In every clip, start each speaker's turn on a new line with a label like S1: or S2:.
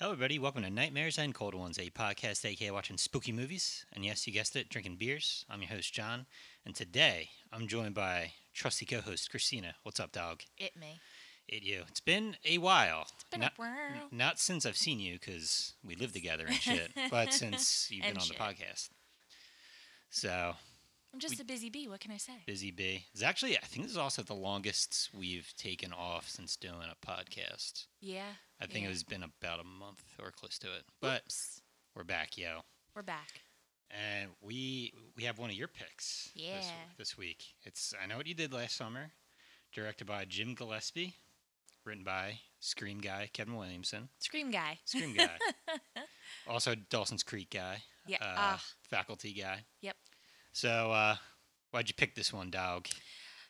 S1: Hello, everybody. Welcome to Nightmares and Cold Ones, a podcast dedicated to watching spooky movies. And yes, you guessed it, drinking beers. I'm your host, John. And today, I'm joined by trusty co host, Christina. What's up, dog?
S2: It me.
S1: It you. It's been a while.
S2: Been
S1: not,
S2: a whirl.
S1: not since I've seen you, because we live together and shit, but since you've been
S2: And
S1: on the
S2: shit.
S1: podcast. So,
S2: I'm just a busy bee. What can I say?
S1: Busy Bee. It's actually, I think this is also the longest we've taken off since doing a podcast.
S2: Yeah.
S1: I think
S2: yeah.
S1: it was been about a month or close to it. But
S2: Oops.
S1: we're back, yo.
S2: we're back.
S1: and we we have one of your picks. This,
S2: Yeah.
S1: this week, it's I know what you did last summer, directed by Jim Gillespie, written by Scream guy Kevin Williamson,
S2: Scream guy.
S1: Scream guy, also Dawson's Creek guy,
S2: Yeah.
S1: uh,
S2: ah,
S1: faculty guy.
S2: Yep.
S1: So uh, why'd you pick this one, dog?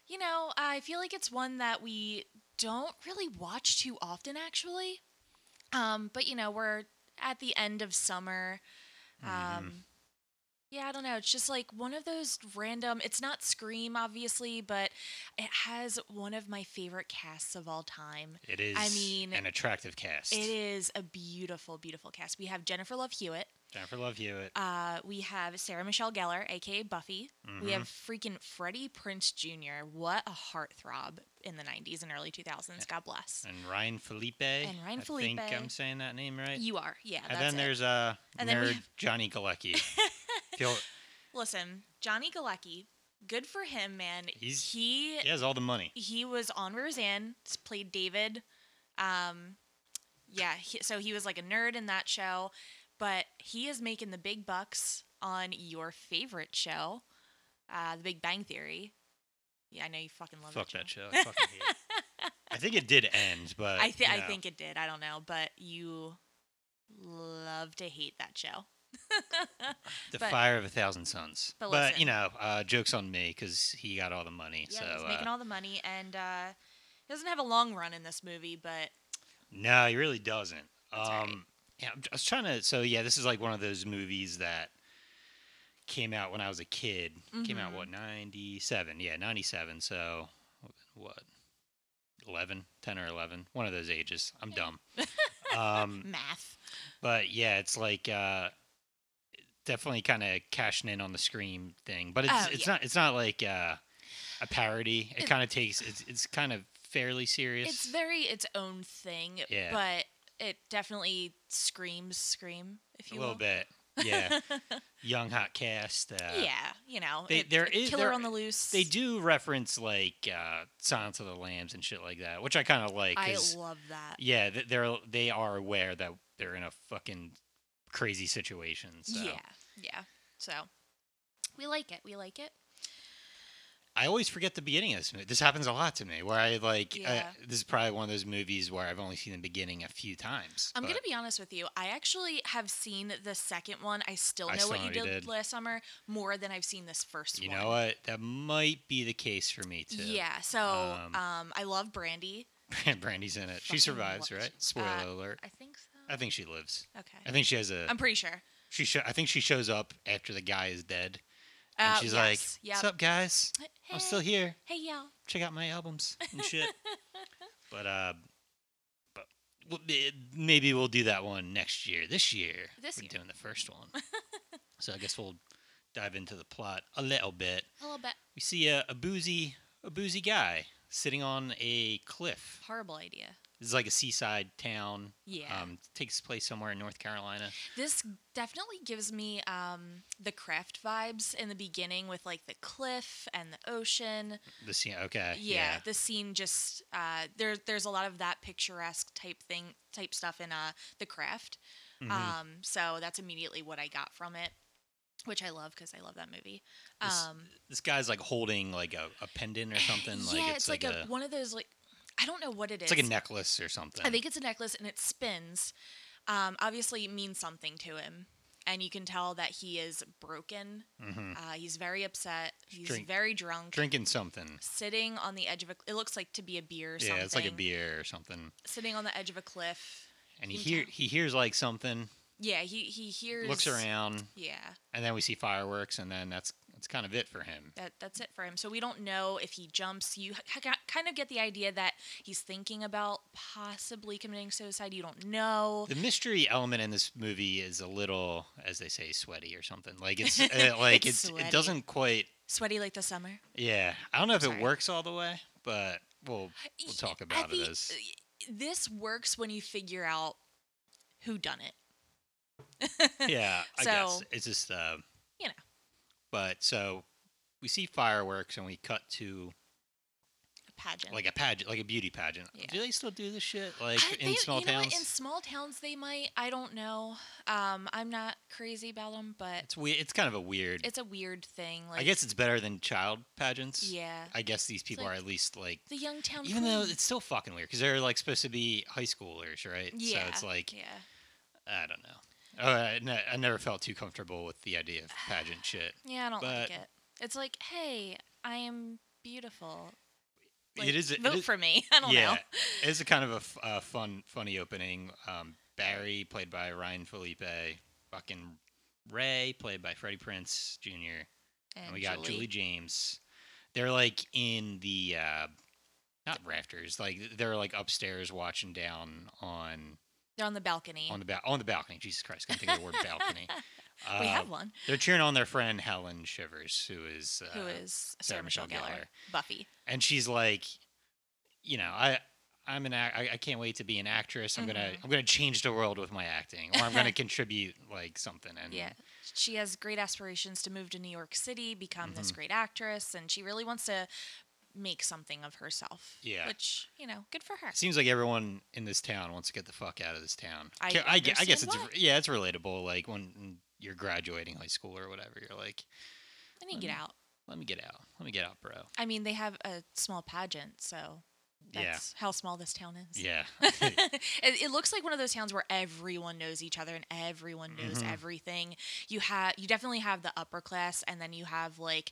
S2: you know, I feel like it's one that we don't really watch too often, actually. Um, but you know, we're at the end of summer. Um,
S1: Mm-hmm.
S2: Yeah, I don't know. It's just like one of those random. It's not Scream, obviously, but it has one of my favorite casts of all time.
S1: It is.
S2: mean,
S1: an attractive cast.
S2: It is a beautiful, beautiful cast. We have Jennifer Love Hewitt.
S1: Jennifer Love Hewitt.
S2: Uh, we have Sarah Michelle Gellar, aka Buffy. We
S1: Mhm.
S2: have freaking Freddie Prince Jr. What a heartthrob in the 90s and early 2000s. God bless.
S1: and Ryan Felipe.
S2: And Ryan
S1: I think
S2: Felipe.
S1: I'm saying that name right.
S2: You are, yeah.
S1: and
S2: that's
S1: then
S2: it.
S1: there's uh,
S2: And then we
S1: nerd
S2: have-
S1: Johnny Galecki. Feel-
S2: Listen, Johnny Galecki. Good for him, man.
S1: He's-
S2: he
S1: He has all the money.
S2: he was on Roseanne, s- played David. Um, yeah, he, so he was like a nerd in that show, but he is making the big bucks on your favorite show, uh, The Big Bang Theory. Yeah, I know you fucking love
S1: Fuck
S2: that
S1: that
S2: show.
S1: show. I fucking hate it. I think it did end, but
S2: I think
S1: you
S2: I
S1: know,
S2: think it did. I don't know, but you love to hate that show.
S1: the
S2: but-
S1: fire of a thousand suns. But,
S2: But
S1: you
S2: listen.
S1: know, uh, jokes on me because he got all the money.
S2: Yeah,
S1: so
S2: he's making
S1: uh,
S2: all the money, and uh, he doesn't have a long run in this movie, but
S1: no, he really doesn't.
S2: That's
S1: um,
S2: right.
S1: yeah, I'm- I was trying to. So yeah, this is like one of those movies that came out when I was a kid. Came out
S2: Mhm.
S1: what ninety seven? Yeah, ninety seven. So what? 11 10 or 11 one of those ages i'm dumb um
S2: math.
S1: But yeah, it's like uh definitely kind of cashing in on the scream thing, but it's
S2: Oh,
S1: it's
S2: yeah.
S1: not it's not like uh a parody. It,
S2: It-
S1: kind of takes it's it's kind of fairly serious.
S2: It's very its own thing,
S1: Yeah.
S2: but it definitely screams scream, if
S1: a
S2: you
S1: little
S2: will.
S1: bit. Yeah. Young hot cast. Uh,
S2: yeah, you know,
S1: They-
S2: it-
S1: there
S2: a
S1: is-
S2: killer
S1: there-
S2: on the loose.
S1: They do reference like uh Silence of the Lambs and shit like that, which I kind of like
S2: I
S1: 'cause,
S2: love that.
S1: yeah, th- they're they are aware that they're in a fucking crazy situation. So
S2: Yeah, yeah. So we like it. We like it.
S1: I always forget the beginning of this movie. This happens a lot to me, where I like
S2: Yeah.
S1: I, this is probably one of those movies where I've only seen the beginning a few times.
S2: I'm
S1: but
S2: gonna be honest with you. I actually have seen the second one. I still
S1: I
S2: know
S1: still
S2: what
S1: know
S2: you
S1: what you
S2: did,
S1: did.
S2: last summer more than I've seen this first
S1: you
S2: one.
S1: know what? That might be the case for me too.
S2: Yeah. So
S1: Um,
S2: um, I love Brandy.
S1: Brandy's in it. She
S2: Fucking
S1: survives,
S2: love-
S1: right? Spoiler
S2: uh,
S1: alert.
S2: I think so.
S1: I think she lives.
S2: okay.
S1: I think she has a.
S2: I'm pretty sure.
S1: she sho- I think she shows up after the guy is dead, and
S2: Uh,
S1: she's
S2: yes,
S1: like, "What's
S2: yep.
S1: up, guys?
S2: Hey,
S1: I'm still here.
S2: hey y'all.
S1: Check out my albums and shit." but uh, but well, eh, maybe we'll do that one next year. This year,
S2: This
S1: we're
S2: year.
S1: doing the first one. so I guess we'll dive into the plot a little bit.
S2: A little bit
S1: We see a, a boozy a boozy guy sitting on a cliff.
S2: horrible idea.
S1: This is like a seaside town.
S2: Yeah.
S1: Um, takes place somewhere in North Carolina.
S2: This definitely gives me um, the craft vibes in the beginning with like the cliff and the ocean.
S1: The scene. Okay.
S2: Yeah, the scene just uh, there. There's a lot of that picturesque type thing, type stuff in uh, the craft.
S1: Mhm.
S2: Um, so that's immediately what I got from it, which I love because I love that movie.
S1: This-
S2: Um,
S1: this guy's like holding like a, a pendant or something. like
S2: yeah,
S1: it's, like, a,
S2: one of those like I don't know what it is.
S1: it's like a necklace or something.
S2: I think it's a necklace and it spins. Um, obviously, it means something to him. And you can tell that he is broken.
S1: hmm
S2: Uh, he's very upset. He's
S1: Drink-
S2: very drunk.
S1: drinking something.
S2: Sitting on the edge of a, it looks like to be a beer. Or
S1: Yeah, it's like a
S2: something,
S1: beer or something.
S2: Sitting on the edge of a cliff.
S1: And he
S2: You
S1: hear
S2: can tell.
S1: he hears like something,
S2: Yeah, he he hears.
S1: looks around,
S2: Yeah,
S1: and then we see fireworks, and then that's that's That's kind of it for him.
S2: That that's it for him. So we don't know if he jumps. You h- h- kind of get the idea that he's thinking about possibly committing suicide. You don't know.
S1: The mystery element in this movie is a little, as they say, sweaty or something. Like it's uh, like
S2: It's
S1: it's,
S2: sweaty.
S1: it doesn't quite.
S2: Sweaty like the summer.
S1: Yeah, I don't know if
S2: Sorry.
S1: it works all the way, but we'll we'll talk
S2: I
S1: about
S2: think
S1: it
S2: uh,
S1: as
S2: This works when you figure out who done it.
S1: yeah. I
S2: So-
S1: guess it's just uh,
S2: You know.
S1: But so we see fireworks and we cut to
S2: A pageant.
S1: like a pageant, like a beauty pageant.
S2: Yeah.
S1: Do they still do this shit like
S2: I-
S1: in
S2: they-
S1: small
S2: you know what,
S1: towns?
S2: in small towns, they might. I don't know. Um, I'm not crazy about them, but
S1: it's weird. It's kind of a weird.
S2: it's a weird thing. Like,
S1: I guess it's better than child pageants.
S2: Yeah.
S1: I guess these people are
S2: like-
S1: at least like
S2: The young town.
S1: even though
S2: queen.
S1: it's still fucking weird because they're like supposed to be high schoolers, right?
S2: yeah,
S1: So it's like
S2: yeah.
S1: I don't know. Oh, I, ne- I never felt too comfortable with the idea of pageant shit.
S2: Yeah, I don't like
S1: but-
S2: it. It's like, hey, I am beautiful. Like,
S1: it is. a- it
S2: vote
S1: is-
S2: for me. I don't
S1: yeah,
S2: know.
S1: it is a kind of a, f- a fun, funny opening. Um, Barry, played by Ryan Felipe, fucking Ray, played by Freddie Prince Jr., and,
S2: And,
S1: we got Julie James. They're like in the uh, not rafters, like they're like upstairs watching down on
S2: They're on the balcony.
S1: on the ba- on the balcony. Jesus Christ, can't think of the word balcony. Uh,
S2: we have one.
S1: They're cheering on their friend Helen Shivers, who is uh,
S2: who is Sarah,
S1: Sarah
S2: Michelle,
S1: Michelle
S2: Gellar,
S1: Gellar.
S2: Buffy.
S1: and she's like, you know, I I'm an ac- I, I can't wait to be an actress. I'm gonna
S2: Mm-hmm.
S1: I'm gonna change the world with my acting, or I'm gonna contribute like something. And
S2: Yeah. She has great aspirations to move to New York City, become this
S1: Mm-hmm.
S2: great actress, and she really wants to make something of herself.
S1: Yeah.
S2: Which, you know, good for her.
S1: it seems like everyone in this town wants to get the fuck out of this town.
S2: I
S1: Ca- I, gue- I guess
S2: understand
S1: it's
S2: why.
S1: yeah, it's relatable. Like when you're graduating high school or whatever, you're like,
S2: I need to
S1: Mm-hmm.
S2: get out.
S1: let me get out, let me get out, bro.
S2: I mean, they have a small pageant, so
S1: Yeah.
S2: that's how small this town is.
S1: Yeah,
S2: it, it looks like one of those towns where everyone knows each other and everyone knows
S1: Mhm.
S2: everything. You have you definitely have the upper class, and then you have like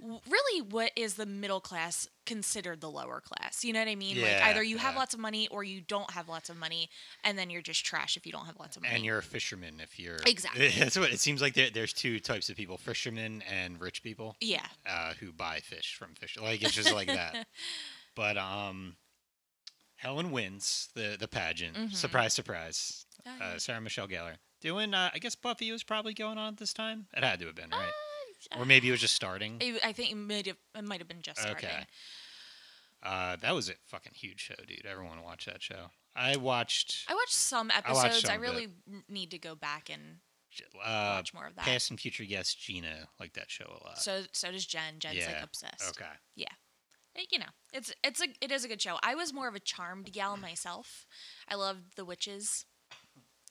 S2: w- really what is the middle class considered the lower class? You know what I mean? like
S1: Yeah,
S2: either you have
S1: yeah.
S2: lots of money or you don't have lots of money, and then you're just trash if you don't have lots of money.
S1: and you're a fisherman if you're
S2: Exactly.
S1: That's what it seems like. There, there's two types of people: fishermen and rich people.
S2: yeah,
S1: uh, who buy fish from fish. Like it's just like that. But um, Helen wins the the pageant.
S2: Mhm.
S1: Surprise, surprise.
S2: Oh, yeah.
S1: Uh, Sarah Michelle Gellar doing. Uh, I guess Buffy was probably going on at this time. It had to have been right,
S2: Uh,
S1: or maybe it was just starting.
S2: I- I think it might have it might have been just starting.
S1: Okay. Uh, that was a fucking huge show, dude. Everyone watched that show. I watched
S2: I watched some
S1: I watched
S2: episodes. I,
S1: some, but-
S2: really m- need to go back and
S1: uh,
S2: watch more of that.
S1: past and future guest Gina liked that show a lot.
S2: so so does Jen. Jen's like
S1: yeah.
S2: obsessed.
S1: okay.
S2: it- Eh, you know, it's it's a it is a good show. I was more of a charmed gal myself. I loved the witches.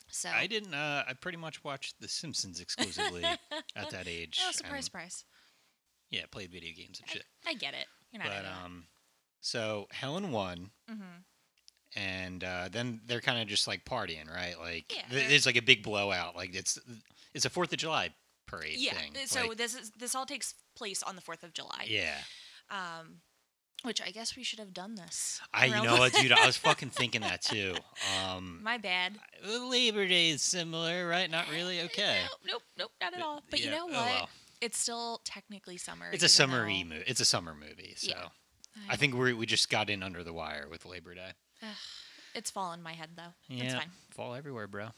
S2: So
S1: I didn't. Uh, I pretty much watched The Simpsons exclusively at that age.
S2: Oh, surprise,
S1: and-
S2: surprise!
S1: Yeah, played video games and shit.
S2: I get it. You're not.
S1: But um, so Helen won,
S2: mm-hmm.
S1: and uh, then they're kind of just like partying, right? Like
S2: Yeah,
S1: th-
S2: they're-
S1: there's like a big blowout. Like it's it's a Fourth of July parade
S2: Yeah.
S1: thing.
S2: So
S1: like,
S2: this is this all takes place on the Fourth of July.
S1: yeah,
S2: Um, which I guess we should have done this.
S1: I you
S2: around-
S1: know what, dude, I was fucking thinking that too. Um,
S2: My bad.
S1: Labor Day is similar, right? Not really. Okay.
S2: Nope. Nope. Nope. Not at
S1: Uh,
S2: all. But you
S1: yeah,
S2: know
S1: oh
S2: what?
S1: well.
S2: It's still technically summer.
S1: It's a
S2: even
S1: summer
S2: though-
S1: movie. It's a summer movie. So
S2: Yeah.
S1: I think we we just got in under the wire with Labor Day.
S2: it's fallen my head though.
S1: Yeah,
S2: It's fine.
S1: fall everywhere, bro.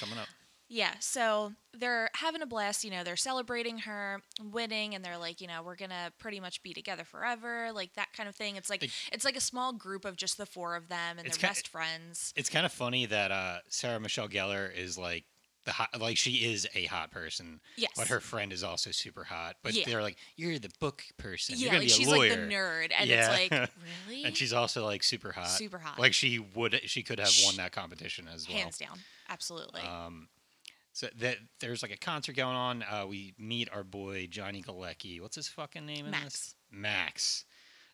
S1: Coming up.
S2: Yeah, so they're having a blast. You know, they're celebrating her winning, and they're like, you know, we're gonna pretty much be together forever, like that kind of thing. It's like
S1: Like-
S2: it's like a small group of just the four of them and
S1: It's
S2: their
S1: ki-
S2: best friends.
S1: It's kind of funny that uh, Sarah Michelle Gellar is like the hot, like she is a hot person,
S2: Yes.
S1: but her friend is also super hot. But
S2: Yeah.
S1: they're like, you're the book person. you're
S2: yeah,
S1: gonna
S2: like
S1: be a
S2: she's
S1: lawyer.
S2: like the nerd, and
S1: Yeah.
S2: it's like really,
S1: and she's also like super hot.
S2: Super hot.
S1: Like she would, she could have won
S2: Sh-
S1: that competition as well.
S2: hands down, absolutely.
S1: Um, so that there's like a concert going on. Uh, we meet our boy Johnny Galecki. What's his fucking name in this?
S2: Max.
S1: Max.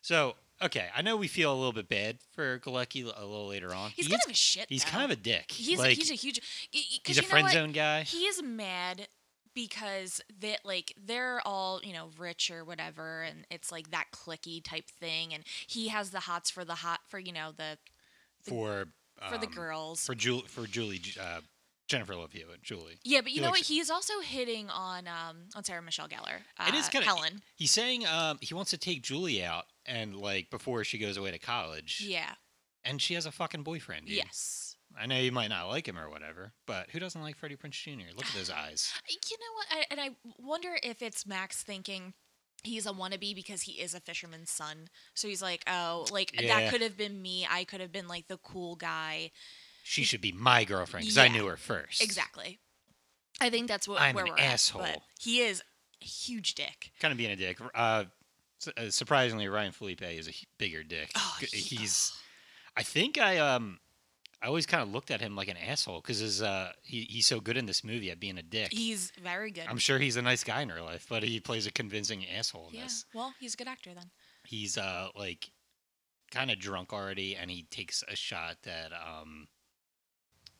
S1: So okay, I know we feel a little bit bad for Galecki a little later on.
S2: He's kind of a shit,
S1: He's
S2: though.
S1: kind of a dick.
S2: He's
S1: like,
S2: he's a huge. y- y-
S1: he's
S2: 'cause
S1: a
S2: you know
S1: friend
S2: what?
S1: zone guy.
S2: He is mad because that like they're all you know rich or whatever, and it's like that clicky type thing, and he has the hots for the hot for you know the
S1: for
S2: for the
S1: um,
S2: girls.
S1: for Julie for Julie uh, Jennifer Love Hewitt, Julie.
S2: Yeah, but you
S1: He
S2: know what?
S1: likes
S2: He's also hitting on um on Sarah Michelle Gellar. Uh,
S1: It is kinda-
S2: Helen.
S1: He's saying um, he wants to take Julie out and like before she goes away to college.
S2: Yeah.
S1: And she has a fucking boyfriend. Dude.
S2: Yes.
S1: I know you might not like him or whatever, but who doesn't like Freddie Prince Jr.? Look at those eyes.
S2: You know what? I, and I wonder if it's Max thinking he's a wannabe because he is a fisherman's son. So he's like, oh, like
S1: Yeah.
S2: that could have been me. I could have been like the cool guy.
S1: She should be my girlfriend because I
S2: Yeah.
S1: knew her first.
S2: Exactly. I think that's what
S1: I'm
S2: where
S1: an
S2: we're at, but
S1: asshole.
S2: he is a huge dick.
S1: Kind of being a dick. Uh, su- uh, surprisingly, Ryan Felipe is a h- bigger dick.
S2: Oh,
S1: G-
S2: he-
S1: He's. I think I um, I always kind of looked at him like an asshole because his uh, he, he's so good in this movie at being a dick.
S2: He's very good.
S1: I'm sure he's a nice guy in real life, but he plays a convincing asshole in
S2: yeah.
S1: this.
S2: Well, he's a good actor then.
S1: He's uh like kind of drunk already, and he takes a shot that um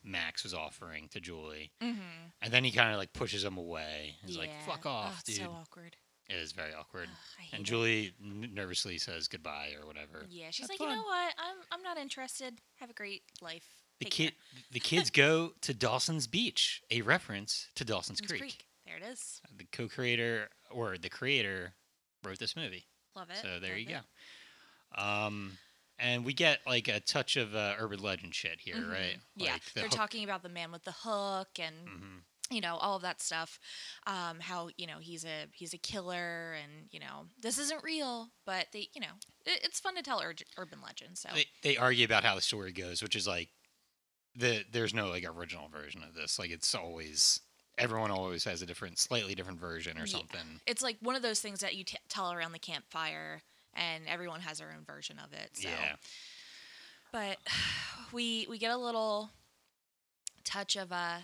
S1: Max was offering to Julie,
S2: Mm-hmm.
S1: and then he kind of like pushes him away. He's like, "Fuck off, dude."
S2: Oh, It's so awkward.
S1: it is very awkward.
S2: Ugh, I hate
S1: and
S2: it.
S1: Julie n- nervously says goodbye or whatever.
S2: Yeah, she's
S1: Have
S2: like,
S1: fun."
S2: you know what? I'm I'm not interested. Have a great life.
S1: The
S2: Take
S1: kid,
S2: care."
S1: the kids go to Dawson's Beach, a reference to Dawson's
S2: It's
S1: Creek.
S2: Creek. There it is.
S1: The co-creator or the creator wrote this movie.
S2: Love it.
S1: So there
S2: Love
S1: you
S2: it.
S1: go. Um, and we get like a touch of uh, urban legend shit here,
S2: Mhm.
S1: right?
S2: Yeah,
S1: Like, the
S2: they're
S1: hook-
S2: talking about the man with the hook and
S1: Mhm.
S2: you know all of that stuff. Um, how you know he's a he's a killer and you know this isn't real, but they you know it, it's fun to tell urg urban legends. So
S1: They, they argue about how the story goes, which is like the there's no like original version of this. Like it's always everyone always has a different, slightly different version or
S2: Yeah.
S1: something.
S2: it's like one of those things that you t- tell around the campfire, and everyone has their own version of it. So.
S1: Yeah.
S2: but we we get a little touch of uh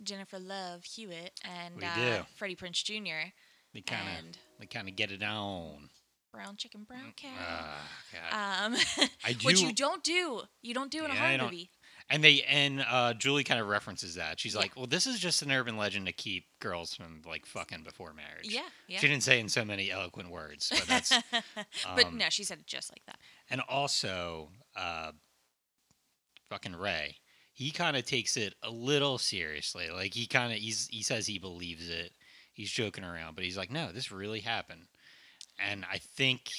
S2: Jennifer Love Hewitt and
S1: We
S2: uh,
S1: do.
S2: Freddie Prince Jr.
S1: They kind of
S2: and
S1: they kind of get it on.
S2: Brown Chicken Brown Cow.
S1: Ah, God.
S2: um,
S1: I do,
S2: which you don't do. You don't do in
S1: Yeah,
S2: a
S1: I
S2: horror
S1: don't-
S2: movie.
S1: and they and uh, Julie kind of references that. She's
S2: Yeah.
S1: like, "Well, this is just an urban legend to keep girls from like fucking before marriage."
S2: Yeah, yeah.
S1: She didn't say it in so many eloquent words, but that's
S2: but
S1: um,
S2: no, she said it just like that.
S1: and also uh, fucking Ray. He kind of takes it a little seriously. Like he kind of he's he says he believes it. He's joking around, but he's like, no, this really happened. And I think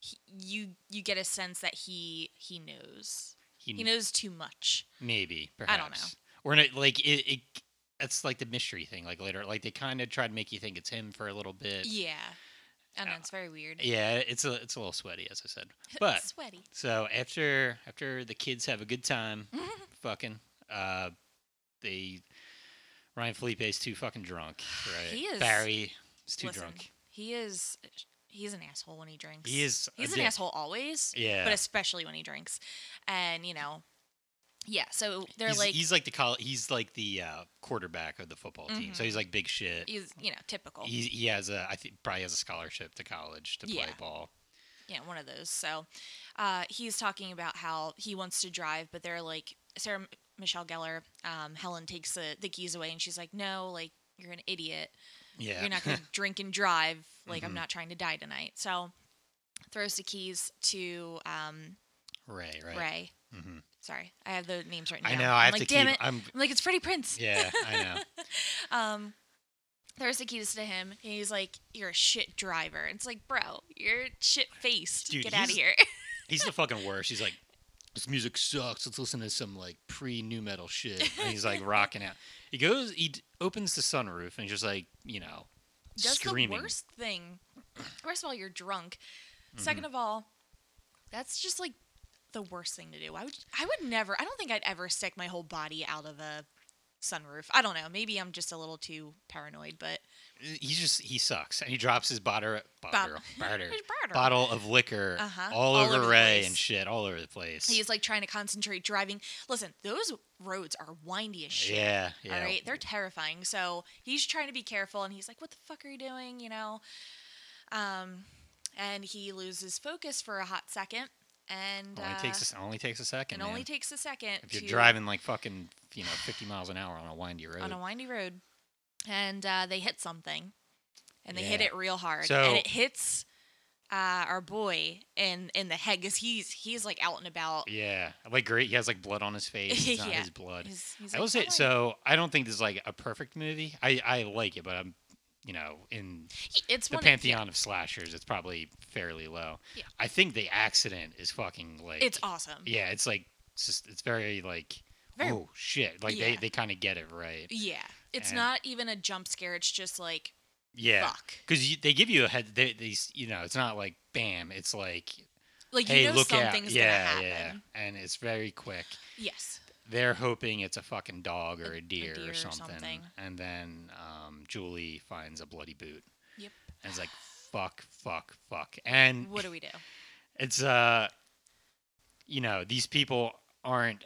S2: He, you you get a sense that he he knows.
S1: he,
S2: He knows too much.
S1: maybe
S2: I
S1: perhaps
S2: don't know.
S1: or not, like it, it. That's like the mystery thing. Like later, like they kind of try to make you think it's him for a little bit.
S2: Yeah, I know
S1: uh,
S2: it's very weird.
S1: yeah it's a it's a little sweaty, as I said. But
S2: sweaty.
S1: So after after the kids have a good time, fucking, uh, they Ryan Felipe is too fucking drunk, right?
S2: He is-
S1: Barry is too
S2: Listen,
S1: drunk.
S2: He is he's an asshole when he drinks.
S1: He is a
S2: he's an
S1: dick.
S2: asshole always.
S1: Yeah.
S2: But especially when he drinks. And you know Yeah, so they're
S1: he's,
S2: like he's,
S1: he's like the col- he's like the uh, quarterback of the football team, so he's
S2: Mm-hmm.
S1: like big shit.
S2: you know, typical.
S1: He, he has a I think probably has a scholarship to college to play
S2: Yeah.
S1: ball.
S2: Yeah, one of those. So uh, he's talking about how he wants to drive, but they're like Sarah M- Michelle Gellar, um, Helen takes the, the keys away and she's like, No, like you're an idiot.
S1: Yeah,
S2: You're not going to drink and drive. Like,
S1: Mhm.
S2: I'm not trying to die tonight. So, throws the keys to um,
S1: Ray, right?
S2: Ray.
S1: Mhm.
S2: Sorry, I have the names right now.
S1: I know. I have
S2: am like,
S1: to
S2: damn
S1: keep.
S2: it.
S1: I'm.
S2: I'm like, it's Freddie Prince.
S1: Yeah, I know.
S2: Um, there's the keys to him. And he's like, you're a shit driver. And it's like, bro, you're shit faced.
S1: Dude,
S2: Get out of
S1: he's-
S2: here.
S1: He's the fucking worst. He's like, this music sucks. Let's listen to some like pre new metal shit. And he's like rocking out. He goes, he d- opens the sunroof and he's just like, you know,
S2: That's
S1: screaming.
S2: the worst thing. First of all, you're drunk. Second
S1: Mm-hmm.
S2: of all, that's just like the worst thing to do. I would, I would never. I don't think I'd ever stick my whole body out of a sunroof. I don't know. Maybe I'm just a little too paranoid, but
S1: He's just, he sucks. And he drops his botter, botter, barter,
S2: His barter.
S1: bottle of liquor
S2: Uh-huh.
S1: all,
S2: All
S1: over
S2: over the
S1: Ray
S2: place.
S1: and shit, all over the place.
S2: he's like trying to concentrate driving. Listen, those roads are windy as shit.
S1: yeah, yeah.
S2: All right. They're terrifying. So he's trying to be careful and he's like, what the fuck are you doing? You know? Um, and he loses focus for a hot second. And
S1: only
S2: uh,
S1: takes a, s- only takes a second.
S2: it only
S1: Oh, man.
S2: takes a second
S1: if you're
S2: to,
S1: driving like fucking, you know, 50 miles an hour on a windy road.
S2: on a windy road. And uh, they hit something and they hit
S1: Yeah.
S2: it real hard.
S1: So-
S2: and it hits uh, our boy in in the head because he's he's like out and about.
S1: Yeah, like great. He has like blood on his face. It's not
S2: Yeah.
S1: his blood.
S2: He's, he's
S1: I
S2: like,
S1: will say
S2: "Oh,
S1: so. I don't think this is like a perfect movie. I I like it, but I'm you know in
S2: he- It's
S1: the
S2: one.
S1: pantheon of slashers, it's probably fairly low.
S2: Yeah.
S1: I think the accident is fucking like
S2: It's awesome. Yeah.
S1: yeah, it's like it's just it's very like
S2: Very-
S1: oh shit, like they
S2: Yeah.
S1: they kind of get it right.
S2: It's
S1: And-
S2: not even a jump scare. It's just like
S1: Yeah,
S2: fuck.
S1: because they give you a head. They, they s- you know it's not like bam. It's like
S2: Like you
S1: hey
S2: know
S1: look out.
S2: something's gonna
S1: Yeah,
S2: happen.
S1: yeah, and it's very quick.
S2: Yes.
S1: They're hoping it's a fucking dog or
S2: A-
S1: a
S2: a
S1: deer,
S2: deer
S1: or,
S2: or
S1: something.
S2: something.
S1: and then um, Julie finds a bloody boot.
S2: Yep.
S1: and it's like fuck, fuck, fuck, and
S2: What do we do?
S1: it's uh you know these people aren't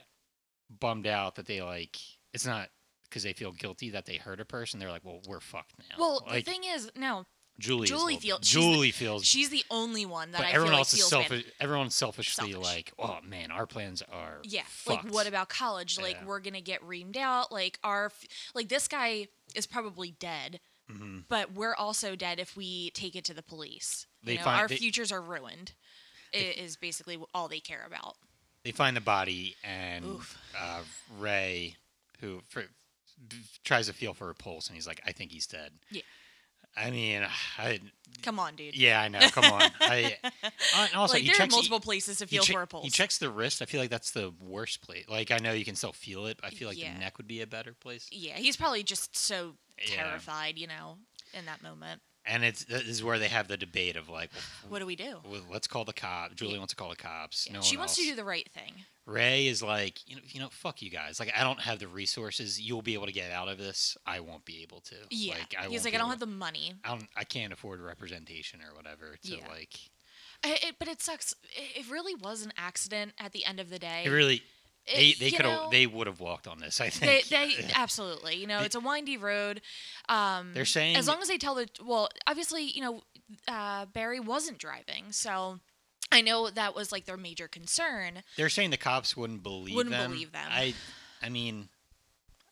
S1: bummed out that they like it's not because they feel guilty that they hurt a person they're like well we're fucked now
S2: Well,
S1: like
S2: the thing is, no,
S1: julie is a
S2: Julie
S1: little-
S2: feel- she's the-
S1: julie feels
S2: she's the only one that
S1: but
S2: I
S1: everyone
S2: feel
S1: else
S2: like
S1: is
S2: feels bad.
S1: selfish everyone's selfishly
S2: Selfish.
S1: like oh man our plans are
S2: Yeah.
S1: fucked.
S2: Like, what about college? Like,
S1: Yeah.
S2: we're going to get reamed out. Like, our, f- like, this guy is probably dead,
S1: hmm
S2: but we're also dead if we take it to the police.
S1: They
S2: you know,
S1: find-
S2: our
S1: they-
S2: futures are ruined, i- is basically all they care about.
S1: they find the body and
S2: Oof.
S1: uh ray who for, tries to feel for a pulse and he's like i think he's dead
S2: Yeah.
S1: i mean i
S2: Come on, dude.
S1: Yeah, I know. Come on. I uh, and also
S2: like,
S1: he
S2: there are
S1: checks,
S2: multiple places to
S1: he,
S2: feel
S1: che-
S2: for a
S1: He
S2: pulse.
S1: checks the wrist. I feel like that's the worst place. Like I know you can still feel it. But I feel like
S2: Yeah.
S1: the neck would be a better place.
S2: yeah. He's probably just so
S1: Yeah.
S2: terrified, you know, in that moment.
S1: And it's this is where they have the debate of like,
S2: What do we do?
S1: well, let's call the cop. Julie wants to call the cops.
S2: Yeah,
S1: No
S2: she
S1: one
S2: wants
S1: else.
S2: to do the right thing.
S1: Ray is like, you know, you know, fuck you guys. Like I don't have the resources. You'll be able to get out of this. I won't be able to.
S2: Yeah.
S1: Like, I
S2: He's
S1: won't
S2: like,
S1: be
S2: I don't
S1: able
S2: have the money.
S1: I don't. I can't afford representation or whatever. To
S2: Yeah.
S1: like,
S2: I- it, but it sucks. It, it really was an accident at the end of the day.
S1: it really. They
S2: It-
S1: they
S2: you
S1: could
S2: know,
S1: have they would have walked on this. I
S2: they,
S1: think
S2: they absolutely. You know,
S1: The-
S2: it's a windy road. Um,
S1: They're saying
S2: as long as they tell the well, obviously, you know, uh, Barry wasn't driving, so I know that was like their major concern.
S1: They're saying the cops wouldn't believe
S2: Wouldn't
S1: them.
S2: believe them.
S1: I, I mean,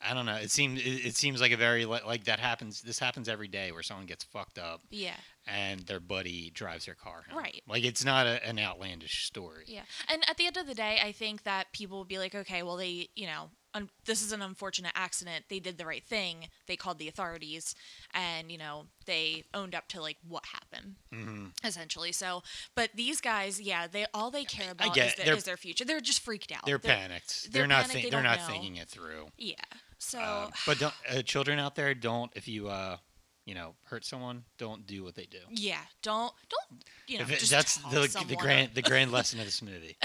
S1: I don't know. It seems it, it seems like a very li- like that happens. This happens every day where someone gets fucked up
S2: Yeah,
S1: and their buddy drives their car. Home.
S2: Right.
S1: Like it's not a, an outlandish story.
S2: yeah. And at the end of the day, I think that people will be like, okay, well, they, you know. Un- this is an unfortunate accident. They did the right thing. They called the authorities, and you know they owned up to like what happened.
S1: hmm
S2: essentially. So, but these guys, yeah, they all they care about
S1: get
S2: is,
S1: it.
S2: their,
S1: They're-
S2: is their future. They're just freaked out.
S1: They're, panicked. They're,
S2: Oh, they're
S1: not.
S2: panicked,
S1: think-
S2: they
S1: they're
S2: don't
S1: not
S2: know.
S1: thinking it through.
S2: yeah. So
S1: Um, but don't, uh, children out there, don't if you uh, you know, hurt someone, don't do what they do.
S2: yeah, don't don't you know
S1: If it-
S2: just
S1: that's
S2: taunt
S1: the, the
S2: someone or-
S1: grand the grand lesson of this movie.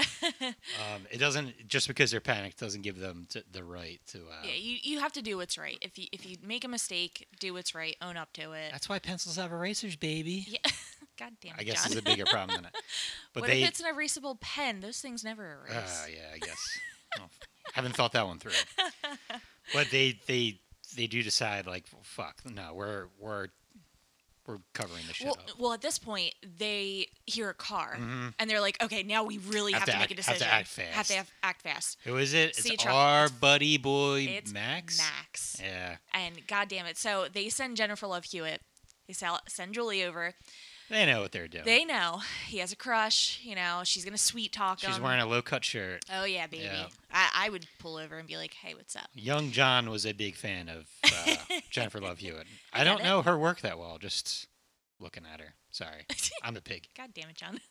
S1: um, it doesn't just because they're panicked doesn't give them t- the right to. Uh,
S2: Yeah, you, you have to do what's right. If you if you make a mistake, do what's right. Own up to it.
S1: That's why pencils have erasers, baby.
S2: Yeah. God damn it,
S1: I guess
S2: John.
S1: is a bigger problem than it. But
S2: what
S1: they,
S2: if it's an erasable pen? Those things never
S1: uh,
S2: erase.
S1: yeah, I guess. Well, haven't thought that one through. But they, they, they do decide like, well, fuck, no, we're we're we're covering this shit
S2: well,
S1: up.
S2: well, at this point, they hear a car
S1: Mhm.
S2: and they're like, "Okay, now we really
S1: Have
S2: have,
S1: to
S2: to, make a
S1: act- have to
S2: decision.
S1: act
S2: Have to
S1: fast.
S2: have- act fast."
S1: Who is it?
S2: see,
S1: It's
S2: Chuck,
S1: our
S2: it's-
S1: buddy boy
S2: It's
S1: Max.
S2: Max.
S1: Yeah,
S2: And God damn it. So they send Jennifer Love Hewitt. They sell, send Julie over.
S1: they know what they're doing.
S2: They know he has a crush. You know, she's going to sweet talk him.
S1: She's wearing a low cut shirt.
S2: oh, yeah, baby.
S1: Yeah.
S2: I, I would pull over and be like, hey, what's up?
S1: Young John was a big fan of uh, Jennifer Love Hewitt. I,
S2: I
S1: don't
S2: get it.
S1: know her work that well. Just looking at her. Sorry, I'm a pig.
S2: God damn it, John.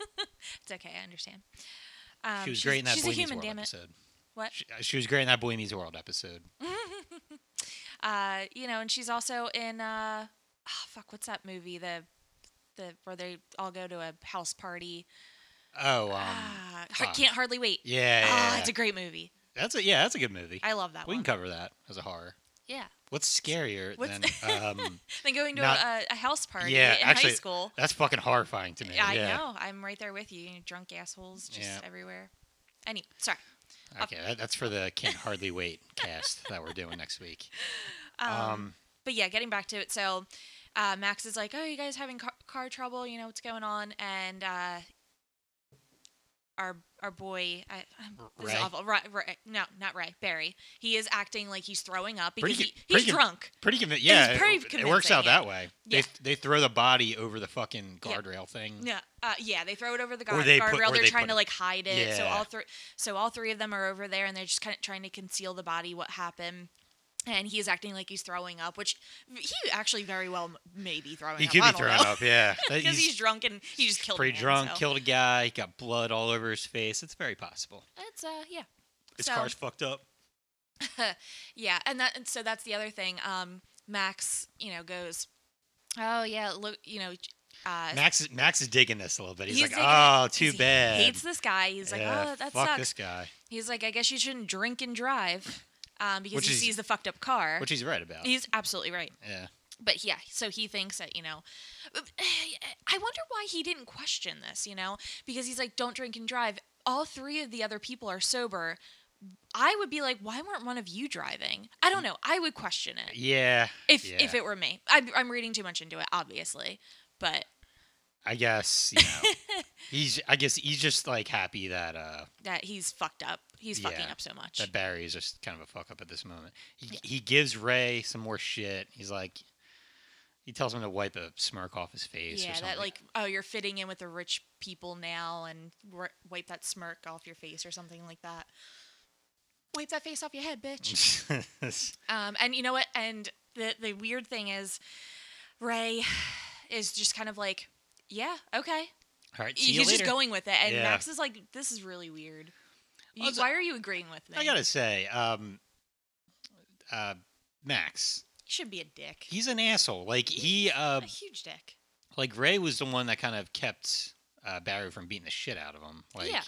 S2: it's okay. I understand. Um,
S1: she was
S2: she's-
S1: great in that
S2: She's
S1: Boy
S2: a human,
S1: Meets World
S2: damn it.
S1: episode.
S2: What?
S1: She, she was great in that Boy Meets World episode.
S2: Uh, you know, and she's also in, uh, oh, fuck, what's that movie? The, the where they all go to a house party.
S1: Oh, um,
S2: ah, I
S1: fuck.
S2: can't hardly wait.
S1: yeah, yeah,
S2: Ah,
S1: yeah.
S2: it's a great movie.
S1: that's a yeah, that's a good movie.
S2: I love that
S1: we
S2: one.
S1: can cover that as a horror.
S2: yeah.
S1: What's scarier
S2: What's-
S1: than um,
S2: Then going to
S1: Not-
S2: a, a house party
S1: yeah,
S2: in
S1: actually,
S2: high school.
S1: that's fucking horrifying to me.
S2: I
S1: yeah.
S2: know. I'm right there with you. you know, drunk assholes just
S1: Yeah.
S2: everywhere. Any sorry.
S1: Okay, that, that's for the can't hardly wait cast that we're doing next week.
S2: Um,
S1: Um,
S2: but yeah, getting back to it. So uh, Max is like, "Oh, you guys having car, car trouble? You know what's going on?" And uh, our our boy. I, I'm, this
S1: Ray?
S2: is awful. Ray, Ray, no, not Ray. Barry. He is acting like he's throwing up because
S1: Pretty
S2: he,
S1: con-
S2: he's
S1: pretty con-
S2: drunk.
S1: Pretty convinced. Yeah,
S2: pretty
S1: it- it, works
S2: convincing,
S1: out
S2: yeah.
S1: that way.
S2: Yeah.
S1: They they throw the body over the fucking
S2: Yeah.
S1: guardrail thing.
S2: No, uh, yeah, they throw it over the guard,
S1: they put-
S2: guardrail.
S1: or
S2: they're
S1: they
S2: trying
S1: put
S2: to
S1: it-
S2: like hide it. So
S1: Yeah.
S2: all three, so all three of them are over there, and they're just kind of trying to conceal the body, what happened. And he is acting like he's throwing up, which he actually very well m- may be throwing
S1: He
S2: up.
S1: could
S2: I
S1: be
S2: don't
S1: thrown up. Yeah, That-
S2: because he's, drunk and he just killed. a
S1: pretty
S2: man,
S1: drunk.
S2: so.
S1: Killed a guy. He got blood all over his face. It's very possible.
S2: It's uh, yeah.
S1: His
S2: So-
S1: car's fucked up.
S2: Yeah, and that and so that's the other thing. Um, Max, you know, goes, oh yeah, look, you know, uh,
S1: Max is Max is digging this a little bit. He's, like,
S2: He's digging it
S1: oh,
S2: 'cause
S1: too
S2: he
S1: bad.
S2: hates this guy. He's like,
S1: Yeah,
S2: oh, that
S1: fuck
S2: sucks.
S1: this guy,
S2: He's like, I guess you shouldn't drink and drive, um, because
S1: Which
S2: he
S1: is-
S2: sees the fucked up car.
S1: which he's right about.
S2: he's absolutely right.
S1: yeah,
S2: But yeah, so he thinks that you know, I wonder why he didn't question this, you know, because he's like, don't drink and drive. All three of the other people are sober. I would be like, why weren't one of you driving? I don't know. I would question it.
S1: yeah.
S2: If
S1: yeah.
S2: if it were me, I'm, I'm reading too much into it, obviously. But
S1: I guess you know, he's. I guess he's just like happy that uh
S2: that he's fucked up. He's fucking
S1: Yeah.
S2: up so much.
S1: that Barry is just kind of a fuck up at this moment. He he gives Ray some more shit. He's like, he tells him to wipe a smirk off his face. or
S2: yeah,
S1: something.
S2: that like oh, you're fitting in with the rich people now, and ri wipe that smirk off your face or something like that. Wipe that face off your head, bitch.
S1: Mm.
S2: Um, and you know what? And the the weird thing is, Ray is just kind of like, yeah, okay.
S1: All right, see you
S2: He's just
S1: later.
S2: going with it, and
S1: Yeah.
S2: Max is like, this is really weird. You-
S1: Also-
S2: why are you agreeing with me?
S1: I gotta say, um, uh, Max,
S2: He should be a dick.
S1: he's an asshole. Like he, uh,
S2: a huge dick.
S1: like Ray was the one that kind of kept uh, Barry from beating the shit out of him. Like,
S2: Yeah.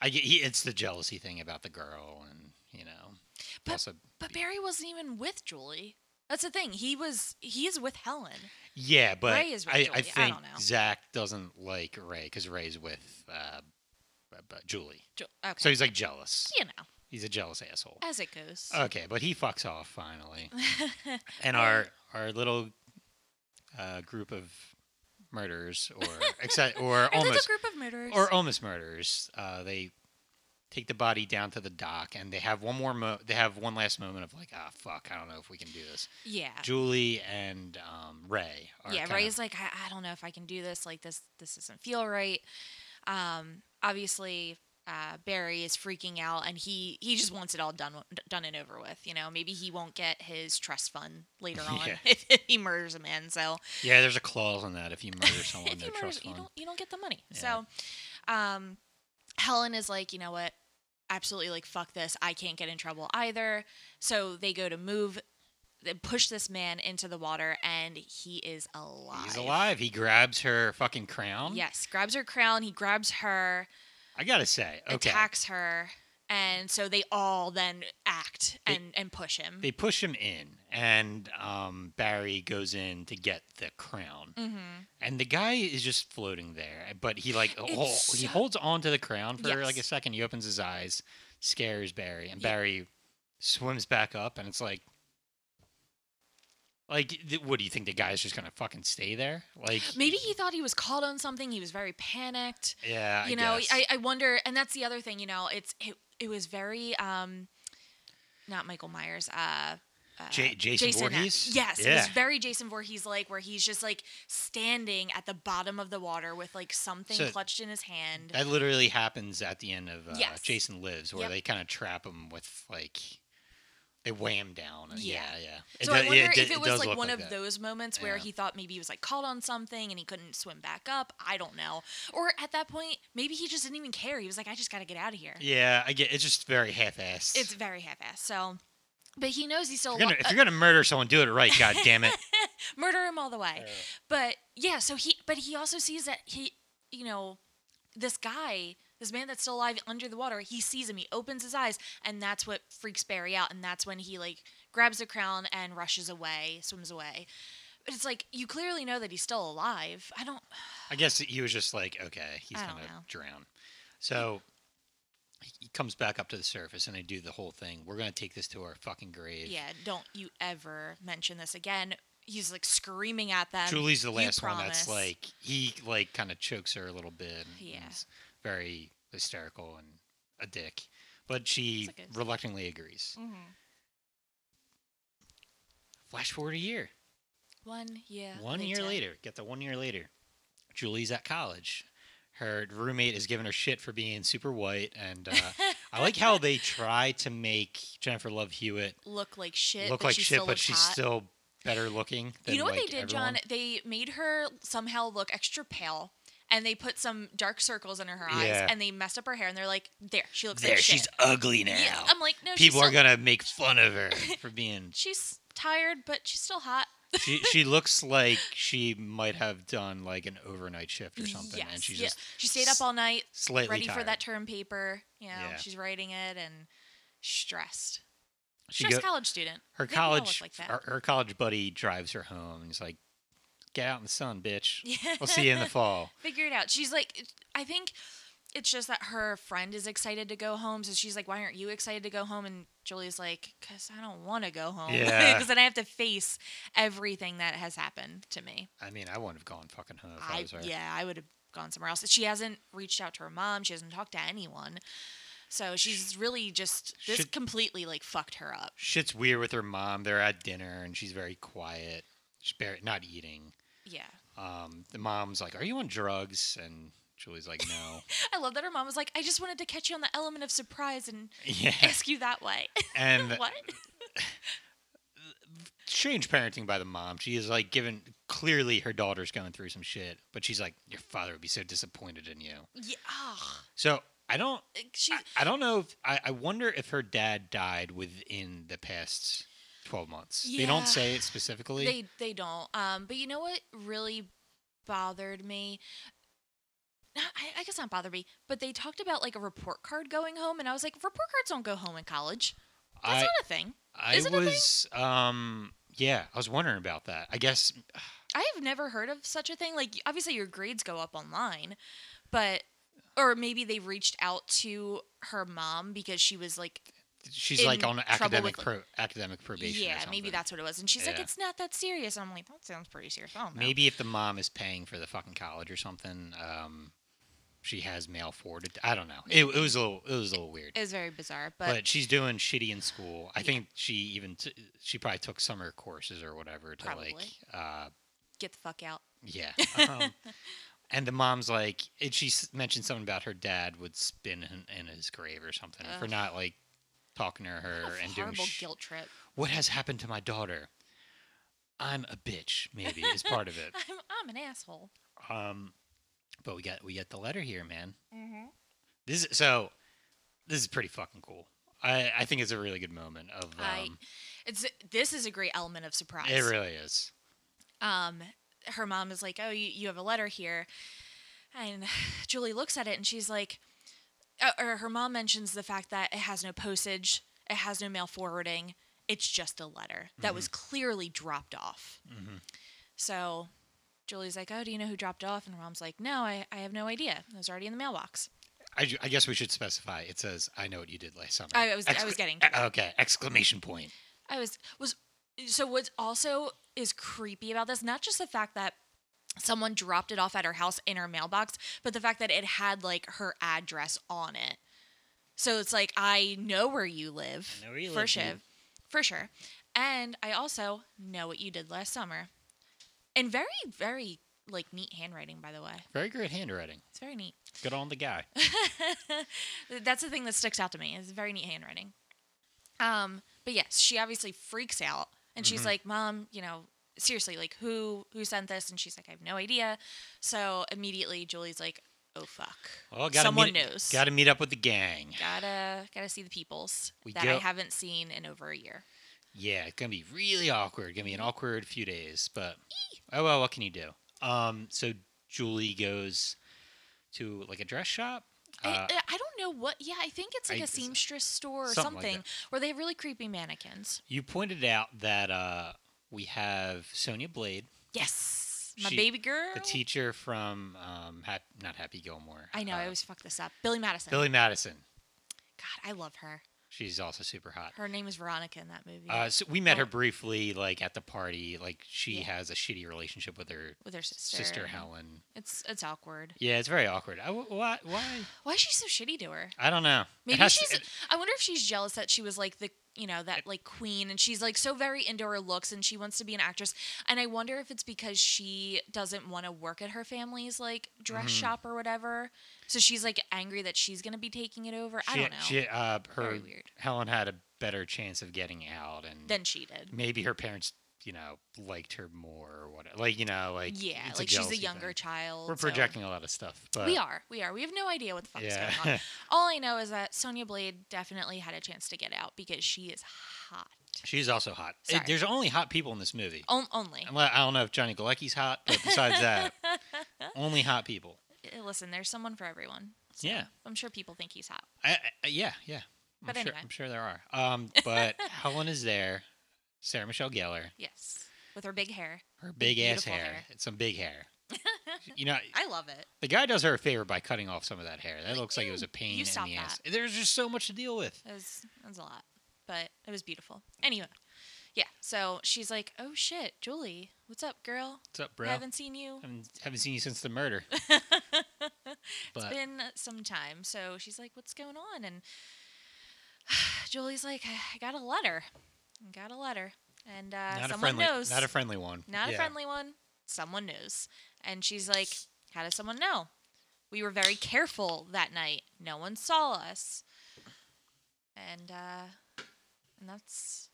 S1: I get he, it's the jealousy thing about the girl, and you know,
S2: But-
S1: also
S2: But Barry wasn't even with Julie. That's the thing. He was he's with Helen.
S1: yeah, but
S2: Ray is with
S1: I, I
S2: Julie.
S1: think
S2: I don't know.
S1: Zach doesn't like Ray because Ray's with uh, b- b- Julie,
S2: Ju- okay.
S1: so he's like jealous.
S2: you know,
S1: He's a jealous asshole.
S2: as it goes.
S1: Okay, but he fucks off finally, and our our little uh, group of murderers, or except or
S2: Our little
S1: almost
S2: group of murderers.
S1: or almost murderers. Uh, they take the body down to the dock, and they have one more. Mo- they have one last moment of like, ah, fuck, I don't know if we can do this.
S2: yeah.
S1: Julie and um, Ray. Are
S2: yeah,
S1: kind
S2: Ray's
S1: Of,
S2: like, I, I don't know if I can do this. Like this, this doesn't feel right. Um, obviously, uh, Barry is freaking out, and he he just wants it all done done and over with. You know, maybe he won't get his trust fund later on
S1: Yeah.
S2: if, if he murders a man. So
S1: yeah, there's a clause on that if you murder someone,
S2: if
S1: no
S2: you murder,
S1: trust
S2: you
S1: fund.
S2: don't you don't get the money.
S1: Yeah.
S2: So, um, Helen is like, you know what? Absolutely, like fuck this. I can't get in trouble either. So they go to move. They push this man into the water, and he is alive.
S1: He's alive. He grabs her fucking crown.
S2: Yes, grabs her crown. He grabs her,
S1: I gotta say, okay.
S2: attacks her, and so they all then act
S1: They-
S2: and and push him.
S1: They push him in, and um, Barry goes in to get the crown.
S2: hmm
S1: And the guy is just floating there, but he like hol-
S2: so-
S1: he holds on to the crown for
S2: Yes.
S1: like a second. He opens his eyes, scares Barry, and
S2: Yeah.
S1: Barry swims back up, and it's like, like, th- what do you think the guy's just gonna fucking stay there? Like,
S2: Maybe he thought he was caught on something. He was very panicked.
S1: yeah,
S2: you
S1: I
S2: know,
S1: guess.
S2: I, I wonder, and that's the other thing. You know, it's it, it was very um, not Michael Myers. Uh, uh,
S1: Ja- Jason Voorhees?
S2: Yes, it
S1: Yeah.
S2: was very Jason Voorhees like, where he's just like standing at the bottom of the water with like something
S1: So-
S2: clutched in his hand.
S1: that literally happens at the end of uh,
S2: Yes.
S1: Jason Lives, where
S2: Yep.
S1: they kind of trap him with like they weigh him down. and- Yeah,
S2: Yeah.
S1: yeah.
S2: So I
S1: do-
S2: wonder
S1: do-
S2: if it was
S1: does
S2: like
S1: look
S2: one of
S1: that.
S2: those moments where
S1: Yeah.
S2: he thought maybe he was like caught on something and he couldn't swim back up. I don't know. Or at that point, maybe he just didn't even care. He was like, I just got to get out of here.
S1: Yeah, I get. It's just very half-assed.
S2: It's very half-assed. So, but he knows he's still
S1: If you're, gonna,
S2: alive.
S1: if you're gonna murder someone, do it right. God damn it!
S2: murder him all the way. But yeah, so he but he also sees that he you know, this guy, this man that's still alive under the water, he sees him, he opens his eyes, and that's what freaks Barry out, and that's when he like grabs the crown and rushes away, swims away. But it's like you clearly know that he's still alive. I don't
S1: I guess he was just like, okay, he's
S2: I
S1: gonna
S2: don't know.
S1: drown. So he- he comes back up to the surface, and they do the whole thing. We're gonna take this to our fucking grave.
S2: yeah, don't you ever mention this again. He's like screaming at them.
S1: Julie's the
S2: "You
S1: last one that's
S2: promise."
S1: like he like kind of chokes her a little bit. and- and
S2: Yeah.
S1: is very hysterical and a dick, but she
S2: It's okay.
S1: reluctantly agrees.
S2: Mm-hmm.
S1: Flash forward a year.
S2: One year.
S1: one year later, get the one year later, Julie's at college. Her roommate is giving her shit for being super white, and uh, I like how they try to make Jennifer Love Hewitt
S2: Look like shit.
S1: look
S2: but
S1: like
S2: she
S1: shit,
S2: still
S1: but
S2: looks
S1: she's
S2: hot.
S1: still better looking. Than,
S2: You know what
S1: like,
S2: they did,
S1: everyone.
S2: John? They made her somehow look extra pale, and they put some dark circles under her eyes,
S1: Yeah.
S2: and they messed up her hair, and they're like, "There, she looks
S1: There,
S2: like shit."
S1: she's ugly now.
S2: Yeah, I'm like, no,
S1: People
S2: she's
S1: are
S2: still,
S1: gonna make fun of her for being.
S2: She's tired, but she's still hot.
S1: She she looks like she might have done like an overnight shift or something,
S2: Mm, Yes,
S1: and she's
S2: yeah.
S1: just
S2: she stayed up all night,
S1: slightly
S2: ready
S1: tired.
S2: for that term paper. You know,
S1: Yeah.
S2: she's writing it and stressed.
S1: She
S2: Stressed
S1: go-
S2: college student.
S1: her
S2: They all look
S1: college
S2: like that.
S1: her, her college buddy drives her home and he's like get out in the sun bitch
S2: Yeah.
S1: we'll see you in the fall
S2: Figure it out. She's like, I think it's just that her friend is excited to go home, so she's like, "Why aren't you excited to go home?" And Julie's like, "Cause I don't want to go home.
S1: Yeah.
S2: Because then I have to face everything that has happened to me.
S1: i mean i wouldn't have gone fucking home if i,
S2: I
S1: was her
S2: yeah, I would have gone somewhere else. She hasn't reached out to her mom. She hasn't talked to anyone. So she's really just this
S1: Should-
S2: completely like fucked her up.
S1: shit's weird with her mom they're at dinner and she's very quiet she's bar- not eating
S2: Yeah.
S1: um, the mom's like are you on drugs and julie's like no
S2: I love that her mom was like, I just wanted to catch you on the element of surprise and
S1: yeah
S2: ask you that way.
S1: and
S2: what?
S1: strange parenting by the mom she is like given clearly her daughter's going through some shit but she's like your father would be so disappointed in you
S2: Yeah. Oh,
S1: so i don't
S2: she
S1: I, I don't know if I, I wonder if her dad died within the past twelve months. They
S2: Yeah.
S1: don't say it specifically.
S2: they they don't. Um but you know what really bothered me? Not- I, I guess not bothered me, but they talked about like a report card going home, and I was like, report cards don't go home in college. That's
S1: I
S2: not a thing.
S1: I
S2: is it a thing?
S1: was um yeah I was wondering about that. I guess
S2: I have never heard of such a thing. Like, obviously, your grades go up online, but or maybe they reached out to her mom because she was like,
S1: she's
S2: In
S1: like on
S2: trouble
S1: academic
S2: with-
S1: pro, academic probation. or
S2: yeah, maybe
S1: something.
S2: that's what it was, and she's like,
S1: Yeah.
S2: it's not that serious. And I'm like, that sounds pretty serious. I don't know.
S1: maybe if the mom is paying for the fucking college or something. Um, she has mail forwarded. I don't know. It, it was a little it was a little weird.
S2: it was very bizarre,
S1: but,
S2: but,
S1: she's doing shitty in school. I think she even t- she probably took summer courses or whatever to like
S2: Probably.
S1: uh,
S2: get the fuck out.
S1: Yeah. Um, and the mom's like, and she s- mentioned something about her dad would spin in, in his grave or something for
S2: Ugh.
S1: not like talking to
S2: What
S1: her
S2: a
S1: and doing
S2: horrible
S1: sh-
S2: guilt trip.
S1: what has happened to my daughter. I'm a bitch, maybe is part of it.
S2: I'm, I'm an asshole.
S1: Um, but we got we got the letter here, man.
S2: Mm-hmm.
S1: This is, so this is pretty fucking cool. I I think it's a really good moment of
S2: I-
S1: um,
S2: It's this is a great element of surprise.
S1: it really is.
S2: um, her mom is like, "Oh, you, you have a letter here," and Julie looks at it and she's like, uh, or her mom mentions the fact that it has no postage, it has no mail forwarding, it's just a letter that was
S1: Mm-hmm.
S2: clearly dropped off.
S1: Mhm.
S2: So Julie's like, "Oh, do you know who dropped it off?" And her mom's like, "No, I, I have no idea. It was already in the mailbox."
S1: I, ju- I guess we should specify. It says, "I know what you did last summer."
S2: I was- I was getting to
S1: okay. Exclamation point.
S2: I was was so what's also is creepy about this, not just the fact that someone dropped it off at her house in her mailbox, but the fact that it had like her address on it. So it's like I know where you live.
S1: I know where you
S2: for
S1: live,
S2: sure.
S1: dude.
S2: For sure. And I also know what you did last summer. And very, very like neat handwriting, by the way.
S1: Very great handwriting.
S2: It's very neat.
S1: Good on the guy.
S2: That's the thing that sticks out to me. It's very neat handwriting. Um, but yes, she obviously freaks out and
S1: Mm-hmm.
S2: she's like, "Mom, you know, seriously, like who who sent this?" And she's like, "I have no idea." So immediately Julie's like, "Oh fuck.
S1: Well,
S2: Someone
S1: meet,
S2: knows.
S1: Got to meet up with the gang.
S2: Gotta gotta see the peoples
S1: We
S2: that I
S1: go-
S2: haven't seen in over a year."
S1: Yeah, it's gonna be really awkward. Gonna be an awkward few days, but oh well. What can you do? Um, so Julie goes to like a dress shop.
S2: I,
S1: Uh,
S2: I- I don't know what. Yeah, I think it's like
S1: I-
S2: a seamstress store or
S1: something
S2: something,
S1: like
S2: where they have really creepy mannequins.
S1: you pointed out that uh, we have Sonia Blade,
S2: Yes, my
S1: She-
S2: baby girl.
S1: the teacher from um, Hap- not Happy Gilmore.
S2: I know.
S1: uh,
S2: I always fuck this up. Billy Madison.
S1: Billy Madison.
S2: God, I love her.
S1: She's also super hot.
S2: Her name is Veronica in that movie.
S1: Uh, so we met her
S2: Oh.
S1: briefly, like at the party. Like she
S2: Yeah.
S1: has a shitty relationship with her
S2: with her sister.
S1: sister, Helen.
S2: It's it's awkward.
S1: Yeah, it's very awkward. I, why? Why?
S2: Why is she so shitty to her?
S1: I don't know. It
S2: Maybe
S1: has to-
S2: she's.
S1: it-
S2: I wonder if she's jealous that she was like the you know that like queen and she's like so very into her looks and she wants to be an actress and i wonder if it's because she doesn't want to work at her family's like dress
S1: Mhm.
S2: shop or whatever so she's like angry that she's going to be taking it over i
S1: she-
S2: don't know
S1: She, uh, her
S2: very weird
S1: Helen had a better chance of getting out, and
S2: then she did
S1: maybe her parents, you know, liked her more or whatever. Like you know, like
S2: yeah
S1: it's
S2: like she's a
S1: jealousy
S2: younger
S1: thing.
S2: child
S1: We're
S2: so-
S1: projecting a lot of stuff, but
S2: we are we are we have no idea what the fuck
S1: Yeah.
S2: is going on all i know is that sonia blade definitely had a chance to get out because she is hot
S1: She's also hot. It-
S2: Sorry.
S1: there's only hot people in this movie.
S2: On- only
S1: Unle- I don't know if Johnny Galecki's hot, but besides that, only hot people.
S2: Eh, listen, there's someone for everyone. So
S1: Yeah.
S2: I'm sure people think he's hot.
S1: I, I, yeah, yeah. I'm
S2: But
S1: sure,
S2: anyway.
S1: I'm sure there are. Um, but Helen is there. Sarah Michelle Gellar,
S2: Yes. With her big hair.
S1: her big ass
S2: Beautiful
S1: hair.
S2: hair.
S1: It's some big hair. you know,
S2: I love it.
S1: the guy does her a favor by cutting off some of that hair. That looks like it was a pain in
S2: stop
S1: the ass. There's just so much to deal with.
S2: It was, it was a lot, but it was beautiful. Anyway. Yeah. So she's like, oh shit, Julie, what's up, girl?
S1: What's up, bro?
S2: I haven't seen you.
S1: haven't, haven't seen you since the murder.
S2: It's
S1: but
S2: been some time. So she's like, what's going on? And Julie's like, I got a letter. I got a letter. And uh,
S1: not a
S2: someone
S1: friendly,
S2: knows.
S1: not a friendly one.
S2: Not a
S1: Yeah.
S2: friendly one. Someone knows. And she's like, How does someone know? We were very careful that night. No one saw us. And uh and that's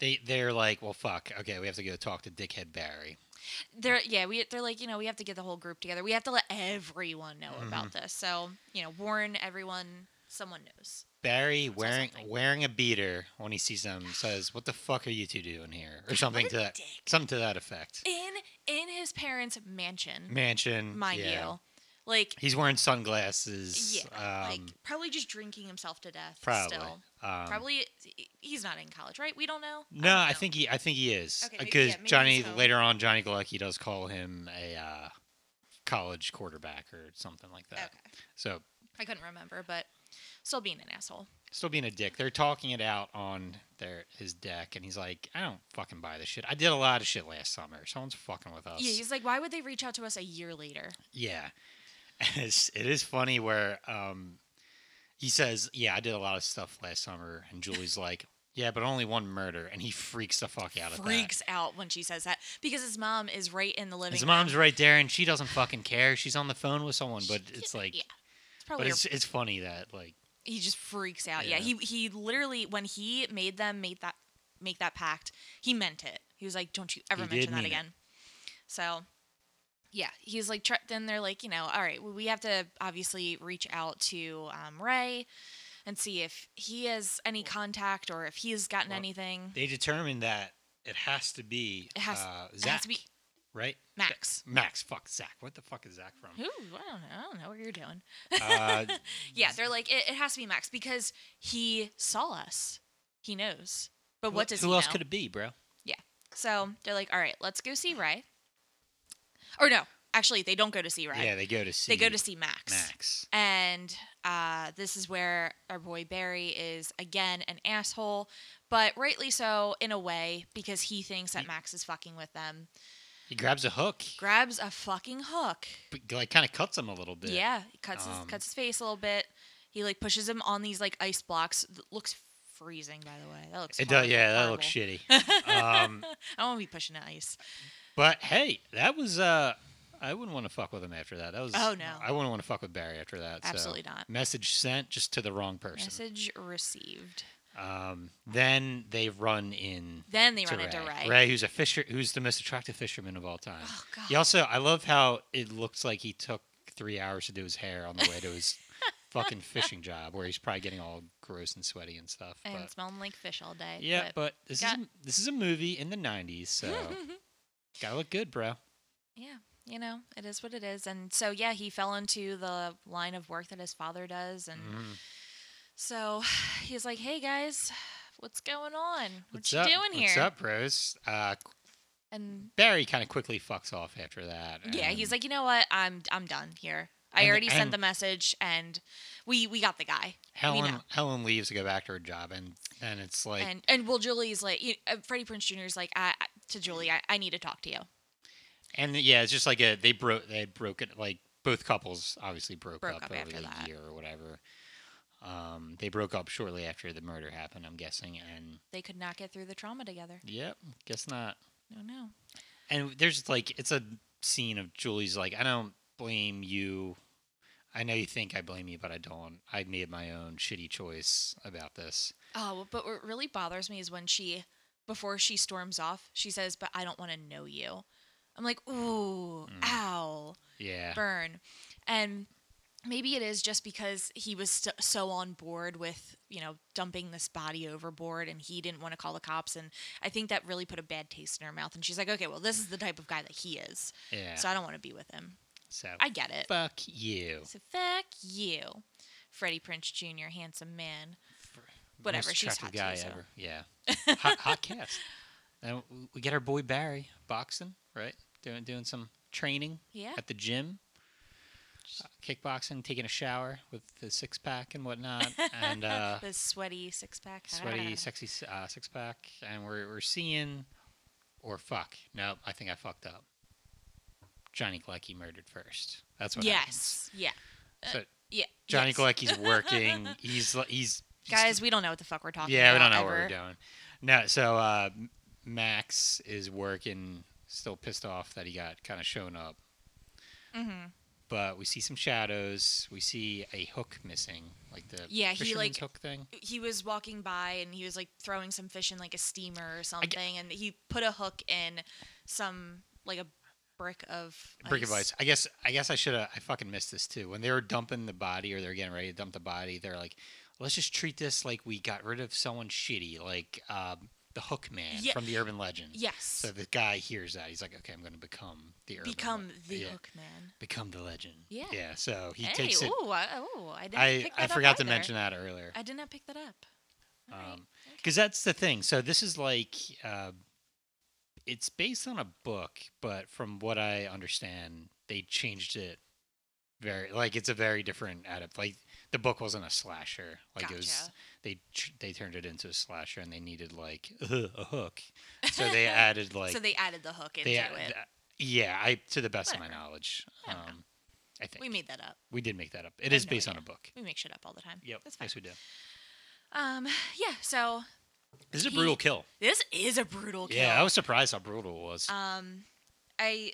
S1: They they're like, well, fuck. Okay, we have to go talk to Dickhead Barry.
S2: they're yeah, we they're like, you know, we have to get the whole group together. We have to let everyone know about
S1: Mm-hmm.
S2: this. So, you know, warn everyone someone knows.
S1: Barry wearing
S2: something.
S1: wearing a beater when he sees them says, "What the fuck are you two doing here?" or something
S2: a
S1: to that
S2: dick.
S1: something to that effect.
S2: In in his parents' mansion,
S1: Mansion,
S2: mind
S1: yeah.
S2: you. Like
S1: He's wearing sunglasses.
S2: yeah, like
S1: um,
S2: probably just drinking himself to death
S1: probably.
S2: still.
S1: Um,
S2: Probably he's not in college, right? We don't know.
S1: No,
S2: don't
S1: I
S2: know.
S1: think he I think he is
S2: Okay, maybe-
S1: because
S2: yeah, maybe
S1: Johnny
S2: he's home.
S1: later on Johnny Galecki does call him a uh, college quarterback or something like that.
S2: Okay.
S1: So
S2: I couldn't remember, but still being an asshole.
S1: still being a dick. They're talking it out on their his deck, and he's like, "I don't fucking buy this shit. I did a lot of shit last summer. Someone's fucking with us."
S2: Yeah, he's like, why would they reach out to us a year later?
S1: Yeah. It's, it is funny where um, he says, Yeah, I did a lot of stuff last summer. And Julie's like, Yeah, but only one murder. And he freaks the fuck out at that.
S2: Freaks out when she says that because his mom is right in the living.
S1: His
S2: room.
S1: mom's right there and she doesn't fucking care. She's on the phone with someone, but it's like,
S2: yeah, it's
S1: but
S2: probably her-
S1: it's, it's funny that, like,
S2: he just freaks out. Yeah.
S1: Yeah.
S2: he he literally when he made them made that make that pact, he meant it. He was like, don't you ever
S1: He did
S2: mention that
S1: mean it.
S2: again. So. Yeah, he's like. tr- Then they're like, you know, all right, well, we have to obviously reach out to um, Ray, and see if he has any contact or if he's gotten
S1: Well,
S2: anything.
S1: they determined that it has to be
S2: It has-
S1: uh,
S2: It
S1: Zach,
S2: has to be
S1: right?
S2: Max.
S1: Max, fuck Zach. What the fuck is Zach
S2: Who?
S1: from?
S2: I don't know. I don't know what you're doing.
S1: uh,
S2: Yeah, they're like, it, it has to be Max because he saw us. He knows. But what
S1: wh-
S2: does
S1: who
S2: he
S1: else
S2: know?
S1: could it be, bro?
S2: So they're like, all right, let's go see Ray. Or no, actually, they don't go to see Ray.
S1: Yeah, they go to see
S2: they go to see Max.
S1: Max.
S2: And uh, this is where our boy Barry is again an asshole, but rightly so in a way because he thinks that Max is fucking with them.
S1: He grabs a hook,
S2: Grabs a fucking hook.
S1: but, like kind of cuts him a little bit.
S2: Yeah, he cuts
S1: Um,
S2: his cuts his face a little bit. He like pushes him on these like ice blocks. Th- looks freezing, by the way. That looks.
S1: It does,
S2: horrible-
S1: yeah, that looks
S2: horrible.
S1: shitty. um,
S2: I don't want to be pushing the ice.
S1: but hey, that was uh, I wouldn't want to fuck with him after that. That was
S2: Oh, no.
S1: I wouldn't want to fuck with Barry after that. so.
S2: Absolutely not.
S1: Message sent just to the wrong person.
S2: Message received.
S1: Um, then they run in.
S2: Then they
S1: to
S2: run into Ray.
S1: Ray, who's a fisher, who's the most attractive fisherman of all time.
S2: Oh god.
S1: He also, I love how it looks like he took three hours to do his hair on the way to his fucking fishing job, where he's probably getting all gross and sweaty and stuff.
S2: and
S1: but-
S2: smelling like fish all day.
S1: Yeah,
S2: but-
S1: but, this
S2: got-
S1: is a, this is a movie in the '90s, so gotta look good, bro.
S2: yeah. You know, it is what it is. And so yeah, he fell into the line of work that his father does and
S1: Mm-hmm.
S2: so he's like, Hey guys, what's going on? What
S1: What's
S2: you
S1: up?
S2: doing here?
S1: What's up, bros? Uh,
S2: And
S1: Barry kind of quickly fucks off after that.
S2: yeah,
S1: and
S2: he's like, You know what? I'm I'm done here. I
S1: And-
S2: already sent
S1: and-
S2: the message, and we we got the guy.
S1: Helen
S2: know.
S1: Helen leaves to go back to her job, and and it's like
S2: and and well, Julie's like you, uh, Freddie Prince Jr.'s like I, I- to Julie, I, I need to talk to you.
S1: And yeah, it's just like a they broke they had broken like both couples obviously broke,
S2: Broke
S1: up,
S2: up
S1: over
S2: after
S1: the
S2: that.
S1: year or whatever. Um, they broke up shortly after the murder happened, I'm guessing, and
S2: They could not get through the trauma together.
S1: yep, guess not.
S2: No, no.
S1: And there's like it's a scene of Julie's like, I don't blame you. I know you think I blame you, but I don't. I made my own shitty choice about this.
S2: Oh, but what really bothers me is when she, before she storms off, she says, "But I don't want to know you." I'm like, ooh,
S1: Mm.
S2: ow,
S1: Yeah.
S2: burn, and maybe it is just because he was st- so on board with you know dumping this body overboard, and he didn't want to call the cops, and I think that really put a bad taste in her mouth. And she's like, okay, well, this is the type of guy that he is,
S1: Yeah.
S2: so I don't want to be with him.
S1: So
S2: I get it.
S1: fuck you.
S2: So fuck you, Freddie Prince Jr., handsome man. Whatever,
S1: Most
S2: she's
S1: attractive
S2: hot too,
S1: guy
S2: so-
S1: ever. Yeah, hot, hot cast. And w- we get our boy Barry boxing, right? Doing doing some training
S2: Yeah.
S1: at the gym, uh, kickboxing, taking a shower with the six pack and whatnot, and uh,
S2: the sweaty six pack.
S1: sweaty, sexy s- uh, six pack. And we're we're seeing, or fuck, no, I think I fucked up. Johnny Galecki murdered first. That's what. happens.
S2: Yes. Yeah.
S1: So
S2: Yeah.
S1: Johnny
S2: yes.
S1: Galecki's working. he's l- he's he's
S2: Guys, we don't know what the fuck we're talking
S1: yeah, we
S2: about.
S1: don't know what
S2: ever.
S1: we're doing. No, so uh, M- Max is working, still pissed off that he got kind of shown up.
S2: Mm-hmm.
S1: But we see some shadows. We see a hook missing, like the
S2: Yeah, he,
S1: fisherman's
S2: like-
S1: hook thing.
S2: He was walking by and he was like throwing some fish in like a steamer or
S1: ge-
S2: something, and he put a hook in some like a brick of
S1: Brick of ice. I guess I guess I should have. I fucking missed this too. When they were dumping the body, or they're getting ready to dump the body, they're like, "Let's just treat this like we got rid of someone shitty, like um, the Hook Man
S2: Yeah.
S1: from the urban legend."
S2: Yes.
S1: So the guy hears that, he's like, "Okay, I'm going to become the urban
S2: Become
S1: le-
S2: the
S1: yeah,
S2: hook man.
S1: become the legend."
S2: Yeah.
S1: Yeah. So he
S2: hey,
S1: takes it.
S2: ooh, I, ooh, I didn't
S1: I,
S2: pick that
S1: I
S2: up
S1: forgot to
S2: either.
S1: mention that earlier.
S2: I did not pick that up. All right.
S1: Um, because that's the thing. So this is like, uh, it's based on a book, but from what I understand, they changed it very. Like it's a very different adapt. Like the book wasn't a slasher. Like it was.
S2: Gotcha.
S1: They tr- they turned it into a slasher, and they needed like a hook. So they added like
S2: so they added the hook into
S1: they
S2: it.
S1: add- yeah. I to the best of my
S2: Whatever.
S1: knowledge,
S2: I don't know.
S1: um, I think
S2: we made that up.
S1: we did make that up. It
S2: I
S1: is
S2: have no
S1: based on a
S2: idea.
S1: book.
S2: We make shit up all the time.
S1: Yep.
S2: That's fine.
S1: Yes, we do.
S2: Um, yeah. So
S1: This is a
S2: He-
S1: brutal kill.
S2: this is a brutal kill.
S1: Yeah, I was surprised how brutal it was.
S2: Um, I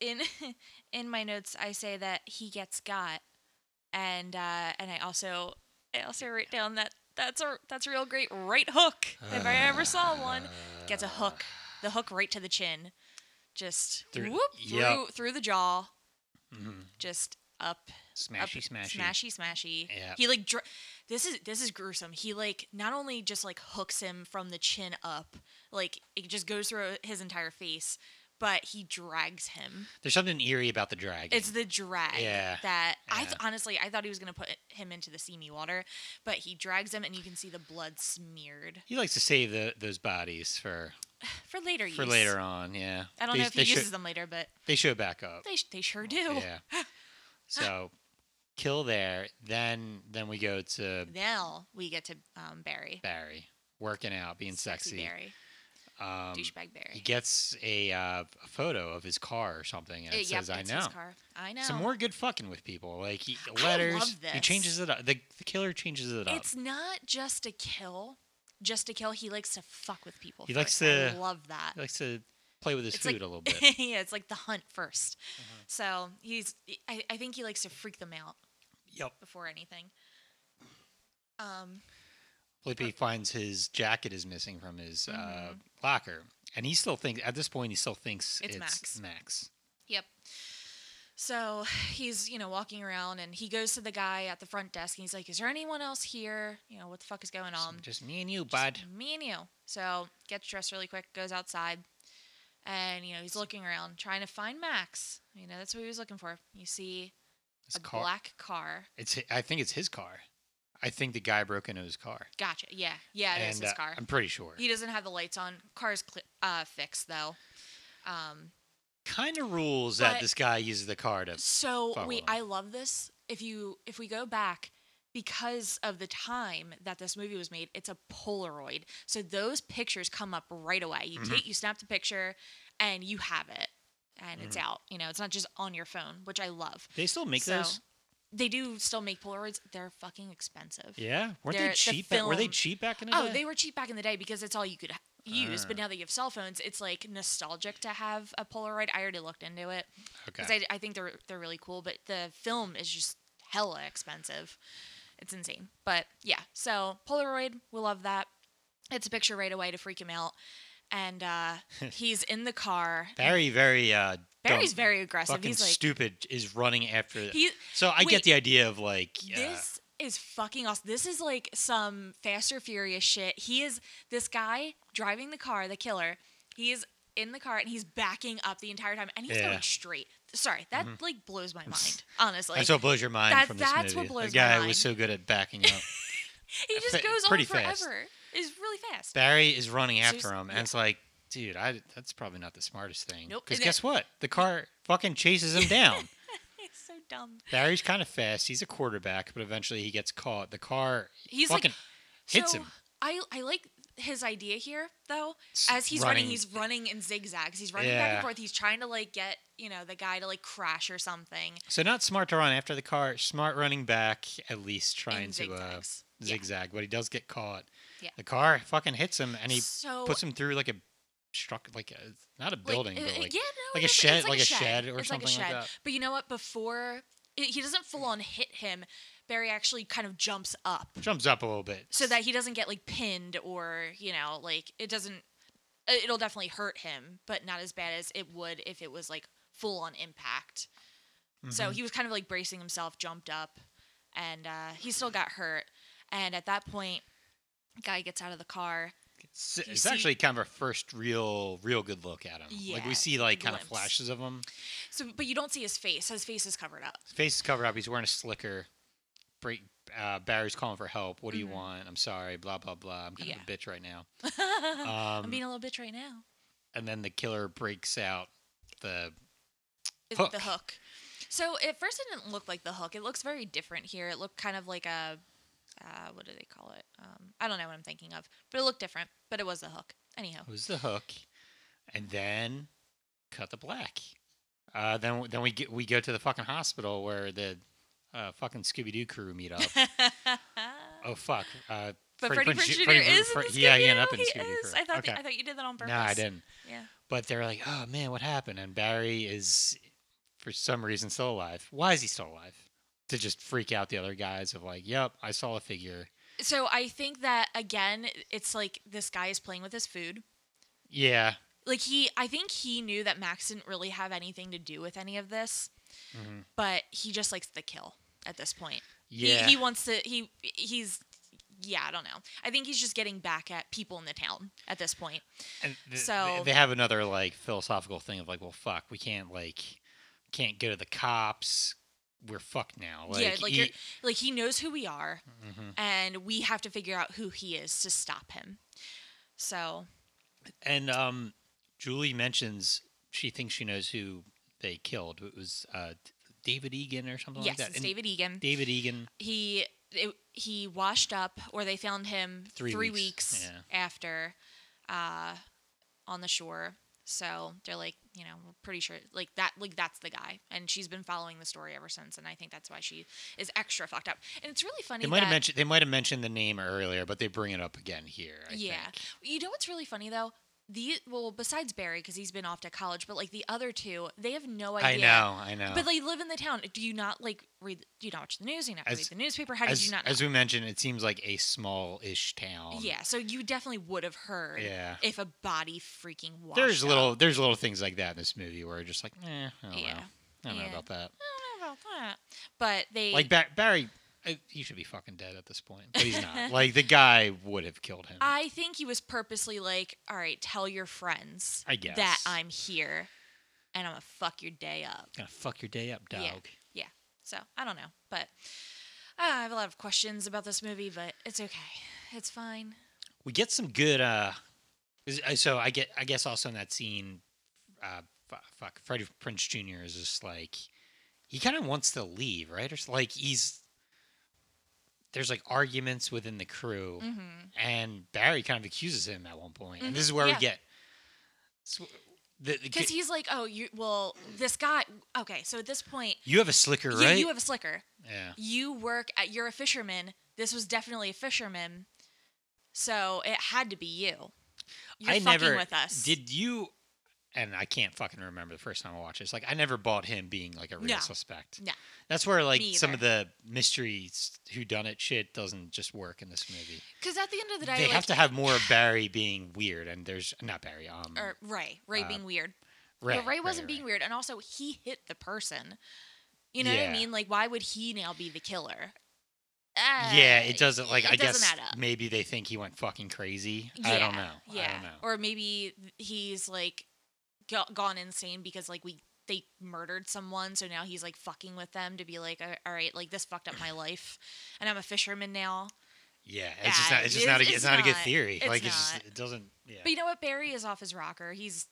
S2: in in my notes I say that he gets got, and uh, and I also I also wrote down that that's a that's a real great right hook if I ever saw one. Gets a hook, the hook right to the chin, just
S1: Through-
S2: whoop through
S1: yep.
S2: through the jaw,
S1: Mhm.
S2: just up up-
S1: Smashy, smashy.
S2: smashy, smashy.
S1: Yeah.
S2: He like dr- this is this is gruesome. He like not only just like hooks him from the chin up, like it just goes through his entire face, but he drags him.
S1: There's something eerie about the dragon.
S2: It's the drag
S1: Yeah,
S2: that I th-
S1: yeah.
S2: honestly I thought he was gonna put him into the seamy water, but he drags him and you can see the blood smeared
S1: he likes to save the, those bodies for
S2: for later
S1: for
S2: use.
S1: later on. Yeah.
S2: I don't
S1: they,
S2: know if he
S1: they show,
S2: uses them later, but
S1: They show back up.
S2: they sh- they sure do.
S1: Yeah. So kill there. Then then we go to
S2: Now we get to um, Barry,
S1: Barry working out, being sexy.
S2: Barry,
S1: Um,
S2: douchebag Barry.
S1: he gets a, uh, a photo of his car or something, and it,
S2: Uh, yep,
S1: says, "I
S2: it's
S1: know."
S2: his car. I know.
S1: Some more good fucking with people. Like he,
S2: I
S1: letters.
S2: love
S1: He
S2: this.
S1: changes it up. The, the killer changes it up.
S2: It's not just a kill, just a kill. He likes to fuck with people.
S1: He likes
S2: first.
S1: to-
S2: I love that.
S1: he likes to play with his
S2: It's
S1: food
S2: like-
S1: a little bit. Mm-hmm.
S2: yeah, it's like the hunt 1st So he's. I, I think he likes to freak them out
S1: yep.
S2: before anything. Um.
S1: Flippy finds his jacket is missing from his
S2: Mm-hmm.
S1: uh, locker, and he still thinks at this point he still thinks it's,
S2: It's Max.
S1: Max.
S2: Yep. So he's, you know, walking around and he goes to the guy at the front desk and he's like, Is there anyone else here? You know, what the fuck is going on?
S1: Just me and you,
S2: Um, Just
S1: bud.
S2: Me and you. So gets dressed really quick, goes outside, and you know he's looking around trying to find Max. You know that's what he was looking for. You see
S1: His
S2: a
S1: car.
S2: black car.
S1: It's. I think it's his car. I think the guy broke into his car.
S2: Gotcha. Yeah, yeah, it is
S1: And,
S2: his
S1: uh,
S2: car.
S1: I'm pretty sure.
S2: he doesn't have the lights on. Car's cl- uh, fixed though. Um,
S1: kind of rules that
S2: But-
S1: this guy uses the car to.
S2: So
S1: Follow
S2: we,
S1: him.
S2: I love this. If you, if we go back, because of the time that this movie was made, it's a Polaroid. So those pictures come up right away. You
S1: Mhm.
S2: take, you snap the picture, and you have it, and it's
S1: Mm-hmm.
S2: out. You know, it's not just on your phone, which I love.
S1: They still make
S2: So,
S1: those.
S2: They do still make Polaroids. They're fucking expensive.
S1: Yeah, weren't they
S2: They're- the
S1: cheap? back- were they
S2: film-
S1: cheap back in the
S2: Oh,
S1: day?
S2: they were cheap back in the day because it's all you could h- use. But
S1: Ah.
S2: now that you have cell phones, it's like nostalgic to have a Polaroid. I already looked into it because
S1: okay.
S2: I, I think they're they're really cool. But the film is just hella expensive. It's insane. But yeah, so Polaroid, we love that. It's a picture right away to freak him out. And uh, he's in the car.
S1: Barry, very uh,
S2: Barry's
S1: dumb,
S2: very aggressive.
S1: fucking
S2: He's like
S1: stupid. Is running after. the-
S2: he
S1: so I
S2: wait,
S1: get the idea of like. Uh,
S2: This is fucking awesome. This is like some Fast or Furious shit. He is this guy driving the car, the killer. He is in the car and he's backing up the entire time, and he's
S1: Yeah. Mm-hmm.
S2: going straight. Sorry, that like blows my mind. Honestly,
S1: that's what blows your mind
S2: that-
S1: from this
S2: that's what
S1: movie.
S2: blows
S1: the
S2: my
S1: guy
S2: mind.
S1: was so good at backing up.
S2: he just
S1: fe-
S2: goes on
S1: pretty
S2: forever.
S1: fast.
S2: It's really fast.
S1: Barry is running
S2: Seriously,
S1: after him, and
S2: yeah.
S1: it's like, dude, I, that's probably not the smartest thing.
S2: Nope,
S1: Because
S2: and it-
S1: guess what? The car fucking chases him down.
S2: It's so dumb.
S1: Barry's kind of fast. He's a quarterback, but eventually he gets caught. The car
S2: He's like
S1: fucking hits
S2: so
S1: him.
S2: I I like his idea here though.
S1: S-
S2: As he's running,
S1: running.
S2: he's running in zigzags. He's running back
S1: Yeah.
S2: and forth. He's trying to like get you know the guy to like crash or something.
S1: So not smart to run after the car. Smart running back, at least trying
S2: in
S1: to uh,
S2: zigzags. Yeah.
S1: zigzag, but he does get caught.
S2: Yeah.
S1: The car fucking hits him, and he
S2: so,
S1: puts him through like a struck like a, not a
S2: like,
S1: building,
S2: uh,
S1: but
S2: uh,
S1: like
S2: yeah, no,
S1: like
S2: it
S1: a
S2: is- it's
S1: shed,
S2: like, a shed,
S1: or
S2: it's
S1: something
S2: like, a shed.
S1: that.
S2: But you know what? Before it, he doesn't full on hit him, Barry actually kind of jumps up
S1: Jumps up a little bit.
S2: so that he doesn't get like pinned or you know like it doesn't. uh, It'll definitely hurt him, but not as bad as it would if it was like full on impact. So
S1: Mhm.
S2: he was kind of like bracing himself, jumped up, and uh, he still got hurt. And at that point, guy gets out of the car.
S1: It's,
S2: you
S1: it's
S2: see-
S1: actually kind of our first real, real good look at him. like
S2: Yeah,
S1: we see like kind
S2: glimpse.
S1: of flashes of him.
S2: So, but you don't see his face. His face is covered up.
S1: His face is covered up. He's wearing a slicker. Break, uh, Barry's calling for help. What do
S2: Mhm.
S1: you want? I'm sorry. Blah blah blah. I'm kind of a bitch right now.
S2: I'm
S1: Um,
S2: being a little bitch right now.
S1: and then the killer breaks out the
S2: is
S1: Hook.
S2: the hook. So at first it didn't look like the hook. It looks very different here. It looked kind of like a, uh, what do they call it? Um, I don't know what I'm thinking of, but it looked different. But it was the hook. Anyhow,
S1: who's the hook, and then cut the black. Uh, then then we get we go to the fucking hospital where the uh, fucking Scooby Doo crew meet up. oh fuck. Uh,
S2: but
S1: Freddie Prinze
S2: Freddie Prinze
S1: Ju-
S2: Jr.
S1: Freddie
S2: is
S1: Prinze-
S2: in the
S1: yeah, he
S2: Scooby-Doo.
S1: ended up in the
S2: He
S1: Scooby-Doo
S2: is.
S1: crew.
S2: I thought, the-
S1: Okay.
S2: I thought you did that on purpose.
S1: no, I didn't.
S2: Yeah.
S1: But they're like, oh man, what happened? And Barry is, for some reason, still alive. Why is he still alive? To just freak out the other guys of like, yep, I saw a figure.
S2: So I think that again, it's like this guy is playing with his food.
S1: Yeah.
S2: Like he, I think he knew that Max didn't really have anything to do with any of this,
S1: Mhm.
S2: but he just likes the kill at this point.
S1: Yeah.
S2: He, he wants to. He he's. Yeah, I don't know. I think he's just getting back at people in the town at this point.
S1: and th-
S2: so-
S1: they, they have another like philosophical thing of like, well, fuck, we can't like, can't go to the cops. We're fucked now. Like, e
S2: yeah, like
S1: he-
S2: you're, like he knows who we are,
S1: Mhm.
S2: and we have to figure out who he is to stop him. So
S1: And um, Julie mentions she thinks she knows who they killed. It was uh, David Egan or something
S2: yes,
S1: like that.
S2: it's
S1: And
S2: David Egan.
S1: David Egan.
S2: He it, he washed up, or they found him
S1: Three
S2: three,
S1: weeks,
S2: weeks,
S1: yeah.
S2: after, uh, on the shore. So they're like, you know, we're pretty sure, like that, like that's the guy, and she's been following the story ever since, and I think that's why she is extra fucked up. And it's really funny.
S1: They might
S2: that-
S1: have mentioned they might have mentioned the name earlier, but they bring it up again here. I
S2: yeah,
S1: think.
S2: you know what's really funny though. The well, besides Barry, because he's been off to college, but like the other two, they have no
S1: I
S2: idea.
S1: know, I know.
S2: But they live in the town. Do you not like read? Do you not watch the news? Do you not
S1: As-
S2: read the newspaper? How
S1: as,
S2: did you not? know?
S1: as we mentioned, it seems like a small-ish town.
S2: Yeah, so you definitely would have heard
S1: Yeah.
S2: if a body freaking washed
S1: There's
S2: up.
S1: little there's little things like that in this movie where you're just like, eh, I don't know.
S2: Yeah.
S1: I don't know
S2: Yeah.
S1: about that.
S2: I don't know about that. But they
S1: Like ba- Barry, I, he should be fucking dead at this point, but he's not. like the guy would have killed him.
S2: I think he was purposely like, all right, tell your friends
S1: I guess.
S2: that I'm here and I'm gonna fuck your day up.
S1: Gonna fuck your day up, dog.
S2: Yeah. So I don't know. But uh, I have a lot of questions about this movie, but it's okay. It's fine.
S1: we get some good uh is- uh, so i get i guess also in that scene uh fuck, fuck Freddie Prince Jr. is just like he kind of wants to leave, right? Or s- like he's there's like arguments within the crew,
S2: Mm-hmm.
S1: and Barry kind of accuses him at one point, and this
S2: Mhm,
S1: is where
S2: yeah.
S1: we get s- the, the,
S2: Because he's like, oh, you well, this guy. Okay, so at this point,
S1: you have a slicker,
S2: yeah,
S1: right?
S2: you have a slicker.
S1: yeah,
S2: You work at. You're a fisherman. This was definitely a fisherman, so it had to be you. You're
S1: I
S2: fucking
S1: never
S2: with us.
S1: did you. And I can't fucking remember the first time I watched this. Like, I never bought him being like a real
S2: No.
S1: suspect.
S2: No.
S1: That's where like
S2: Me
S1: some of the mysteries who done it shit doesn't just work in this movie.
S2: Because at the end of the day,
S1: they
S2: like,
S1: have to have more of Barry being weird, and there's not Barry. Um,
S2: or Ray, Ray
S1: Uh,
S2: being weird.
S1: Ray,
S2: but Ray wasn't being
S1: Ray.
S2: weird, and also he hit the person. You know what
S1: Yeah.
S2: I mean? Like, why would he now be the killer? Uh,
S1: Yeah, it doesn't like
S2: it
S1: I
S2: doesn't
S1: guess
S2: add up.
S1: maybe they think he went fucking crazy. I don't know.
S2: Yeah,
S1: I don't know.
S2: or maybe he's like go- gone insane because like we they murdered someone, so now he's like fucking with them to be like, "All- all right, like this fucked up my life, and I'm a fisherman now.
S1: yeah, it's just
S2: Yeah,
S1: not. It's just
S2: it's-
S1: not. A, it's,
S2: it's
S1: not a good
S2: not.
S1: theory.
S2: It's
S1: like it's
S2: not.
S1: just. It doesn't. Yeah.
S2: But you know what? Barry is off his rocker. He's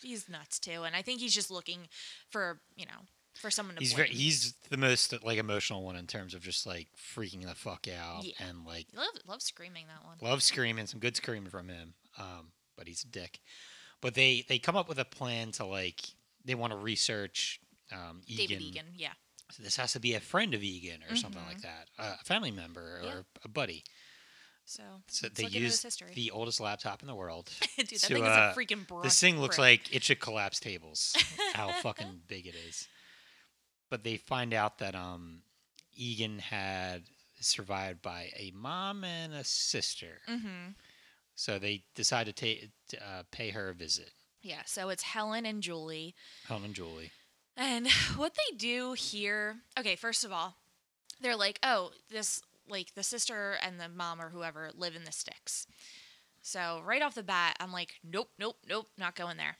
S2: he's nuts too, and I think he's just looking for you know for someone to
S1: He's
S2: blame.
S1: very, he's the most like emotional one in terms of just like freaking the fuck out
S2: Yeah.
S1: and like
S2: Love, love screaming that one.
S1: love screaming some good screaming from him um, but he's a dick but they they come up with a plan to like they want to research um,
S2: David Egan, yeah.
S1: So this has to be a friend of Egan or something like
S2: Mhm.
S1: that, uh, a family member or
S2: Yeah.
S1: a buddy.
S2: So,
S1: So
S2: let's
S1: they
S2: look into his
S1: use
S2: history.
S1: the oldest laptop in the world.
S2: Dude, that
S1: so,
S2: thing
S1: uh,
S2: is a freaking brick.
S1: this thing looks
S2: brick.
S1: like it should collapse tables. how fucking big it is. But they find out that um, Egan had survived by a mom and a sister.
S2: Mm-hmm.
S1: So they decide to take uh, pay her a visit,
S2: Yeah, so it's Helen and Julie.
S1: Helen and Julie.
S2: And what they do here, okay, first of all, they're like, oh, this, like, the sister and the mom or whoever live in the sticks. So, right off the bat, I'm like, nope, nope, nope, not going there.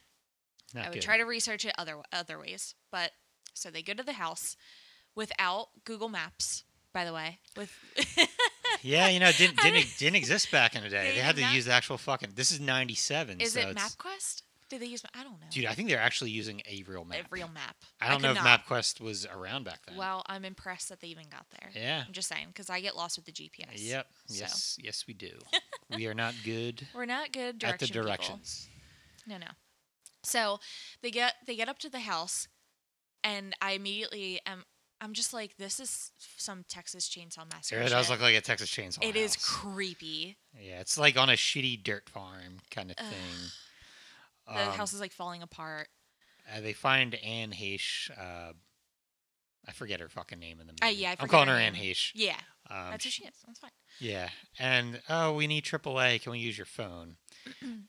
S1: Not
S2: I would
S1: good.
S2: try to research it other, other ways. But so they go to the house without Google Maps, by the way. With
S1: yeah, you know, it didn't
S2: I
S1: didn't,
S2: mean-
S1: didn't exist back in the day.
S2: They
S1: They, had
S2: did
S1: to
S2: not-
S1: use the actual fucking. This is '97.
S2: Is
S1: so
S2: it
S1: it's-
S2: MapQuest? Did they use, I don't know.
S1: Dude, I think they're actually using a real map.
S2: a real map.
S1: I don't
S2: could
S1: know if
S2: not.
S1: MapQuest was around back then.
S2: Well, I'm impressed that they even got there.
S1: yeah.
S2: I'm just saying, because I get lost with the GPS.
S1: Yep.
S2: So.
S1: Yes. Yes, we do. we are not good
S2: We're not good
S1: at the
S2: direction people.
S1: directions.
S2: No, no. So they get they get up to the house, and I immediately am I'm just like, this is some Texas Chainsaw Massacre.
S1: It does
S2: shit.
S1: look like a Texas chainsaw.
S2: it is
S1: house.
S2: creepy.
S1: yeah, it's like on a shitty dirt farm kind of
S2: Ugh.
S1: thing.
S2: The
S1: Um,
S2: house is like falling apart.
S1: uh, they find Anne Heche. Uh, I forget her fucking name in the movie.
S2: Uh, yeah, I
S1: am
S2: forget
S1: calling
S2: her
S1: her Anne
S2: name.
S1: Heche.
S2: Yeah,
S1: Um,
S2: that's who she is. That's fine.
S1: Yeah. And oh, we need AAA. Can we use your phone?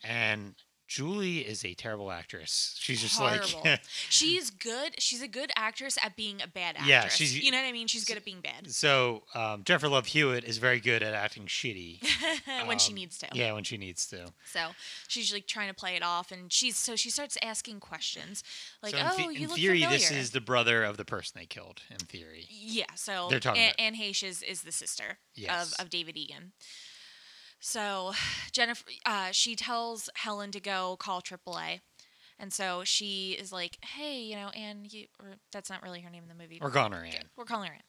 S1: and Julie is a terrible actress. She's just
S2: Horrible.
S1: like
S2: She's good. She's a good actress at being a bad actress.
S1: Yeah, she's-
S2: you know what I mean. She's good at being bad
S1: so um, Jennifer Love Hewitt is very good at acting shitty.
S2: when she
S1: Um,
S2: needs to.
S1: Yeah, when she needs to.
S2: So she's like trying to play it off, and she's so she starts asking questions like,
S1: so in,
S2: "Oh,
S1: the-
S2: you
S1: in
S2: look
S1: theory,
S2: familiar."
S1: this is the brother of the person they killed. In theory,
S2: yeah. So
S1: They're talking
S2: An-
S1: about-
S2: Anne Heche is, is the sister
S1: Yes.
S2: of, of David Egan. So Jennifer, uh, she tells Helen to go call AAA, and so she is like, "Hey, you know, Anne, you or, that's not really her name in the movie.
S1: or Goner
S2: Good.
S1: Ann.
S2: We're calling her Anne.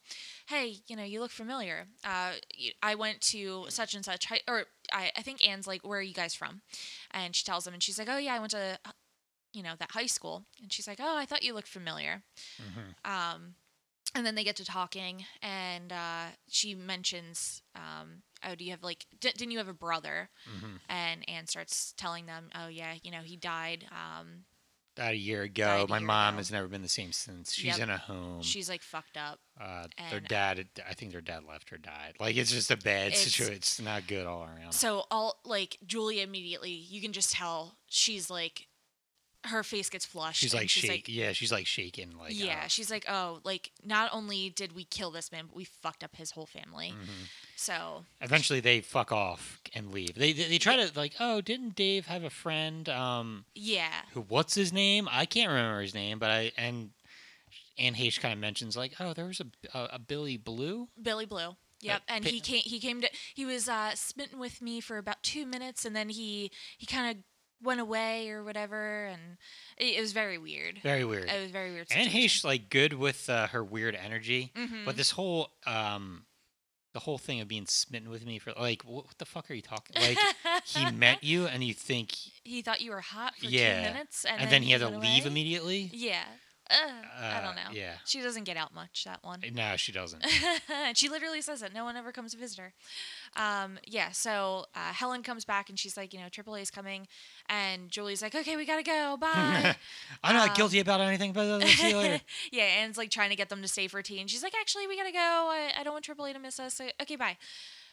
S2: Hey, you know, you look familiar. Uh, you- I went to such and such, high, or I, I think Anne's like, where are you guys from? And she tells them, and she's like, oh yeah, I went to, uh, you know, that high school. And she's like, oh, I thought you looked familiar.
S1: Mhm.
S2: Um, and then they get to talking, and uh, she mentions, um, oh, do you have like, d- didn't you have a brother?
S1: Mhm.
S2: And Anne starts telling them, oh yeah, you know, he died. Um,
S1: About a year
S2: Died
S1: ago,
S2: a
S1: my
S2: year
S1: mom
S2: ago.
S1: has never been the same since. She's
S2: Yep.
S1: in a home.
S2: she's like fucked up.
S1: uh, their
S2: and-
S1: dad, I think their dad left or died. Like it's just a bad
S2: It's-
S1: situation. It's not good all around.
S2: So all like Julia immediately, you can just tell she's like, her face gets flushed.
S1: she's
S2: and
S1: like
S2: she's
S1: shake.
S2: like,
S1: yeah, she's like shaking. Like
S2: yeah,
S1: uh,
S2: she's like, oh, like not only did we kill this man, but we fucked up his whole family.
S1: mhm.
S2: So
S1: Eventually, they fuck off and leave. They, they they try to like, oh, didn't Dave have a friend? Um,
S2: yeah,
S1: who what's his name? I can't remember his name, but I and Anne Heche kind of mentions like, oh, there was a a, a Billy Blue.
S2: Billy Blue. Yep, and
S1: pa-
S2: he came. He came to. He was uh, smitten with me for about two minutes, and then he he kind of went away or whatever, and it, it was very weird.
S1: Very weird.
S2: It was a very weird.
S1: and
S2: Situation.
S1: Hayes like good with uh, her weird energy,
S2: Mhm.
S1: but this whole um, the whole thing of being smitten with me for like what, what the fuck are you talking? Like he met you and you think,
S2: he thought you were hot for
S1: Yeah.
S2: two minutes, and,
S1: and, then, he had to
S2: went
S1: leave
S2: away?
S1: immediately.
S2: Yeah, Ugh, I
S1: Uh,
S2: don't know.
S1: yeah.
S2: she doesn't get out much that one.
S1: No, she doesn't.
S2: And she literally says it. No one ever comes to visit her. Um, yeah, so uh, Helen comes back and she's like, you know, AAA is coming. And Julie's like, okay, we got to go. Bye.
S1: I'm not
S2: Um,
S1: guilty about anything, but I'll see you later.
S2: yeah, and it's like trying to get them to stay for tea. And she's like, actually, we got to go. I, I don't want AAA to miss us. So, okay, bye.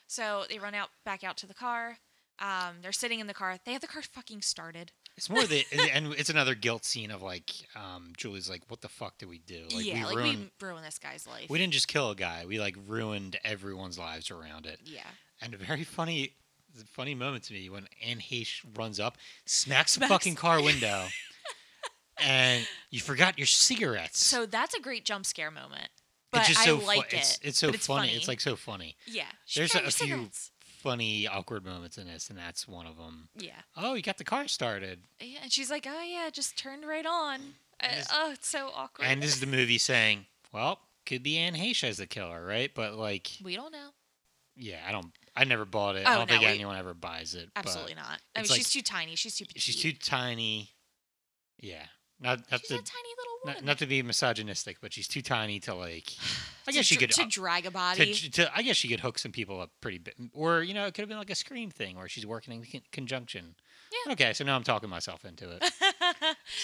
S2: So they run out back out to the car. Um, they're sitting in the car. They have the car fucking started.
S1: It's more the and it's another guilt scene of like um, Julie's like, what the fuck did we do? Like
S2: yeah,
S1: we
S2: like
S1: ruined.
S2: we ruined this guy's life.
S1: we didn't just kill a guy. We like ruined everyone's lives around it.
S2: yeah.
S1: And a very funny, it's a funny moment to me when Anne Heche runs up, smacks the
S2: Smacks-
S1: fucking car window, and you forgot your cigarettes.
S2: So that's a great jump scare moment. But
S1: it's just
S2: I
S1: so fu-
S2: like it.
S1: It's, it's so
S2: but it's funny.
S1: It's like so funny.
S2: yeah. She
S1: there's
S2: got
S1: a-
S2: your
S1: a few-
S2: cigarettes.
S1: Funny, awkward moments in this, and that's one of them.
S2: Yeah.
S1: Oh, you got the car started,
S2: Yeah, and she's like, "Oh yeah, it just turned right on." Uh,
S1: And it's-
S2: oh, it's so awkward.
S1: and this is the movie saying, "Well, could be Anne Heche as the killer, right?" But like,
S2: we don't know.
S1: yeah, I don't. I never bought it.
S2: Oh,
S1: I don't
S2: no,
S1: think
S2: we-
S1: anyone ever buys it. but-
S2: Absolutely not. I mean,
S1: it's like-
S2: she's too tiny. She's too petite.
S1: she's too tiny. Yeah, not not
S2: She's
S1: to
S2: a tiny little
S1: not,
S2: woman.
S1: not to be misogynistic, but she's too tiny to like. I
S2: To
S1: guess she
S2: dra-
S1: could.
S2: to
S1: uh,
S2: drag a
S1: to,
S2: body.
S1: to- I guess she could hook some people up pretty bit, or you know, it could have been like a scream thing where she's working in con- conjunction.
S2: Yeah.
S1: Okay, so now I'm talking myself into it.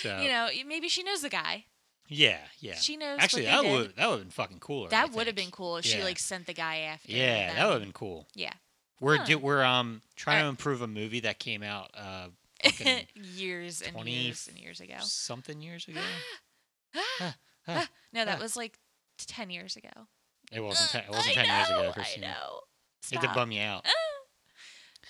S1: So
S2: you know, y- maybe she knows the guy.
S1: yeah, yeah.
S2: She knows.
S1: Actually,
S2: what
S1: that
S2: they did.
S1: would that would have been fucking cooler. I
S2: that would have been
S1: think.
S2: cool if she
S1: Yeah.
S2: like sent the guy after.
S1: Yeah,
S2: them.
S1: that would have been cool.
S2: Yeah.
S1: We're
S2: Huh.
S1: do, we're um trying to
S2: Alright.
S1: improve a movie that came out uh fucking
S2: years and
S1: 20
S2: years and years ago.
S1: something years ago.
S2: Ah,
S1: ah,
S2: ah. no, that
S1: ah.
S2: was like ten years ago.
S1: It wasn't ten, it
S2: Ugh,
S1: wasn't
S2: Uh, I
S1: ten years
S2: know,
S1: ago,
S2: I
S1: Christina.
S2: know.
S1: It did
S2: Stop.
S1: bum you out.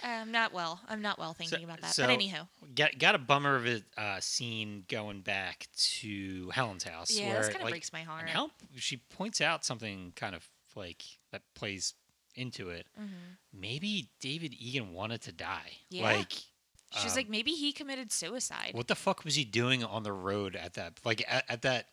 S2: I'm not well. I'm not well thinking about that.
S1: so-
S2: but anyhow,
S1: Got got a bummer of a uh, scene going back to Helen's house.
S2: yeah,
S1: where,
S2: this kind of
S1: like,
S2: breaks my heart.
S1: and Helen she points out something kind of like that plays into it.
S2: Mhm.
S1: Maybe David Egan wanted to die.
S2: Yeah.
S1: Like
S2: She's
S1: um,
S2: like, maybe he committed suicide.
S1: What the fuck was he doing on the road at that? Like at, at that.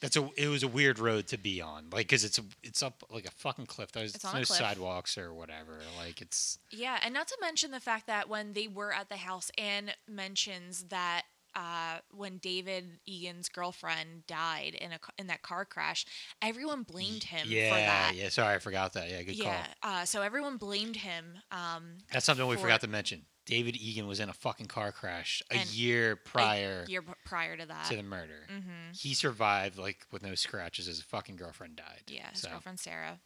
S1: That's a. It was a weird road to be on, like because it's a, it's up like a fucking cliff. There's
S2: It's on a
S1: no
S2: cliff.
S1: sidewalks or whatever. Like it's
S2: Yeah, and not to mention the fact that when they were at the house, Anne mentions that uh, when David Egan's girlfriend died in a ca- in that car crash, everyone blamed him
S1: yeah,
S2: for that.
S1: yeah. Sorry, I forgot that. Yeah, good
S2: yeah.
S1: call.
S2: Uh, so everyone blamed him. Um,
S1: That's something we
S2: For-
S1: forgot to mention. David Egan was in a fucking car crash a
S2: And
S1: year prior
S2: year p- prior to that.
S1: to the murder.
S2: mm-hmm.
S1: He survived like with no scratches. His fucking girlfriend died.
S2: Yeah, his
S1: so
S2: girlfriend Sarah.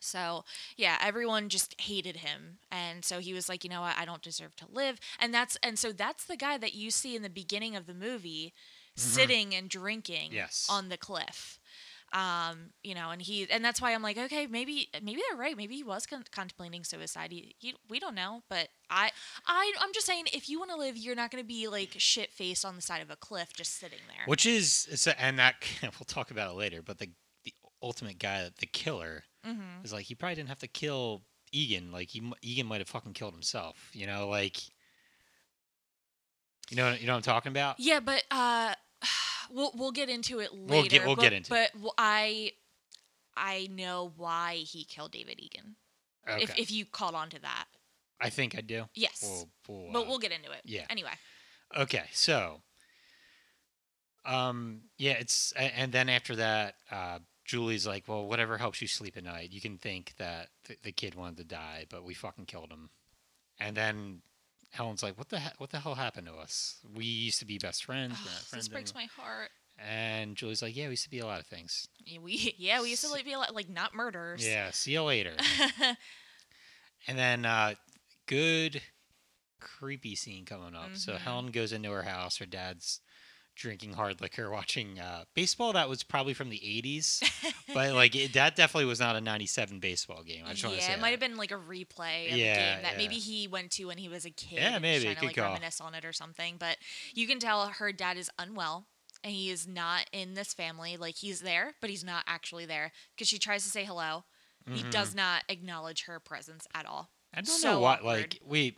S2: So yeah, everyone just hated him, and so he was like, you know what, I don't deserve to live, and that's and so that's the guy that you see in the beginning of the movie, sitting and drinking
S1: Mm-hmm. Yes.
S2: on the cliff. Um, you know, and he and that's why I'm like, okay, maybe maybe they're right. Maybe he was con- contemplating suicide. He, he, we don't know, but I I I'm just saying, if you want to live, you're not going to be like shit faced on the side of a cliff just sitting there.
S1: which is it's a, and that we'll talk about it later. But the the ultimate guy, the killer,
S2: Mm-hmm.
S1: It's like he probably didn't have to kill Egan. Like he, m- Egan might have fucking killed himself. You know, like you know, you know what I'm talking about.
S2: Yeah, but uh, we'll we'll get into it later.
S1: We'll get- we'll
S2: but,
S1: get into
S2: but
S1: it.
S2: w- I I know why he killed David Egan.
S1: Okay,
S2: If if you caught on to that,
S1: I think I do.
S2: yes.
S1: We'll- we'll, uh,
S2: but we'll get into it.
S1: yeah.
S2: Anyway.
S1: Okay, so um, yeah, it's a- and then after that, uh, Julie's like, well, whatever helps you sleep at night. You can think that th- the kid wanted to die, but we fucking killed him. And then Helen's like, what the he- what the hell happened to us? We used to be best friends. we're
S2: Ugh,
S1: not
S2: this
S1: friends
S2: breaks my heart.
S1: anymore." And Julie's like, yeah, we used to be a lot of things.
S2: Yeah, We yeah we used to like be like, like not murderers.
S1: Yeah, see you later. and then uh good creepy scene coming up. So
S2: Mhm.
S1: Helen goes into her house, her dad's drinking hard liquor, watching uh baseball that was probably from the 80s, but like it, that definitely was not a 97 baseball game. I just want to
S2: yeah,
S1: say
S2: it might have
S1: that.
S2: been like a replay of
S1: Yeah,
S2: a game that
S1: yeah.
S2: maybe he went to when he was a kid.
S1: Yeah,
S2: and
S1: maybe,
S2: trying to
S1: good
S2: like
S1: call.
S2: reminisce on it or something. But you can tell her dad is unwell and he is not in this family. Like he's there, but he's not actually there because she tries to say hello. He
S1: Mhm.
S2: does not acknowledge her presence at all.
S1: I don't know
S2: so
S1: why
S2: awkward.
S1: like we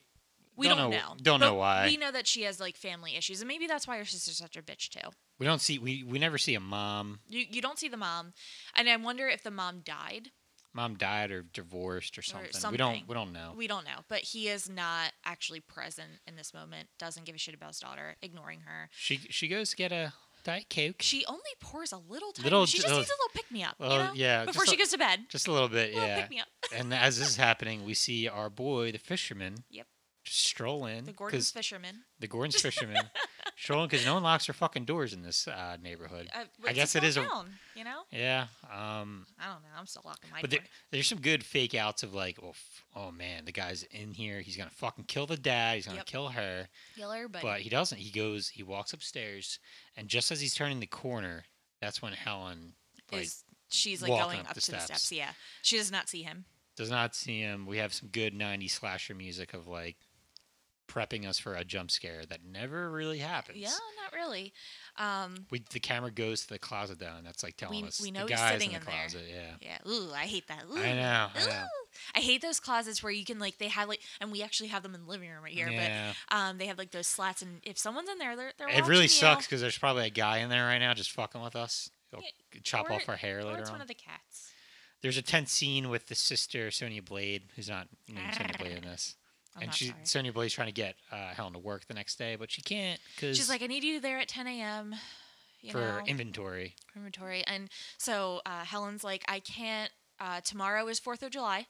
S2: We
S1: Don't
S2: don't,
S1: know-
S2: know.
S1: don't know
S2: But
S1: why.
S2: We know that she has like family issues, and maybe that's why her sister's such a bitch too.
S1: We don't see we we never see a mom.
S2: You you don't see the mom, and I wonder if the mom died.
S1: Mom died or divorced or something. We
S2: something.
S1: don't we don't know.
S2: We don't know, but he is not actually present in this moment. Doesn't give a shit about his daughter, ignoring her.
S1: She she goes to get a diet coke.
S2: She only pours a little. Tiny,
S1: Little-
S2: she just
S1: little-
S2: needs a little pick me up.
S1: well,
S2: you know?
S1: yeah,
S2: Before
S1: just
S2: she
S1: a-
S2: goes to bed.
S1: Just a little bit,
S2: Little
S1: yeah.
S2: pick me up.
S1: and as this is happening, we see our boy, the fisherman.
S2: Yep.
S1: Just stroll in.
S2: The
S1: 'cause-
S2: Gordon's fisherman.
S1: The Gordon's fisherman. strolling because no one locks their fucking doors in this uh, neighborhood.
S2: Uh,
S1: I
S2: it's
S1: guess it
S2: small
S1: is a-
S2: town, you know.
S1: Yeah. Um,
S2: I don't know. I'm still locking my
S1: but
S2: door.
S1: there, there's some good fake outs of like, oh, f- oh man, the guy's in here. He's gonna fucking kill the dad. He's gonna
S2: Yep.
S1: kill her.
S2: Kill everybody.
S1: But he doesn't. He goes. He walks upstairs, and just as he's turning the corner, that's when Helen like
S2: is she's like
S1: walking
S2: going
S1: up
S2: up,
S1: the
S2: to the
S1: steps.
S2: steps. Yeah, she does not see him.
S1: does not see him. We have some good '90s slasher music of like prepping us for a jump scare that never really happens.
S2: Yeah, not really. Um,
S1: We the camera goes to the closet though, and that's like telling
S2: We-
S1: us
S2: we
S1: the
S2: know he's
S1: guy's
S2: sitting
S1: in the
S2: in there.
S1: closet. Yeah.
S2: yeah. Ooh, I hate that. Ooh,
S1: I know. I
S2: Ooh.
S1: know.
S2: I hate those closets where you can like they had like, and we actually have them in the living room right here.
S1: yeah.
S2: But um, they have like those slats, and if someone's in there, they're they're
S1: it really
S2: watching
S1: sucks because there's probably a guy in there right now just fucking with us. He'll chop
S2: or-
S1: off our hair
S2: You. Or
S1: later
S2: it's
S1: on.
S2: one of the cats.
S1: There's a tense scene with the sister Sonia Blade, who's not named Sonia Blade in this,
S2: I'm
S1: and
S2: not
S1: she
S2: sorry.
S1: Sonia Blade's trying to get uh, Helen to work the next day, but she can't because
S2: she's like, I need you there at 10 a.m. You
S1: for
S2: know,
S1: inventory.
S2: inventory, and so uh, Helen's like, I can't. Uh, tomorrow is Fourth of July. Mm-hmm.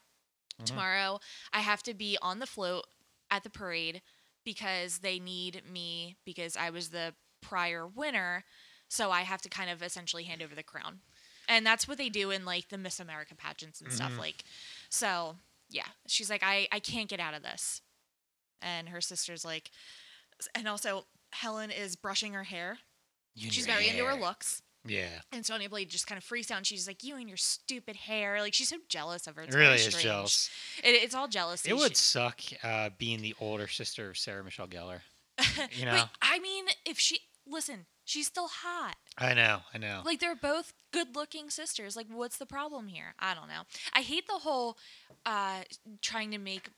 S1: Mhm.
S2: tomorrow i have to be on the float at the parade because they need me because i was the prior winner so i have to kind of essentially hand over the crown and that's what they do in like the miss america pageants and stuff
S1: Mhm.
S2: like so yeah she's like i i can't get out of this and her sister's like and also helen is brushing her hair
S1: You and
S2: she's
S1: your
S2: very into her
S1: hair.
S2: looks
S1: Yeah,
S2: and Sonya Blade just kind of freaks out. And she's like, "You and your stupid hair!" Like she's so jealous of her. It's
S1: it really
S2: very
S1: is
S2: strange.
S1: jealous.
S2: It, it's all jealousy.
S1: It
S2: She-
S1: would suck uh, being the older sister of Sarah Michelle Gellar. You know,
S2: But I mean, if she listen, she's still hot.
S1: I know, I know.
S2: Like they're both good-looking sisters. Like what's the problem here? I don't know. I hate the whole uh trying to make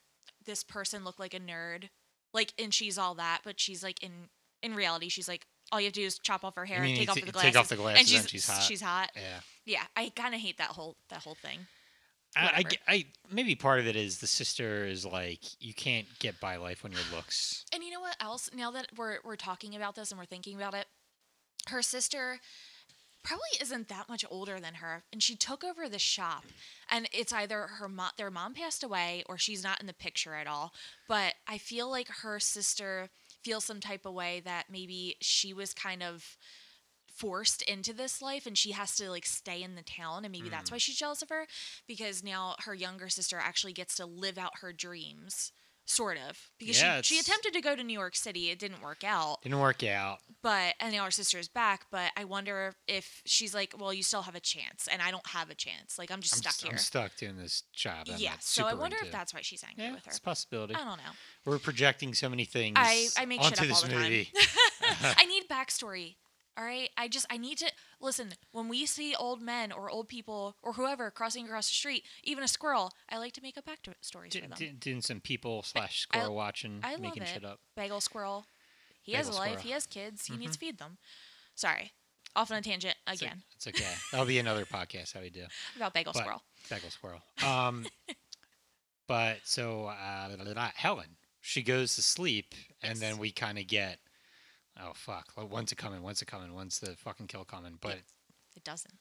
S2: this person look like a nerd. Like and she's all that, but she's like in in reality she's like all you have to do is chop off her hair
S1: mean
S2: and take
S1: you
S2: off
S1: t-
S2: the glasses.
S1: take off the glasses
S2: and she's,
S1: and she's hot.
S2: She's hot.
S1: yeah.
S2: Yeah, I kind of hate that whole that whole thing.
S1: I, I
S2: Whatever.
S1: g- I- maybe part of it is the sister is like you can't get by life on your looks.
S2: And you know what else? Now that we're we're talking about this and we're thinking about it, her sister probably isn't that much older than her, and she took over the shop. And it's either her mom, their mom passed away, or she's not in the picture at all. But I feel like her sister feels some type of way that maybe she was kind of forced into this life and she has to like stay in the town and maybe that's why she's jealous of her because now her younger sister actually gets to live out her dreams sort of because
S1: Yeah,
S2: she, she
S1: it's-
S2: attempted to go to new york city it didn't work out
S1: Didn't work out.
S2: but and now her sister is back but i wonder if she's like well you still have a chance and i don't have a chance like i'm just
S1: I'm,
S2: stuck
S1: s-
S2: here
S1: I'm stuck doing this job. I'm
S2: yeah
S1: not
S2: so i
S1: super
S2: wonder if
S1: into.
S2: that's why she's angry
S1: yeah,
S2: with her
S1: it's a possibility.
S2: i don't know
S1: We're projecting so many things
S2: I- I make shit
S1: onto
S2: up
S1: this
S2: all the time.
S1: movie.
S2: I need backstory. All right. I just I need to listen. When we see old men or old people or whoever crossing across the street, even a squirrel, I like to make up backstories
S1: D-
S2: for them.
S1: d- doing some people slash squirrel watching,
S2: I love
S1: making
S2: it.
S1: shit up.
S2: Bagel squirrel. He has a
S1: Bagel
S2: life.
S1: squirrel.
S2: He has kids. He
S1: Mm-hmm.
S2: needs to feed them. Sorry, off on a tangent
S1: It's o-
S2: again
S1: it's okay. That'll be another podcast. How we do
S2: about bagel
S1: but-
S2: squirrel.
S1: bagel squirrel. Um, but so uh, blah, blah, blah, Helen, she goes to sleep, and then
S2: Yes.
S1: we kind of get, oh fuck, like, when's it coming? When's it coming? When's the fucking kill coming? But
S2: It doesn't.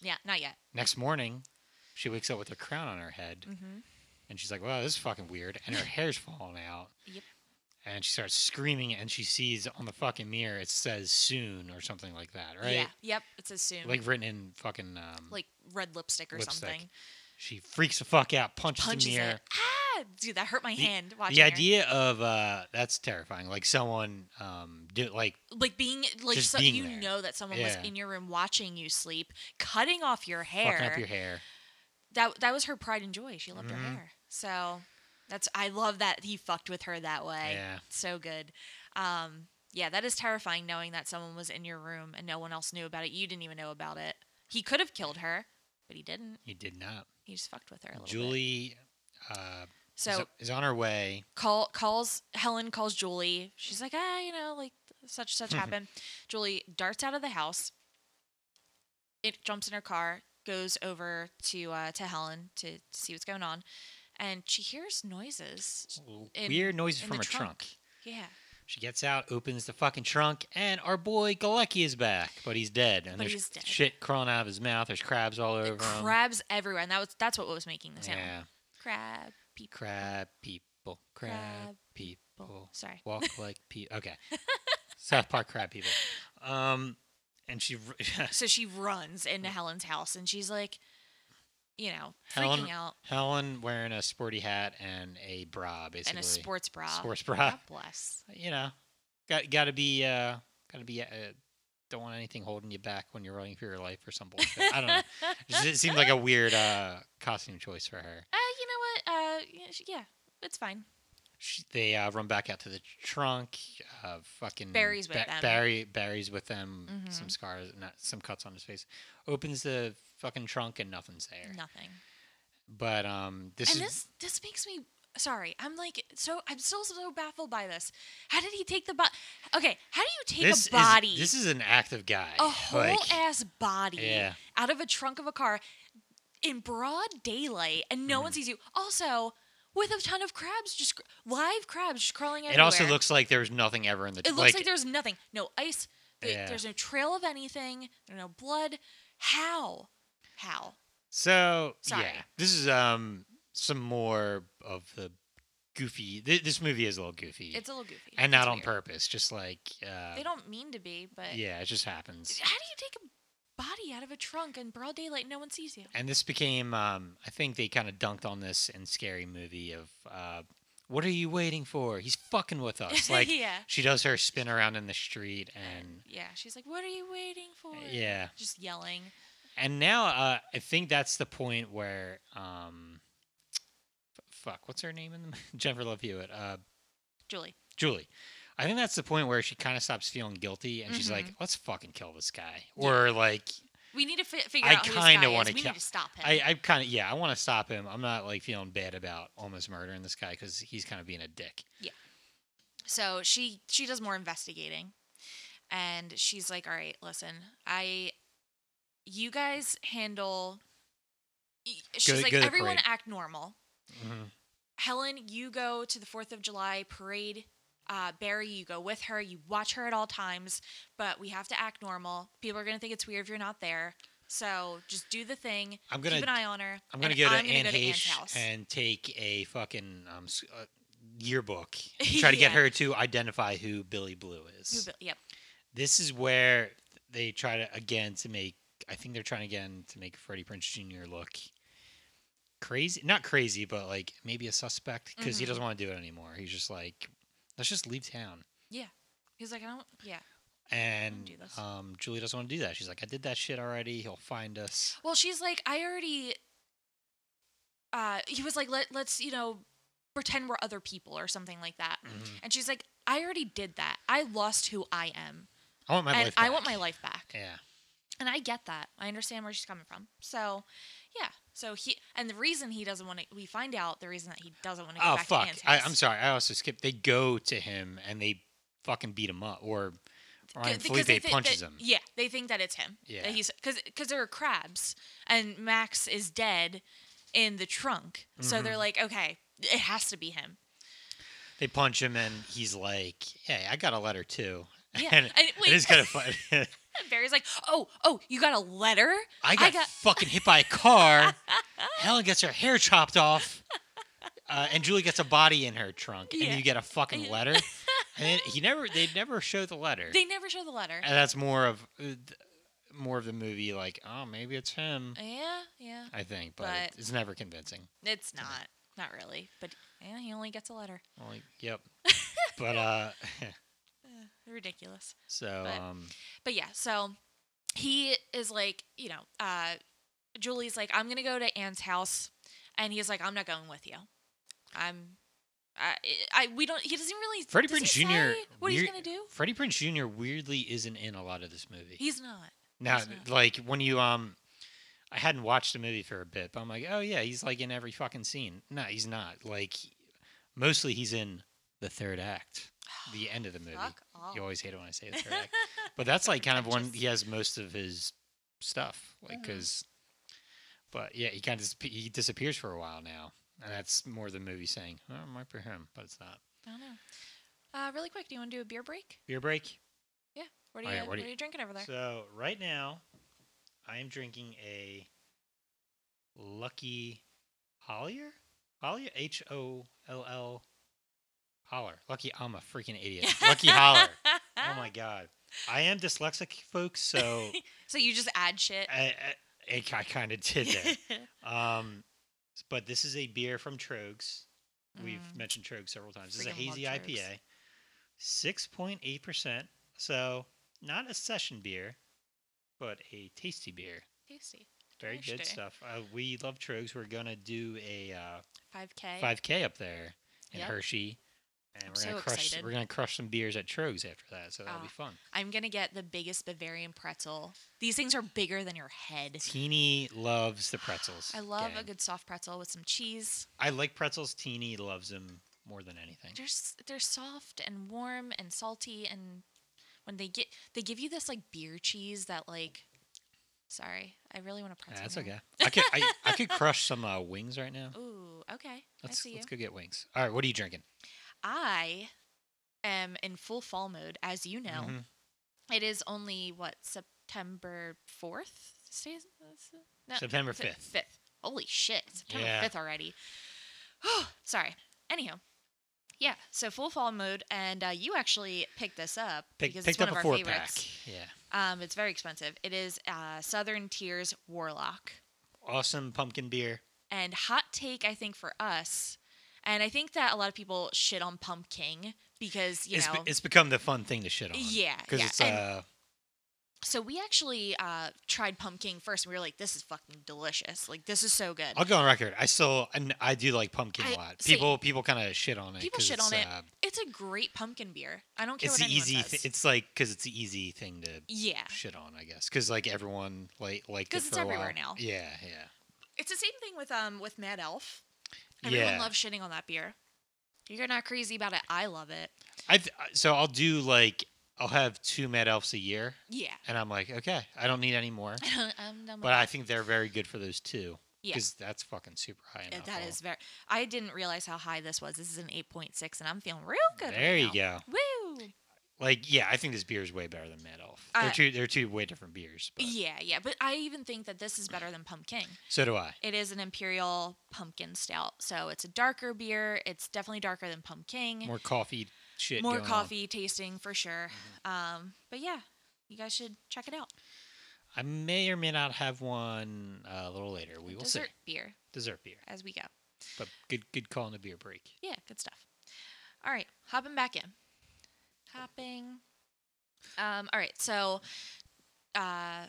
S2: Yeah, not yet.
S1: next morning, she wakes up with a crown on her head,
S2: Mm-hmm.
S1: and she's like, "Wow, this is fucking weird," and her hair's falling out.
S2: Yep.
S1: And she starts screaming, and she sees on the fucking mirror it says "soon" or something like that, right?
S2: Yeah. Yep. It says soon. Like,
S1: Like written in fucking um,
S2: red lipstick or
S1: Lipstick.
S2: something.
S1: She freaks the fuck out, punches,
S2: Punches
S1: the mirror.
S2: it. Ah, dude, that hurt my
S1: The-
S2: hand. Watching
S1: the
S2: her.
S1: idea of uh, that's terrifying. Like someone um, do like
S2: like being like
S1: Just
S2: so,
S1: being
S2: you
S1: there.
S2: know that someone was
S1: Yeah.
S2: in your room watching you sleep, cutting off your hair.
S1: fucking up your hair.
S2: That that was her pride and joy. She loved her
S1: Mhm.
S2: hair. So that's I love that he fucked with her that way.
S1: Yeah.
S2: So good. Um yeah, that is terrifying knowing that someone was in your room and no one else knew about it. You didn't even know about it. He could have killed her, but he didn't.
S1: He did not.
S2: He just fucked with her a little bit.
S1: Julie, uh,
S2: So
S1: is, is on her way.
S2: call calls Helen calls Julie. She's like, ah, you know, like such such happened. Julie darts out of the house. It jumps in her car, goes over to uh, to Helen to see what's going on, and she hears noises. In-
S1: Weird noises
S2: in
S1: from
S2: the
S1: her
S2: trunk.
S1: trunk.
S2: Yeah,
S1: She gets out, opens the fucking trunk, and our boy Galecki is back, but he's dead. And
S2: But
S1: there's
S2: he's dead.
S1: shit crawling out of his mouth. There's crabs all over him.
S2: crabs everywhere, and that was that's what was making the sound.
S1: Yeah,
S2: Crab people.
S1: crab people, crab,
S2: Crab
S1: people,
S2: Sorry.
S1: walk like people. Okay, South Park crab people. Um, and she
S2: So she runs into Helen's house, and she's like, you know,
S1: Helen-
S2: freaking out
S1: Helen wearing a sporty hat and a bra, basically
S2: in a sports bra.
S1: Sports bra.
S2: God bless.
S1: you know, got got to be uh, got to be uh, don't want anything holding you back when you're running for your life or some bullshit. I don't know. It just- It seemed like a weird uh, costume choice for her.
S2: Uh, you know what? Uh, yeah, she- yeah, it's fine.
S1: She, they uh, run back out to the trunk. Uh, fucking
S2: Barry's with them.
S1: Barry Barry's with them.
S2: Mhm.
S1: Some scars, not some cuts on his face. Opens the fucking trunk and nothing's there.
S2: Nothing.
S1: But um, this
S2: and
S1: is
S2: this this makes me sorry. I'm like so. I'm still so baffled by this. How did he take the body? Okay, how do you take
S1: this
S2: a body,
S1: Is, this is an active guy.
S2: a whole
S1: Like,
S2: ass body,
S1: Yeah.
S2: out of a trunk of a car in broad daylight, and no
S1: Mm.
S2: one sees you? Also, with a ton of crabs, just cr- live crabs just crawling everywhere.
S1: it also looks like there was nothing ever in the.
S2: It looks like,
S1: like
S2: there's nothing. No ice. th-
S1: Yeah.
S2: There's no trail of anything. There's no blood. How? How?
S1: So
S2: Sorry.
S1: yeah, this is um some more of the goofy. Th- this movie is a little goofy,
S2: It's a little goofy.
S1: and not
S2: It's
S1: on
S2: weird.
S1: purpose. Just like uh,
S2: They don't mean to be, but
S1: yeah, it just happens.
S2: How do you take a body out of a trunk in broad daylight? No one sees you.
S1: And this became, um, I think they kind of dunked on this in Scary Movie of, uh, what are you waiting for? He's fucking with us. Like
S2: Yeah.
S1: she does her spin around in the street, and Uh,
S2: yeah, she's like, "What are you waiting for?"
S1: yeah,
S2: just yelling.
S1: and now uh, I think that's the point where, um, f- fuck, what's her name in the mo- Jennifer Love Hewitt? Uh,
S2: Julie,
S1: Julie. I think that's the point where she kind of stops feeling guilty and she's like,
S2: Mm-hmm.
S1: let's fucking kill this guy. Or like,
S2: we need to fi- figure
S1: I
S2: out who this
S1: kinda
S2: guy
S1: wanna
S2: is. We
S1: kill-
S2: need to stop him.
S1: I, I kind of, yeah, I want to stop him. I'm not like feeling bad about almost murdering this guy because he's kind of being a dick.
S2: so she she does more investigating, and she's like, "All right, listen, I, you guys handle." y- She's like,
S1: go to the
S2: "Everyone
S1: parade."
S2: act normal." Helen, you go to the 4th of July parade. Uh, Barry, you go with her. You watch her at all times, but we have to act normal. People are going to think it's weird if you're not there. So just do the thing.
S1: I'm gonna-
S2: keep an eye on her.
S1: I'm going to
S2: and
S1: go to
S2: I'm gonna
S1: Anne
S2: go to Anne's
S1: Heche
S2: house.
S1: and take a fucking um, s- uh, yearbook and try to get
S2: Yeah.
S1: her to identify who Billy Blue
S2: Who
S1: is.
S2: bu- yep.
S1: this is where they try to, again, to make, I think they're trying again to make Freddie Prince Jr. look crazy not crazy but like maybe a suspect because he
S2: Mhm.
S1: doesn't want to do it anymore he's just like let's just leave town
S2: He's like, I don't. Yeah.
S1: and
S2: do this.
S1: um, julie doesn't want to do that she's like i did that shit already he'll find us
S2: Well, she's like, I already. Uh, he was like, Let, let's you know, pretend we're other people or something like that.
S1: Mhm.
S2: And she's like, I already did that. I lost who I am,
S1: i want my
S2: and
S1: life
S2: I want
S1: back."
S2: my life back.
S1: yeah
S2: And I get that. I understand where she's coming from. So, yeah. So he and the reason he doesn't want to, we find out the reason that he doesn't want to go
S1: oh
S2: back
S1: fuck
S2: to Anne's
S1: I,
S2: house.
S1: i'm sorry i also skipped they go to him and they fucking beat him up or Ryan
S2: Because they
S1: Felipe
S2: thi-
S1: punches
S2: that-
S1: him.
S2: Yeah, they think that it's him.
S1: Yeah.
S2: That he's because there are crabs and Max is dead in the trunk. So
S1: Mm-hmm.
S2: they're like, okay, it has to be him.
S1: They punch him, and he's like, "Hey, I got a letter too."
S2: Yeah,
S1: and
S2: and
S1: it
S2: wait.
S1: is kind of funny.
S2: And Barry's like, oh, oh, you got a letter?
S1: I got, fucking hit by a car. Helen gets her hair chopped off, uh, and Julie gets a body in her trunk,
S2: Yeah.
S1: and you get a fucking
S2: Yeah.
S1: letter. and then he never, they never show the letter.
S2: They never show the letter.
S1: and that's more of, uh, th- more of the movie. Like, oh, maybe it's him.
S2: yeah, yeah.
S1: I think, but,
S2: Uh, But-
S1: it's never convincing.
S2: It's not, not really. But yeah, he only gets a letter.
S1: I'm like, yep. but uh,
S2: Ridiculous.
S1: so
S2: But-
S1: um,
S2: But yeah, so he is like, you know, uh, Julie's like, I'm gonna go to Anne's house, and he's like, I'm not going with you. I'm, I, I we don't. He doesn't really.
S1: Freddie
S2: does he
S1: Prinze Jr.
S2: say What he's
S1: weird-
S2: gonna do?
S1: Freddie Prince Jr. weirdly isn't in a lot of this movie.
S2: He's not.
S1: Now,
S2: He's not.
S1: like when you um, I hadn't watched the movie for a bit, but I'm like, oh yeah, he's like in every fucking scene. No, he's not. Like, mostly he's in the third act, the end of the movie.
S2: Fuck off.
S1: You always hate it when I say the third act, but that's like kind of when
S2: just-
S1: he has most of his stuff, like
S2: Mhm.
S1: because. But yeah, he kind of disap- he disappears for a while now, and that's more the movie saying, "Oh, it might be him," but it's not.
S2: I don't know. Uh, really quick, do you want to do a beer break?
S1: Beer break.
S2: What are
S1: All
S2: you
S1: right, Oh, what
S2: what
S1: do
S2: are
S1: you-
S2: you drinking over there?
S1: So right now, I am drinking a Lucky Hollier, Hollier H O L L Holler. Lucky, I'm a freaking idiot. Lucky Holler. Oh my god, I am dyslexic, folks. So
S2: So you just add shit.
S1: I, I, I, kind of did that. Um, s- but this is a beer from Trogs. We've
S2: Mm.
S1: mentioned Trogs several times. This is a
S2: Freaking love
S1: hazy
S2: Trogs.
S1: IPA, six point eight percent. So not a session beer, but a tasty beer.
S2: Tasty.
S1: Very good
S2: Tasty.
S1: stuff. Uh, we love Trogs. We're gonna do a uh,
S2: Five K.
S1: five k up there in
S2: Yep.
S1: Hershey, and
S2: I'm
S1: we're gonna
S2: so
S1: crush.
S2: excited.
S1: We're gonna crush some beers at Trogs after that. So that'll
S2: Ah.
S1: be fun.
S2: I'm gonna get the biggest Bavarian pretzel. These things are bigger than your head.
S1: Teeny loves the pretzels.
S2: I love a
S1: gang.
S2: good soft pretzel with some cheese.
S1: I like pretzels. Teeny loves them more than anything.
S2: They're s- they're soft and warm and salty and when they get they give you this like beer cheese that like. Sorry, I really want a pretzel.
S1: That's
S2: now.
S1: okay. I could I, I could crush some uh, wings right now.
S2: Ooh, okay. I
S1: Let's
S2: see you.
S1: let's go get wings. All right, what are you drinking?
S2: I am in full fall mode, as you know.
S1: Mhm.
S2: It is only what September fourth. No,
S1: September
S2: Sep-
S1: fifth.
S2: Fifth. Holy shit! September
S1: Yeah.
S2: fifth already. Sorry. Anyhow, yeah. So full fall mode, and uh, you actually picked this up
S1: Pick,
S2: because
S1: picked
S2: it's one
S1: up
S2: of
S1: a
S2: our
S1: four
S2: favorites.
S1: pack. Yeah,
S2: Um, it's very expensive. It is uh, Southern Tears Warlock
S1: awesome pumpkin beer.
S2: and hot take I think for us, and I think that a lot of people shit on Pump King because you
S1: it's, be-
S2: know
S1: it's become the fun thing to shit on.
S2: Yeah,
S1: because
S2: yeah,
S1: it's
S2: and-
S1: uh,
S2: So we actually uh, tried pumpkin first, and we were like, "This is fucking delicious! Like, this is so good."
S1: I'll go on record. I still and I do like pumpkin a
S2: I-
S1: lot.
S2: same.
S1: People people kind of shit on it.
S2: People
S1: 'cause
S2: shit
S1: it's,
S2: on it.
S1: uh,
S2: It's a great pumpkin beer. I don't care
S1: it's
S2: what
S1: the
S2: anyone
S1: easy.
S2: says.
S1: Th- it's like because it's the easy thing to
S2: yeah,
S1: shit on, I guess. Because like everyone like like
S2: 'Cause it's everywhere now.
S1: Yeah, yeah.
S2: it's the same thing with um with Mad Elf. Everyone
S1: Yeah.
S2: loves shitting on that beer. You're not crazy about it. I love it.
S1: I th- uh, so I'll do like I'll have two Mad Elfs a year,
S2: Yeah, um,
S1: and I'm like, okay, I don't need any more.
S2: I'm done with
S1: But I
S2: that.
S1: think they're very good for those two.
S2: Yeah.
S1: Because that's fucking super high. in
S2: Uh, that
S1: alcohol.
S2: is very. I didn't realize how high this was. This is an 8.6, and I'm feeling real good. right
S1: There you
S2: now.
S1: go.
S2: Woo!
S1: Like, yeah, I think this beer is way better than Mad Elf.
S2: Uh,
S1: they're two. They're two way different beers. But
S2: Yeah, yeah. But I even think that this is better than Pumpkin.
S1: So do I.
S2: It is an imperial pumpkin stout, so it's a darker beer. It's definitely darker than pumpkin.
S1: More coffee shit.
S2: More
S1: going on. Mm-hmm.
S2: coffee tasting for sure. Um, but yeah, you guys should check it out.
S1: I may or may not have one uh, a little later. We will
S2: Dessert
S1: see.
S2: beer
S1: Dessert beer,
S2: as we go.
S1: but good. Good call on the beer break.
S2: Yeah, good stuff. All right, hopping back in. Hopping. Um, all right, so uh,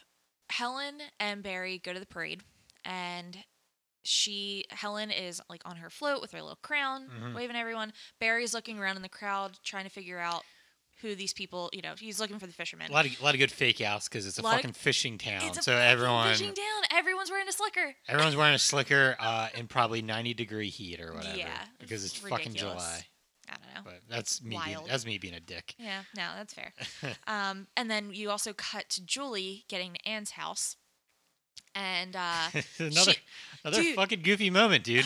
S2: Helen and Barry go to the parade, and she Helen is like on her float with her little crown,
S1: Mhm.
S2: waving at everyone. Barry's looking around in the crowd, trying to figure out who these people. You know, he's looking for the fishermen.
S1: A lot of a lot of good fake outs because it's a
S2: Lot of-
S1: fucking fishing town.
S2: It's a
S1: so
S2: fucking
S1: everyone
S2: fishing down. Everyone's wearing a slicker.
S1: everyone's wearing a slicker uh, in probably ninety degree heat or whatever.
S2: Yeah,
S1: because
S2: it's
S1: it's fucking
S2: ridiculous.
S1: July.
S2: I don't know.
S1: But that's me. Being,
S2: Wild.
S1: that's me being a dick.
S2: Yeah, no, that's fair. um, and then you also cut to Julie getting to Anne's house, and uh,
S1: another
S2: She-
S1: another
S2: dude.
S1: fucking goofy moment, dude.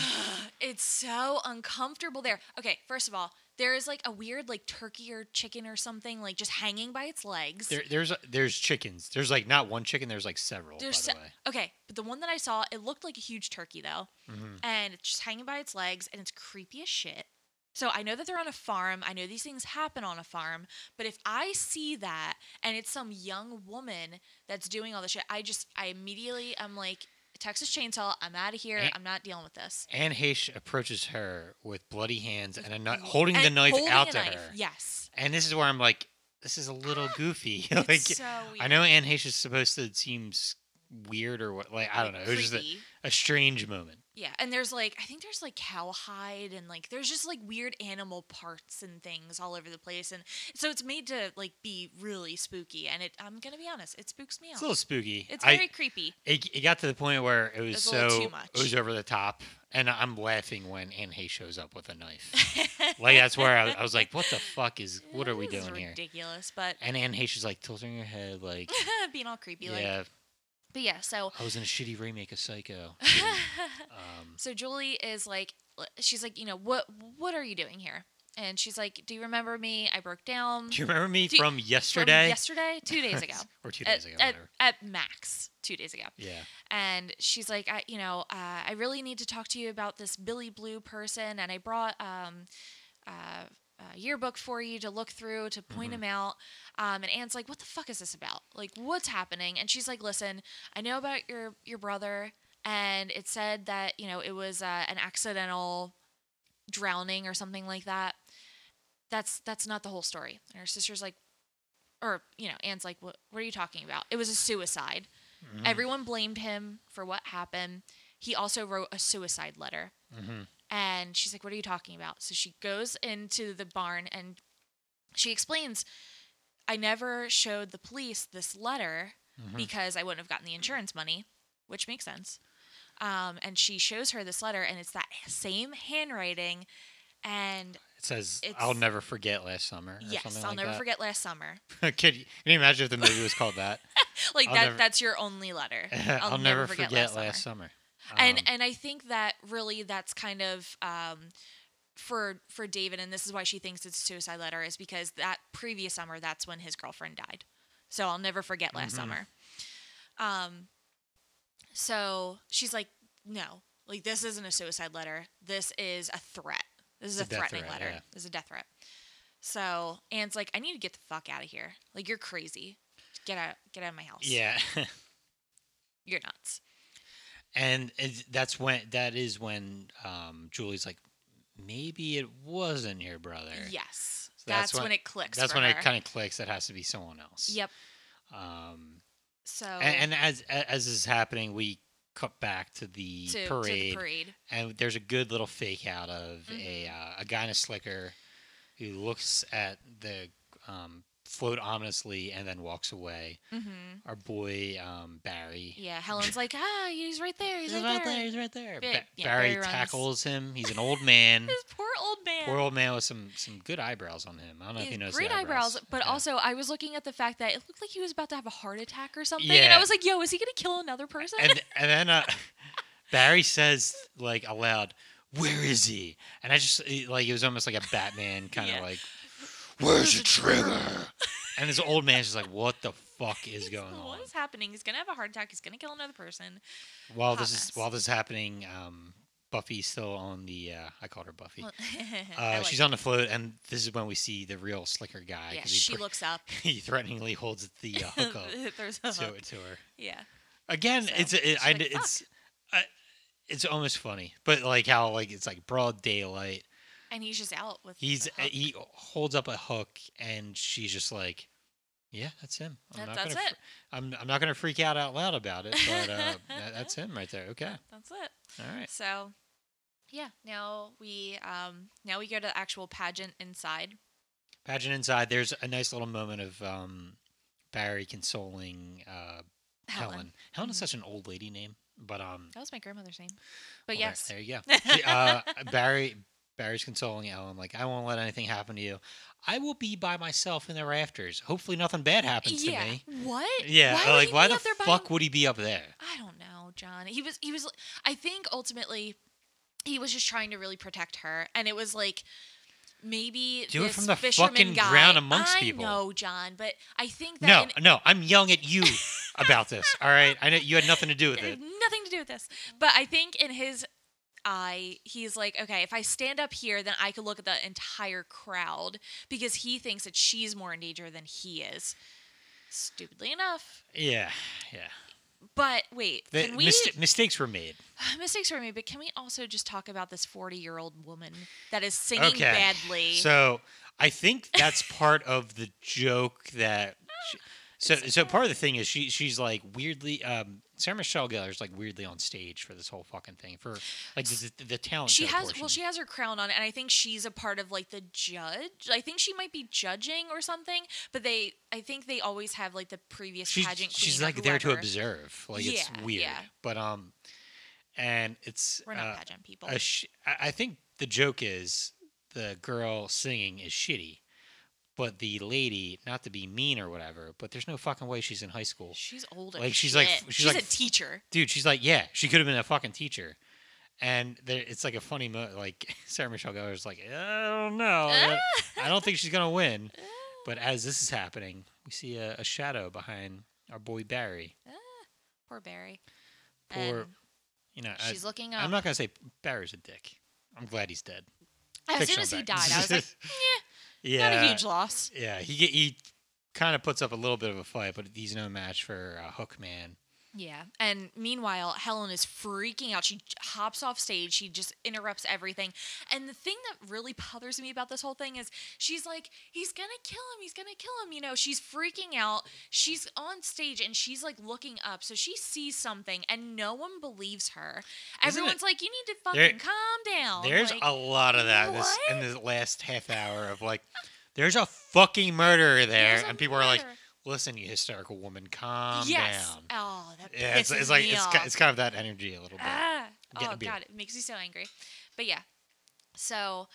S2: it's so uncomfortable there. Okay, first of all, there is like a weird like turkey or chicken or something like just hanging by its legs.
S1: There, there's there's chickens. There's like not one chicken. There's like several.
S2: There's
S1: by
S2: se-
S1: the way.
S2: okay, but the one that I saw, it looked like a huge turkey though,
S1: Mhm.
S2: and it's just hanging by its legs, and it's creepy as shit. So I know that they're on a farm. I know these things happen on a farm, but if I see that and it's some young woman that's doing all this shit, I just I immediately I'm like Texas chainsaw. I'm out of here.
S1: Eh.
S2: I'm not dealing with this.
S1: Anne Heche approaches her with bloody hands and a knife, holding the
S2: And
S1: knife
S2: holding
S1: out
S2: a
S1: to
S2: knife,
S1: her.
S2: Yes,
S1: And this is where I'm like, this is a little goofy. like,
S2: it's so weird.
S1: I know Anne Heche is supposed to seem s- weird or what. Like, I don't know. It was just a,
S2: creepy.
S1: a strange moment.
S2: Yeah, and there's like I think there's like cowhide and like there's just like weird animal parts and things all over the place, and so it's made to like be really spooky. And it, I'm gonna be honest, it spooks me
S1: It's
S2: out.
S1: a little spooky.
S2: It's
S1: I-
S2: very creepy.
S1: it, it got to the point where it was
S2: It's a little
S1: so
S2: too much.
S1: it was over the top, and I'm laughing when Anne Hay shows up with a knife. like that's where I was, I was like, "What the fuck is? What are we
S2: This
S1: doing
S2: is
S1: here?"
S2: Ridiculous, but
S1: And Anne Hay she's like tilting her head, like,
S2: being all creepy, like.
S1: "Yeah,
S2: But yeah, so
S1: I was in a shitty remake of Psycho." And, um,
S2: so Julie is like, she's like, you know, what what are you doing here? And she's like, do you remember me? I broke down.
S1: do you remember me
S2: Do you-
S1: from
S2: from
S1: yesterday?
S2: yesterday, two days ago. Uh,
S1: or two
S2: At-
S1: days ago,
S2: at,
S1: whatever.
S2: at max, two days ago.
S1: Yeah.
S2: and she's like, I, you know, uh, I really need to talk to you about this Billy Blue person, and I brought um, uh, a yearbook for you to look through to point him out. Um, and Anne's like, what the fuck is this about? Like, what's happening? And she's like, listen, I know about your your brother, and it said that you know it was uh, an accidental drowning or something like that. That's that's not the whole story. And her sister's like, or you know, Anne's like, what what are you talking about? It was a suicide.
S1: Mm-hmm.
S2: Everyone blamed him for what happened. He also wrote a suicide letter.
S1: hmm
S2: And she's like, What are you talking about? So she goes into the barn and she explains, I never showed the police this letter
S1: Mm-hmm.
S2: because I wouldn't have gotten the insurance money, which makes sense. Um, and she shows her this letter, and it's that same handwriting. And
S1: It says,
S2: It's-
S1: "I'll never forget last summer." Or
S2: yes,
S1: something
S2: I'll
S1: like
S2: never
S1: that.
S2: forget last summer.
S1: forget. can, you, can you imagine if the movie was called that?
S2: Like
S1: I'll
S2: that,
S1: never-
S2: that's your only letter.
S1: I'll, never, forget, last summer.
S2: and
S1: Um,
S2: and I think that really that's kind of um, for for David, and this is why she thinks it's a suicide letter, is because that previous summer that's when his girlfriend died. So I'll never forget last
S1: Mhm.
S2: summer. Um, so she's like, no, like this isn't a suicide letter. This is a threat. This
S1: It's
S2: is a,
S1: a death
S2: threatening
S1: threat,
S2: letter.
S1: yeah.
S2: This is a death threat. So Anne's like, I need to get the fuck out of here. Like you're crazy. Get out, get out of my house.
S1: yeah.
S2: you're nuts.
S1: and it's- that's when that is when um, Julie's like, maybe it wasn't your brother.
S2: Yes,
S1: So
S2: that's,
S1: that's
S2: when,
S1: when-
S2: it clicks.
S1: that's
S2: for
S1: when
S2: her.
S1: it kind of clicks. That has to be someone else.
S2: Yep.
S1: Um,
S2: So
S1: a- and, as a- as this is happening, we cut back to the, parade,
S2: to, to the parade, Mm-hmm.
S1: and there's a good little fake out of a uh, a guy in a slicker who looks at the um, float ominously and then walks away.
S2: hmm
S1: Our boy um, Barry.
S2: yeah, Helen's like, ah, he's right there, he's,
S1: He's
S2: right,
S1: right
S2: there.
S1: there. He's right there.
S2: Ba-
S1: Ba-
S2: yeah,
S1: Barry,
S2: Barry runs.
S1: tackles him. He's an old man.
S2: This poor old man.
S1: Poor old man with some some good eyebrows on him. I don't know
S2: He
S1: if you
S2: has
S1: noticed.
S2: great
S1: the
S2: eyebrows,
S1: eyebrows,
S2: but
S1: Yeah.
S2: also I was looking at the fact that it looked like he was about to have a heart attack or something, and I
S1: Yeah.
S2: was like, "Yo, is he gonna kill another person?"
S1: and and then uh, Barry says like aloud, "Where is he?" And I just it- like it was almost like a Batman kind of
S2: Yeah.
S1: like, "Where's the trigger?" and this old man's just like, "What the fuck is
S2: He's-
S1: going on?"
S2: What is happening? He's gonna have a heart attack. He's gonna kill another person.
S1: While this
S2: Hot
S1: is
S2: mess.
S1: while this is happening, um, Buffy's still on the. Uh, I called her Buffy.
S2: Well, I
S1: Uh, she's
S2: like-
S1: on the float, and this is when we see the real slicker guy.
S2: Yeah,
S1: 'cause he
S2: she
S1: pr-
S2: looks up.
S1: he threateningly holds the uh, hook up
S2: There's a
S1: to,
S2: hook.
S1: to her.
S2: Yeah.
S1: Again,
S2: So,
S1: it's it,
S2: she's
S1: I,
S2: like,
S1: it's I, it's almost funny, but like how like it's like broad daylight.
S2: And he's just out with.
S1: He's eh,
S2: the hook.
S1: he holds up a hook, and she's just like, "Yeah, that's him."
S2: That-
S1: not
S2: that's
S1: gonna, fr-
S2: it.
S1: I'm I'm not gonna freak out out loud about it, but uh, that, that's him right there. Okay,
S2: That's it.
S1: all right.
S2: So, yeah, now we um now we go to the actual pageant inside.
S1: Pageant inside. There's a nice little moment of um, Barry consoling uh, Helen.
S2: Helen. Mm-hmm.
S1: Helen, is such an old lady name, but um,
S2: That was my grandmother's name. But
S1: Well, there- there,
S2: yes.
S1: you go. She- uh, Barry Barry's consoling Ellen, like, I won't let anything happen to you. I will be by myself in the rafters. Hopefully, nothing bad happens
S2: yeah.
S1: to me.
S2: What?
S1: Yeah,
S2: Why would
S1: like
S2: he
S1: why
S2: be
S1: the
S2: up there by
S1: fuck
S2: him-
S1: would he be up there?
S2: I don't know, John. He was he was I think ultimately he was just trying to really protect her and it was like maybe
S1: Do it
S2: this
S1: from the
S2: fisherman
S1: fucking
S2: guy-
S1: ground amongst
S2: I
S1: people.
S2: know, John, but I think that
S1: No,
S2: in-
S1: no, I'm yelling at you about this. All right, I know you had nothing to do with
S2: I have
S1: it. Mm-hmm.
S2: nothing to do with this. But I think in his eye, he's like, okay, if I stand up here, then I could look at the entire crowd because he thinks that she's more in danger than he is. Stupidly enough.
S1: Yeah, yeah.
S2: But wait,
S1: The
S2: can we
S1: mist- mistakes were made.
S2: mistakes were made? But can we also just talk about this forty-year-old woman that is singing
S1: Okay,
S2: badly?
S1: So I think that's part of the joke that So
S2: It's-
S1: so part of the thing is she she's like weirdly um Sarah Michelle Gellar's like weirdly on stage for this whole fucking thing for like the, the, the talent.
S2: she
S1: show
S2: has
S1: portion.
S2: well she has her crown on and i think she's a part of like the judge i think she might be judging or something but they i think they always have like the previous
S1: she's,
S2: pageant queen
S1: she's
S2: or
S1: like there to
S2: whoever.
S1: observe. Like it's
S2: Yeah,
S1: weird,
S2: yeah.
S1: but um, and it's
S2: we're not
S1: uh,
S2: pageant people
S1: a sh- I- I think the joke is the girl singing is shitty, but the lady, not to be mean or whatever, but there's no fucking way she's in high school.
S2: she's old as
S1: like, she's, like,
S2: shit.
S1: f- she's, like,
S2: a teacher
S1: Dude, she's like, yeah, she could have been a fucking teacher. And there, it's like a funny mo like Sarah Michelle Gellar's like, I don't know. I don't- I don't think she's gonna win. But as this is happening, we see a, a shadow behind our boy Barry.
S2: poor barry
S1: Poor,
S2: And
S1: you know, I,
S2: she's "Oh." looking up
S1: I'm not gonna say Barry's a dick. I'm glad he's dead.
S2: as soon
S1: Fictional
S2: as he
S1: Barry.
S2: died i was like
S1: yeah,
S2: not a huge loss
S1: Yeah, he get- he kind of puts up a little bit of a fight, but he's no match for uh, Hookman.
S2: yeah and meanwhile helen is freaking out she j- hops off stage she just interrupts everything and the thing that really bothers me about this whole thing is she's like he's gonna kill him he's gonna kill him you know she's freaking out she's on stage and she's like looking up so she sees something and no one believes her
S1: Isn't it-
S2: everyone's like you need to fucking
S1: There-
S2: calm down
S1: There's
S2: like,
S1: a lot of that this, in
S2: what?
S1: this last half hour of like, there's a fucking murderer there,
S2: "There's a
S1: and people are like,
S2: murder."
S1: "Listen, you hysterical woman, calm
S2: yes
S1: down."
S2: oh that
S1: Yeah, it's,
S2: pisses
S1: it's like
S2: me
S1: it's,
S2: off.
S1: ki- it's kind of that energy a little bit.
S2: Ah,
S1: Get
S2: oh
S1: a beer.
S2: god, it makes me so angry. But yeah, so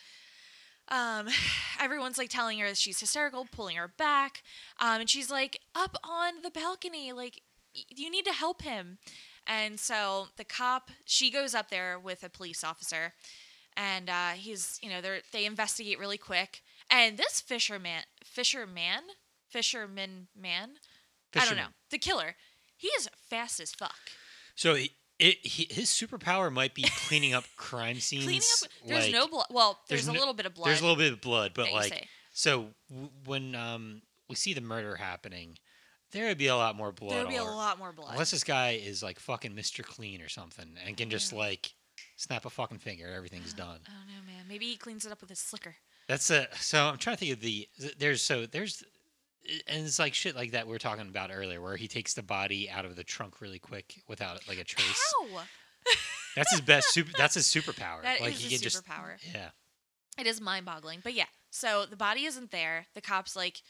S2: um, everyone's like telling her that she's hysterical, pulling her back, um, and she's like up on the balcony, like y- you need to help him. And so the cop, she goes up there with a police officer, and uh, he's you know they are they investigate really quick. And this fisherman, fisherman, fisherman man, I don't
S1: Fisherman.
S2: know, the killer, he is fast as fuck.
S1: So he, it, he, his superpower might be cleaning up crime scenes.
S2: cleaning up. There's
S1: like-
S2: no blood. Well, there's,
S1: there's
S2: a
S1: no-
S2: little bit of blood.
S1: There's a little bit of blood, but
S2: that you
S1: like
S2: say.
S1: so w- when um we see the murder happening, there would be a lot more blood.
S2: There would be a
S1: all ar-
S2: lot more blood.
S1: Unless this guy is like fucking Mr. Clean or something and can just like snap a fucking finger, everything's done.
S2: I don't know, Oh, man. Maybe he cleans it up with his slicker.
S1: That's a so I'm trying to think of the there's so there's and it's like shit like that we were talking about earlier where he takes the body out of the trunk really quick without like a trace.
S2: How?
S1: That's his best super that's his superpower.
S2: That is
S1: like he
S2: a
S1: can just
S2: superpower.
S1: yeah.
S2: It is mind boggling. But yeah, so the body isn't there. The cop's like,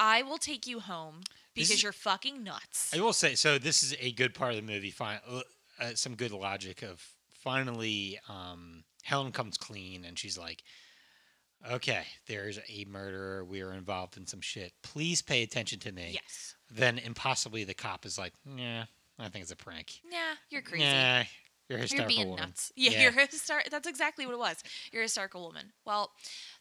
S2: I will take you home
S1: This
S2: because
S1: is-
S2: you're fucking nuts.
S1: I will say so. This is a good part of the movie. Fin- uh, some good logic of finally um, Helen comes clean and she's like, "Okay, there's a murderer. We are involved in some shit. Please pay attention to me."
S2: yes.
S1: Then impossibly the cop is like, "Yeah, I think it's a prank.
S2: Nah, you're crazy.
S1: Nah, you're a
S2: You're
S1: hysterical
S2: being
S1: woman.
S2: nuts. Yeah,
S1: Yeah.
S2: you're a star. That's exactly what it was. You're a hysterical woman. Well,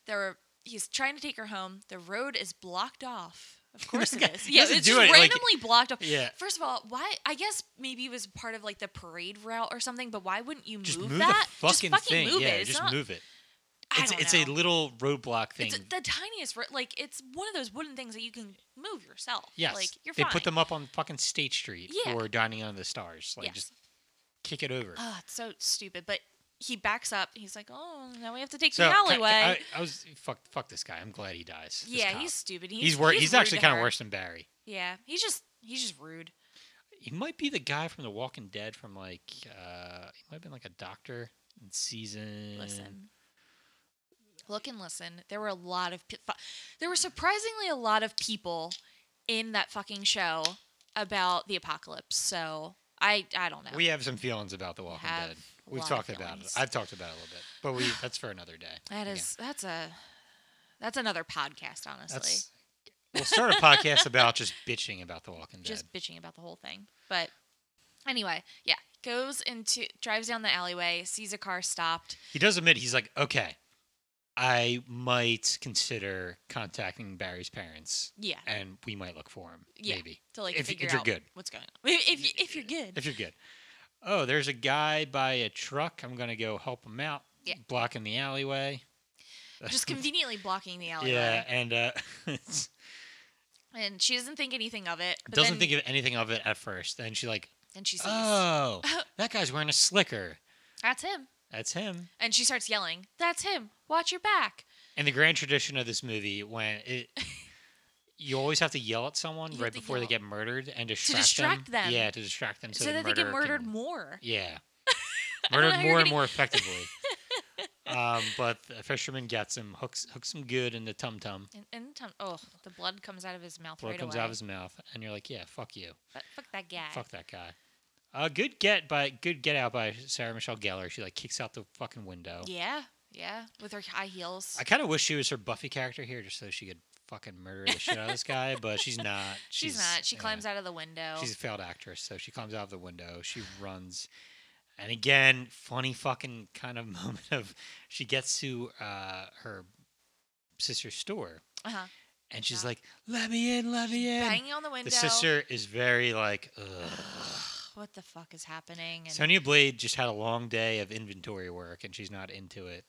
S2: there were. He's trying to take her home. The road is blocked off. Of course it
S1: guy
S2: is. Yeah,
S1: doesn't
S2: it's
S1: do
S2: just
S1: it, like-
S2: randomly blocked off.
S1: Yeah.
S2: First of all, why? I guess maybe it was part of like the parade route or something. But why wouldn't you
S1: Just
S2: move,
S1: move,
S2: that?
S1: the fucking
S2: just fucking
S1: thing.
S2: move
S1: yeah,
S2: it. It's
S1: just
S2: not,
S1: move it.
S2: I
S1: It's
S2: don't
S1: it's
S2: know.
S1: a little roadblock thing.
S2: It's the tiniest. ro- Like it's one of those wooden things that you can move yourself.
S1: yes,
S2: Like you're
S1: they
S2: fine.
S1: put them up on fucking State Street
S2: Yeah.
S1: for Dining on the Stars. Like
S2: Yes.
S1: just kick it over.
S2: Ah, it's so stupid. But he backs up. He's like, oh, now we have to take
S1: So
S2: the
S1: ca- ca-
S2: alleyway.
S1: I, I was fuck. Fuck this guy. I'm glad he dies. this
S2: Yeah,
S1: cop.
S2: he's stupid. He's
S1: he's wor- He's,
S2: rude
S1: actually
S2: to
S1: kind of
S2: her.
S1: worse than Barry.
S2: Yeah, he's just he's just rude.
S1: He might be the guy from The Walking Dead. From like, uh, he might have been like a doctor in season.
S2: Listen, look and listen. There were a lot of pe- fu- there were surprisingly a lot of people in that fucking show about the apocalypse. So I I don't know.
S1: We have some feelings about The Walking
S2: have
S1: Dead.
S2: a
S1: We've
S2: lot of
S1: talked about it.
S2: feelings.
S1: I've talked about it a little bit, but we that's for another day.
S2: that
S1: Again,
S2: is that's a that's another podcast. Honestly,
S1: that's. We'll start a podcast about just bitching about The Walking Dead.
S2: just bitching about the whole thing. But anyway, yeah, goes into drives down the alleyway, sees a car stopped.
S1: he does admit he's like, okay, I might consider contacting Barry's parents,
S2: Yeah,
S1: and we might look for him.
S2: Yeah.
S1: Maybe.
S2: to like
S1: If-
S2: figure
S1: if you're
S2: out
S1: good.
S2: what's going on. If if, if you're good,
S1: if you're good. Oh, there's a guy by a truck. I'm gonna go help him out.
S2: Yeah.
S1: Blocking the alleyway.
S2: just conveniently blocking the alleyway.
S1: yeah, and uh, it's-
S2: And she doesn't think anything of it. But
S1: doesn't
S2: then,
S1: think of anything of it at first. Then she like,
S2: And she sees.
S1: oh, that guy's wearing a slicker.
S2: That's him.
S1: That's him.
S2: And she starts yelling, That's him. Watch your back.
S1: And the grand tradition of this movie, when it, you always have to yell at someone
S2: You have
S1: right
S2: to
S1: before they
S2: yell.
S1: get murdered and distract,
S2: distract them.
S1: Yeah, to distract them so,
S2: so,
S1: the
S2: that they get
S1: murderer
S2: murdered
S1: can-
S2: more.
S1: Yeah.
S2: don't know
S1: Murdered
S2: how you're
S1: more and
S2: gonna-
S1: more effectively. um, but the fisherman gets him, hooks hooks him good in the tum tum.
S2: And, and Tom, oh, the blood comes out of his mouth
S1: Blood
S2: right
S1: comes
S2: away.
S1: out of his mouth, and you're like, yeah, fuck you,
S2: But fuck that guy.
S1: fuck that guy. Uh, good get by good get out by Sarah Michelle Gellar. She like kicks out the fucking window.
S2: Yeah, yeah, with her high heels.
S1: I kind of wish she was her Buffy character here, just so she could fucking murder the shit out of this guy. But she's not.
S2: she's, not. She climbs out of the window.
S1: She's a failed actress, so she climbs out of the window. She runs, and again, funny fucking kind of moment of she gets to uh, her sister's store,
S2: uh-huh.
S1: and she's
S2: Yeah.
S1: like, "Let me in, let me in."
S2: banging on the window.
S1: the sister is very like, Ugh.
S2: What the fuck is happening? And
S1: Sonia Blade just had a long day of inventory work, and she's not into it.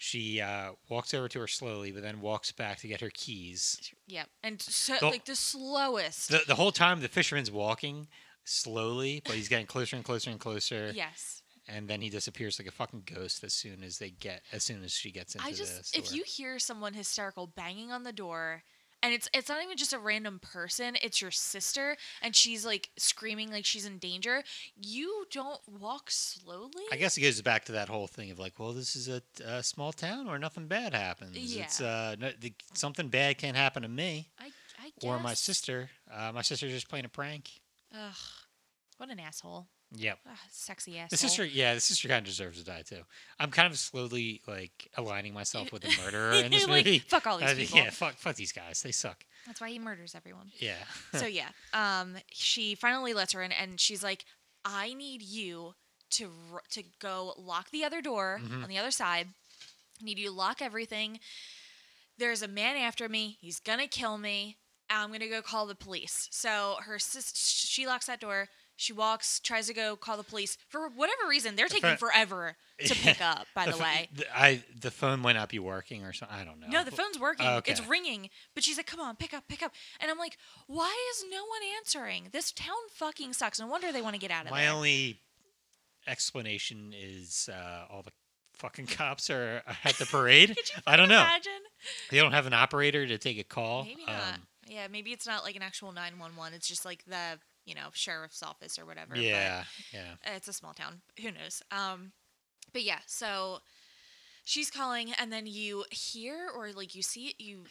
S1: She uh, walks over to her slowly, but then walks back to get her keys.
S2: yeah, and so,
S1: The-
S2: like the slowest.
S1: The, the whole time, the fisherman's walking slowly, but he's getting closer and closer and closer.
S2: yes,
S1: and then he disappears like a fucking ghost as soon as they get as soon as she gets into
S2: I
S1: the
S2: just
S1: store.
S2: if you hear someone hysterical banging on the door. And it's it's not even just a random person, it's your sister and she's like screaming like she's in danger. You don't walk slowly?
S1: I guess it goes back to that whole thing of like, well, this is a, a small town where nothing bad happens. It's
S2: Yeah.
S1: uh, no, the, something bad can't happen to me
S2: I, I guess.
S1: or my sister. Uh, my sister's just playing a prank.
S2: Ugh. What an asshole.
S1: Yep.
S2: Ugh, sexy asshole.
S1: The sister, yeah, the sister kind of deserves to die too. I'm kind of slowly like aligning myself with the murderer in this
S2: Like,
S1: movie.
S2: fuck all these
S1: Uh,
S2: people.
S1: yeah, fuck, fuck these guys. They suck.
S2: That's why he murders everyone.
S1: Yeah.
S2: so yeah, um, she finally lets her in, and she's like, "I need you to r- to go lock the other door
S1: Mhm.
S2: on the other side. I need you to lock everything. There's a man after me. He's gonna kill me. I'm gonna go call the police." So her sister, she locks that door. She walks, tries to go call the police for whatever reason. They're taking
S1: fir-
S2: forever to pick up. By the,
S1: pho-
S2: way.
S1: th- I the phone might not be working or something. I don't know.
S2: No, the phone's working.
S1: Oh, okay.
S2: It's ringing. But she's like, come on, pick up, pick up. And I'm like, why is no one answering? This town fucking sucks. No wonder they want to get out of
S1: My
S2: there.
S1: only explanation is uh, all the fucking cops are at the parade.
S2: Could you
S1: I don't know. Oh,
S2: Imagine?
S1: They don't have an operator to take a call. Um,
S2: Maybe not. yeah, maybe it's not like an actual 911. It's just like the, you know, sheriff's office or whatever. but
S1: yeah, yeah.
S2: it's a small town. Who knows? Um, but yeah, so she's calling, and then you hear or like you see you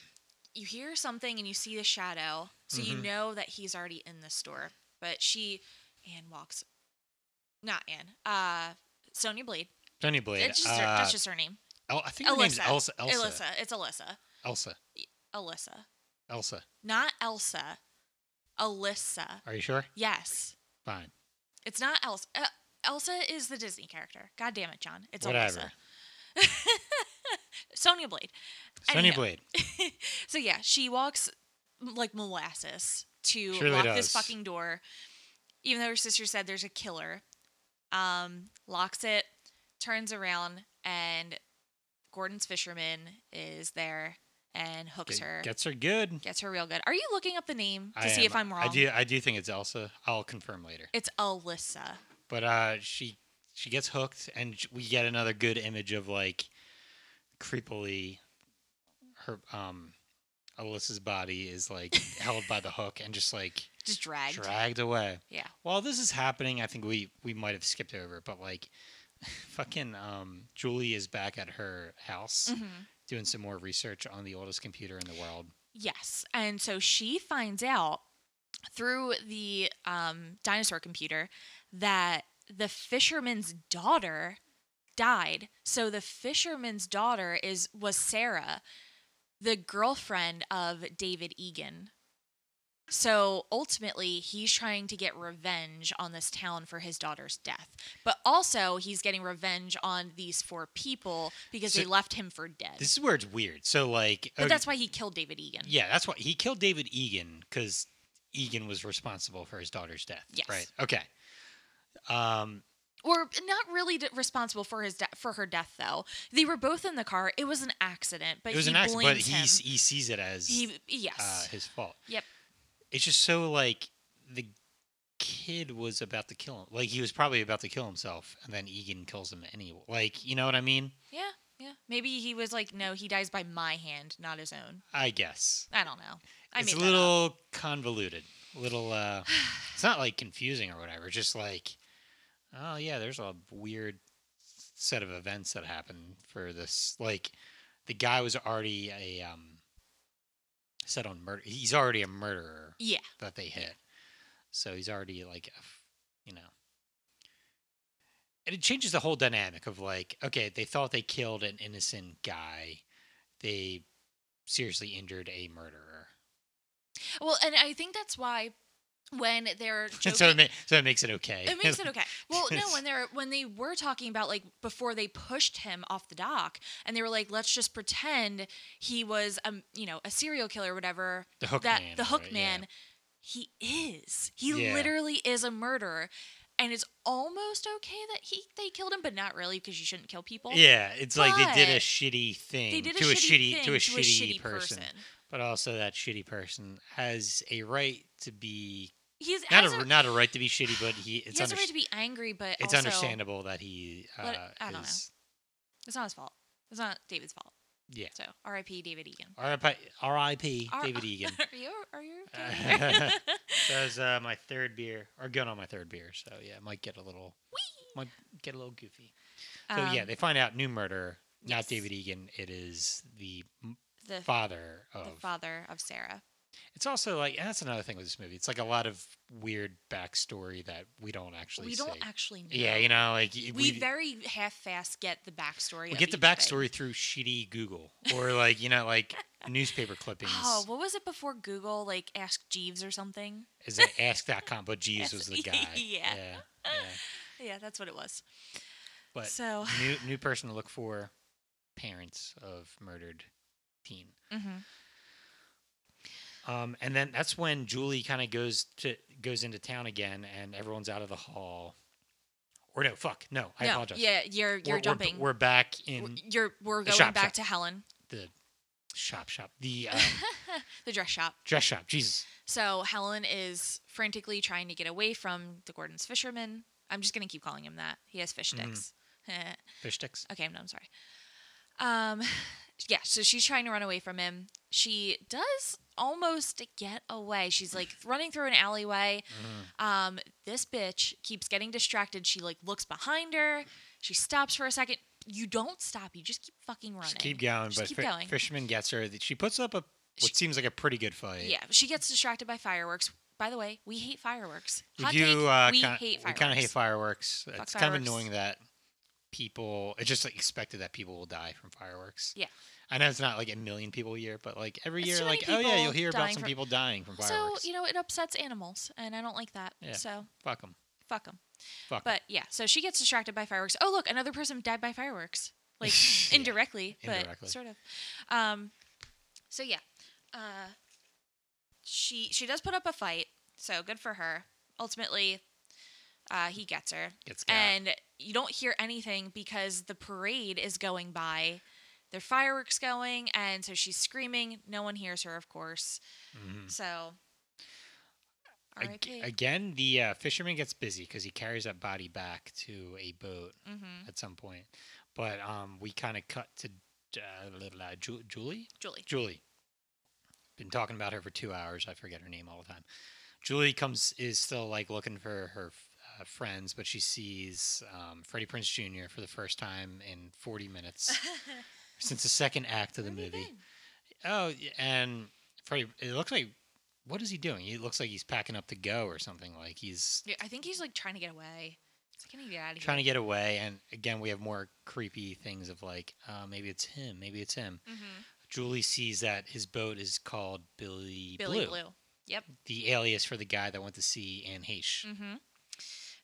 S2: you hear something, and you see the shadow, so you
S1: Mhm.
S2: know that he's already in the store. But she, Anne walks, not Anne, uh, Sonia Blade.
S1: Tony Blade.
S2: That's just her,
S1: uh,
S2: that's just her name.
S1: El- I think her name's
S2: Alyssa.
S1: Elsa. Elsa.
S2: Alyssa. It's Alyssa.
S1: Elsa.
S2: Alyssa,
S1: Elsa.
S2: not Elsa. Alyssa.
S1: Are you sure?
S2: Yes,
S1: Fine.
S2: it's not Elsa. Uh, Elsa is the Disney character. God damn it, John. It's
S1: Whatever.
S2: Alyssa. Sonia Blade.
S1: Sonya
S2: Anyhow.
S1: Blade.
S2: So yeah, she walks m- like molasses to
S1: Surely
S2: lock
S1: does.
S2: this fucking door, even though her sister said there's a killer. Um, locks it, turns around, and Gordon's fisherman is there and hooks
S1: G-
S2: her.
S1: Gets her good.
S2: Gets her real good. Are you looking up the name to
S1: I
S2: see
S1: am-
S2: if I'm wrong?
S1: I do. I do think it's Elsa. I'll confirm later.
S2: It's Alyssa.
S1: But uh, she she gets hooked, and sh- we get another good image of like creepily her um Alyssa's body is like held by the hook and just like
S2: Just dragged.
S1: dragged away.
S2: Yeah.
S1: While this is happening, I think we we might have skipped over, it, but like fucking um Julie is back at her house
S2: Mhm.
S1: doing some more research on the oldest computer in the world.
S2: Yes. And so she finds out through the um, dinosaur computer that the fisherman's daughter died. So the fisherman's daughter is was Sarah, the girlfriend of David Egan. So ultimately, he's trying to get revenge on this town for his daughter's death, but also he's getting revenge on these four people because they
S1: So-
S2: left him for dead.
S1: This is where it's weird. So like
S2: Uh, but
S1: okay-
S2: that's why he killed David Egan.
S1: Yeah, that's why he killed David Egan because Egan was responsible for his daughter's death.
S2: Yes.
S1: Right. Okay. Um,
S2: or not really d- responsible for his de- for her death though. They were both in the car. It was an accident, but
S1: it was
S2: he
S1: an accident, but
S2: blames
S1: he, s- he sees it as
S2: him. He
S1: uh,
S2: yes,
S1: his fault.
S2: Yep.
S1: It's just so like the kid was about to kill him. Like he was probably about to kill himself, and then Egan kills him anyway. Like you know what I mean?
S2: yeah, yeah. Maybe he was like, no, he dies by my hand, not his own.
S1: I guess.
S2: I don't know. I
S1: it's a
S2: made that up.
S1: little convoluted. A little uh it's not like confusing or whatever, just like oh yeah, there's a weird set of events that happened for this like the guy was already a um set on murder he's already a murderer
S2: Yeah.
S1: that they hit. So he's already like, a f- you know. And it changes the whole dynamic of like, okay, they thought they killed an innocent guy, they seriously injured a murderer.
S2: Well, and I think that's why when they're joking,
S1: so, it ma- so it makes it okay.
S2: It makes it okay. Well, no, when they're when they were talking about like before they pushed him off the dock, and they were like, "Let's just pretend he was a you know a serial killer or whatever."
S1: the hook
S2: that
S1: man,
S2: the hook
S1: right, yeah.
S2: man, he is. He
S1: Yeah.
S2: literally is a murderer, and it's almost okay that he they killed him, but not really because you shouldn't kill people.
S1: Yeah, it's like they did a
S2: But
S1: shitty thing
S2: They did a
S1: to
S2: shitty,
S1: a shitty
S2: thing
S1: to a shitty,
S2: shitty
S1: person. but also that shitty person has a right to be
S2: He's
S1: not
S2: has
S1: a, not a right to be shitty, but he it's
S2: he has a
S1: underst-
S2: right to be angry, but
S1: it's
S2: also,
S1: understandable that he uh,
S2: but I don't know.
S1: is
S2: It's not his fault. It's not David's fault.
S1: Yeah.
S2: So R.I.P. David Egan.
S1: R.I.P. R.I.P.
S2: R-
S1: David Egan.
S2: Are you are you okay?
S1: that was uh, my third beer, or going on my third beer. So yeah, it might get a little, might get a little goofy. So yeah,
S2: Um,
S1: they find out new murderer,
S2: yes.
S1: not David Egan. It is the m-
S2: the,
S1: father of.
S2: the father of Sarah.
S1: It's also like and that's another thing with this movie. It's like a lot of weird backstory that we don't actually
S2: We
S1: see.
S2: don't actually know.
S1: yeah, you know, like y-
S2: we,
S1: we
S2: very half-fast get the backstory.
S1: we
S2: of
S1: get the
S2: each thing.
S1: backstory through shitty Google or like you know like newspaper clippings.
S2: Oh, what was it before Google? Like Ask Jeeves or something?
S1: is it ask.com but Jeeves
S2: Yes,
S1: was the guy.
S2: yeah.
S1: yeah. yeah.
S2: Yeah, that's what it was.
S1: But
S2: so,
S1: new new person to look for parents of murdered teen.
S2: mhm.
S1: Um, and then that's when Julie kind of goes to goes into town again, and everyone's out of the hall. Or no, fuck, no, I
S2: No,
S1: apologize.
S2: Yeah, you're
S1: We're-
S2: you're
S1: we're,
S2: jumping.
S1: We're, back
S2: We're,
S1: in
S2: you're we're going
S1: shop,
S2: back
S1: shop.
S2: to Helen,
S1: the shop, shop, the um,
S2: the dress shop.
S1: dress shop. Jesus,
S2: So Helen is frantically trying to get away from the Gordon's fisherman. I'm just gonna keep calling him that. He has fish
S1: Mhm.
S2: sticks.
S1: fish sticks.
S2: Okay, I'm, I'm sorry. Um, yeah, so she's trying to run away from him. She does almost get away. She's like running through an alleyway.
S1: Mm-hmm.
S2: Um, this bitch keeps getting distracted. She like looks behind her. She stops for a second. You don't stop. You just keep fucking running.
S1: Just keep going,
S2: Just
S1: but
S2: keep
S1: fi-
S2: going.
S1: fisherman gets her. She puts up a what
S2: She-
S1: seems like a pretty good fight.
S2: Yeah, she gets distracted by fireworks. By the way, we hate fireworks.
S1: We
S2: Hot
S1: do.
S2: take,
S1: uh,
S2: we
S1: kinda,
S2: hate
S1: We
S2: fireworks.
S1: kind of hate fireworks. it's kind of
S2: fireworks.
S1: annoying that people. It's just like expected that people will die from fireworks.
S2: Yeah.
S1: I know it's not like a million people a year, but like every
S2: It's
S1: year,
S2: too many
S1: like oh yeah,
S2: people
S1: you'll hear about
S2: dying
S1: some
S2: from-
S1: people dying from
S2: So
S1: fireworks.
S2: you know it upsets animals, and I don't like that.
S1: Yeah.
S2: So
S1: Fuck 'em.
S2: fuck them.
S1: Fuck 'em.
S2: But yeah, so she gets distracted by fireworks. Oh, look, another person died by fireworks. Like
S1: Yeah,
S2: indirectly, but
S1: indirectly.
S2: sort of. Um, so yeah, uh, she she does put up a fight. So good for her. Ultimately, uh, he gets her,
S1: Gets got.
S2: and you don't hear anything because the parade is going by. There are fireworks going, and so she's screaming. No one hears her, of course.
S1: Mhm.
S2: So,
S1: Ag-
S2: R.I.P.
S1: Again, the uh, fisherman gets busy because he carries that body back to a boat
S2: Mhm.
S1: at some point. But um, we kind of cut to uh, little, uh, Ju- Julie.
S2: Julie.
S1: Julie. Been talking about her for two hours. I forget her name all the time. Julie comes is still like looking for her uh, friends, but she sees um, Freddie Prince Jr. for the first time in 40 minutes since the second act of the
S2: Where have you
S1: movie.
S2: been?
S1: Oh, y- and Freddie, it looks like what is he doing? He looks like he's packing up to go or something. Like he's
S2: Yeah, I think he's like trying to get away. He's like, I need to get out of
S1: trying to get away. And again, we have more creepy things of like, uh, maybe it's him, maybe it's him.
S2: here. Mm-hmm.
S1: Julie sees that his boat is called Billy,
S2: Billy Blue.
S1: Blue. the alias for the guy that went to see Anne Heche.
S2: hmm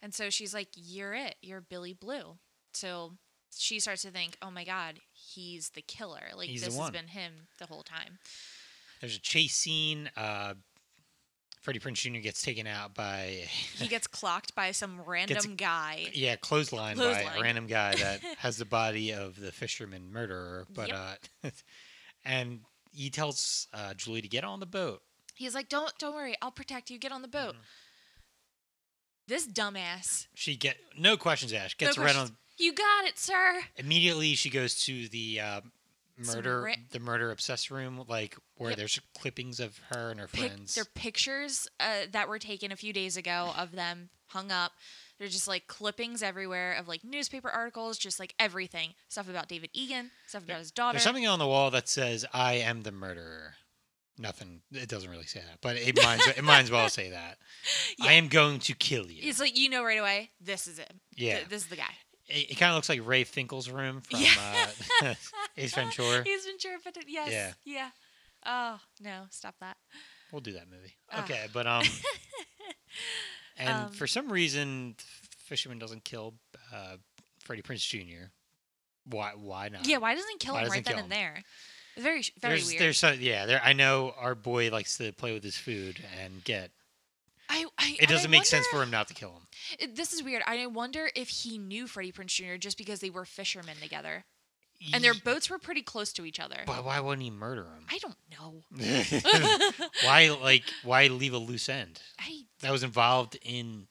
S2: And so she's like, You're it. You're Billy Blue. So she starts to think, Oh my God, he's the killer. Like,
S1: He's the
S2: this has
S1: one.
S2: been him the whole time.
S1: There's a chase scene. Uh, Freddie Prince Jr. gets taken out by
S2: He gets clocked by some random guy.
S1: yeah clothesline, by
S2: Clothesline.
S1: a random guy that has the body of the fisherman murderer. But uh, and he tells uh, Julie to get on the boat.
S2: He's like, Don't, don't worry. I'll protect you. Get on the boat.
S1: Mm-hmm.
S2: This dumbass.
S1: She get no questions asked. Gets
S2: No
S1: right
S2: questions.
S1: on
S2: You got it, sir.
S1: immediately. She goes to the uh,
S2: some
S1: murder
S2: ri-
S1: the murder obsessed room like where
S2: Yep.
S1: there's clippings of her and her
S2: pic-
S1: friends
S2: their pictures uh, that were taken a few days ago of them hung up. They're just like clippings everywhere of like newspaper articles, just like everything. Stuff about David Egan, stuff about his daughter.
S1: there's something on the wall that says i am the murderer nothing it doesn't really say that but it might it might as well say that
S2: Yeah.
S1: i am going to kill you
S2: It's like you know right away. This is it.
S1: yeah
S2: Th- this is the guy.
S1: it, it kind of looks like ray finkel's room from
S2: Yeah.
S1: uh, ace ventura
S2: He's been sure, but yes, yeah.
S1: Yeah.
S2: Oh no, stop that.
S1: we'll do that movie
S2: Ah.
S1: okay but um and
S2: Um,
S1: for some reason fisherman doesn't kill uh freddie prince jr why why not
S2: Yeah, why doesn't he kill
S1: Why
S2: him
S1: doesn't
S2: right then
S1: kill
S2: and there? It's very very
S1: there's,
S2: weird.
S1: There's some, yeah. There, I know our boy likes to play with his food and get.
S2: I, I
S1: It
S2: and I
S1: doesn't make sense
S2: wonder-
S1: for him not to kill him.
S2: it- This is weird. I wonder if he knew Freddie Prince Jr. just because they were fishermen together, and their
S1: Ye-
S2: boats were pretty close to each other.
S1: But why wouldn't he murder
S2: I don't know.
S1: him?
S2: I
S1: why like why leave a loose end that was involved in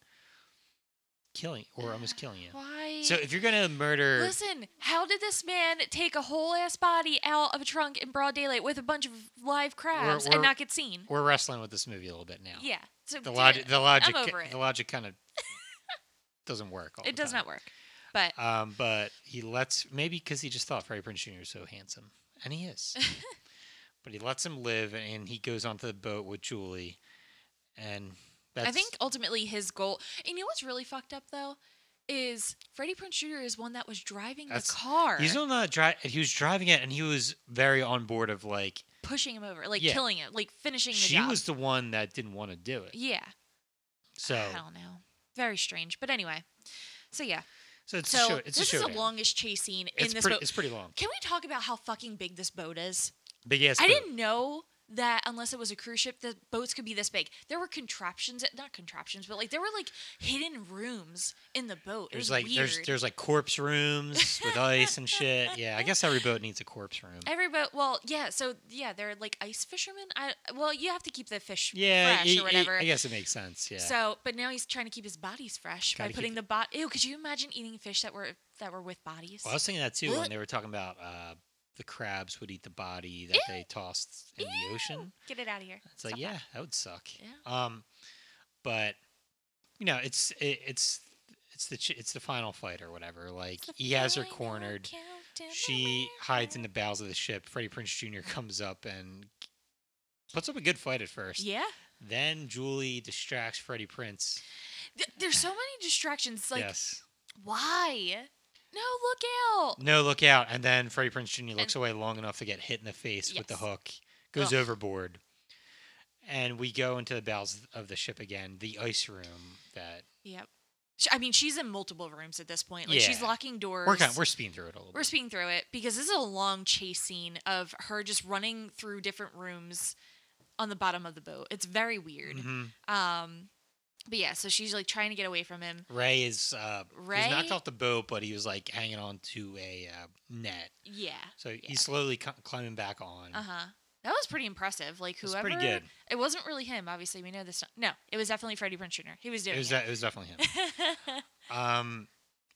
S1: killing or almost killing him?
S2: why.
S1: So if you're gonna murder,
S2: Listen, how did this man take a whole ass body out of a trunk in broad daylight with a bunch of live crabs
S1: we're-
S2: and not get seen?
S1: we're wrestling with this movie a little bit now.
S2: Yeah. So
S1: The
S2: do
S1: logic,
S2: it.
S1: the logic,
S2: over it.
S1: the logic kind of doesn't work. All
S2: It
S1: the
S2: does
S1: time.
S2: not work. But
S1: Um, but he lets maybe because he just thought Freddie Prinze Jr. was so handsome, and he is. but he lets him live, and he goes onto the boat with Julie, and that's
S2: I think ultimately his goal. And you know what's really fucked up though is Freddie Prince Jr. is one that was driving the
S1: That's-
S2: car,
S1: he's still not driving. He was driving it, and he was very on board of like
S2: pushing him over, like
S1: Yeah.
S2: killing him, like finishing the
S1: she
S2: job.
S1: was the one that didn't want to do it.
S2: yeah.
S1: So
S2: I don't know. Very strange. But anyway, so yeah.
S1: so it's a
S2: So
S1: show, it's
S2: this
S1: a
S2: is
S1: show.
S2: the longest chase scene in
S1: it's
S2: this
S1: pretty,
S2: boat.
S1: it's pretty long.
S2: Can we talk about how fucking big this boat is?
S1: But yes,
S2: I
S1: but-
S2: didn't know that unless it was a cruise ship, the boats could be this big. There were contraptions, not contraptions, but like there were like hidden rooms in the boat. It
S1: There's
S2: was
S1: like
S2: weird.
S1: there's there's like corpse rooms with ice and shit. Yeah, I guess every boat needs a corpse room.
S2: Every boat, well, yeah. So yeah, they're like ice fishermen. I well, you have to keep the fish
S1: Yeah,
S2: fresh
S1: it-
S2: or
S1: it-
S2: whatever.
S1: I guess it makes sense. Yeah.
S2: So, but now he's trying to keep his bodies fresh
S1: Gotta
S2: by
S1: keep
S2: putting
S1: it-
S2: the bot. Ew, could you imagine eating fish that were that were with bodies?
S1: Well, I was thinking that too when
S2: What?
S1: they were talking about uh, the crabs would eat the body that they tossed in the ocean.
S2: Get it out of here.
S1: It's like,
S2: Stop
S1: yeah,
S2: that.
S1: that. would suck.
S2: Yeah.
S1: Um, but you know, it's it, it's it's the ch- it's the final fight or whatever. Like
S2: It's the
S1: he has her
S2: final
S1: cornered.
S2: countdown.
S1: She hides in the bowels of the ship. Freddie Prince Jr. comes up and puts up a good fight at first.
S2: Yeah.
S1: Then Julie distracts Freddie Prince.
S2: Th- There's so many distractions. It's Like,
S1: yes.
S2: why? No, look out.
S1: No, look out. And then Freddie Prince Jr. looks away long enough to get hit in the face with the
S2: Yes.
S1: hook, goes
S2: Ugh.
S1: overboard. And we go into the bowels of the ship again, the ice room that
S2: Yep. Sh- I mean, she's in multiple rooms at this point. Like she's
S1: Yeah.
S2: locking doors.
S1: we're kind of, we're speeding through it a little
S2: we're
S1: bit.
S2: speeding through it because this is a long chase scene of her just running through different rooms on the bottom of the boat. It's very weird.
S1: Mhm.
S2: Um, but yeah, so she's like trying to get away from him.
S1: Ray is uh, Ray?
S2: Ray-
S1: knocked off the boat, but he was like hanging on to a uh, net,
S2: Yeah.
S1: so he's slowly c- climbing back on.
S2: Uh huh. That was pretty impressive. Like
S1: It's
S2: whoever.
S1: pretty good.
S2: It wasn't really him. Obviously, we know this. No, it was definitely Freddie Prinze Jr. He was doing
S1: It was
S2: it.
S1: de- it was definitely him. um,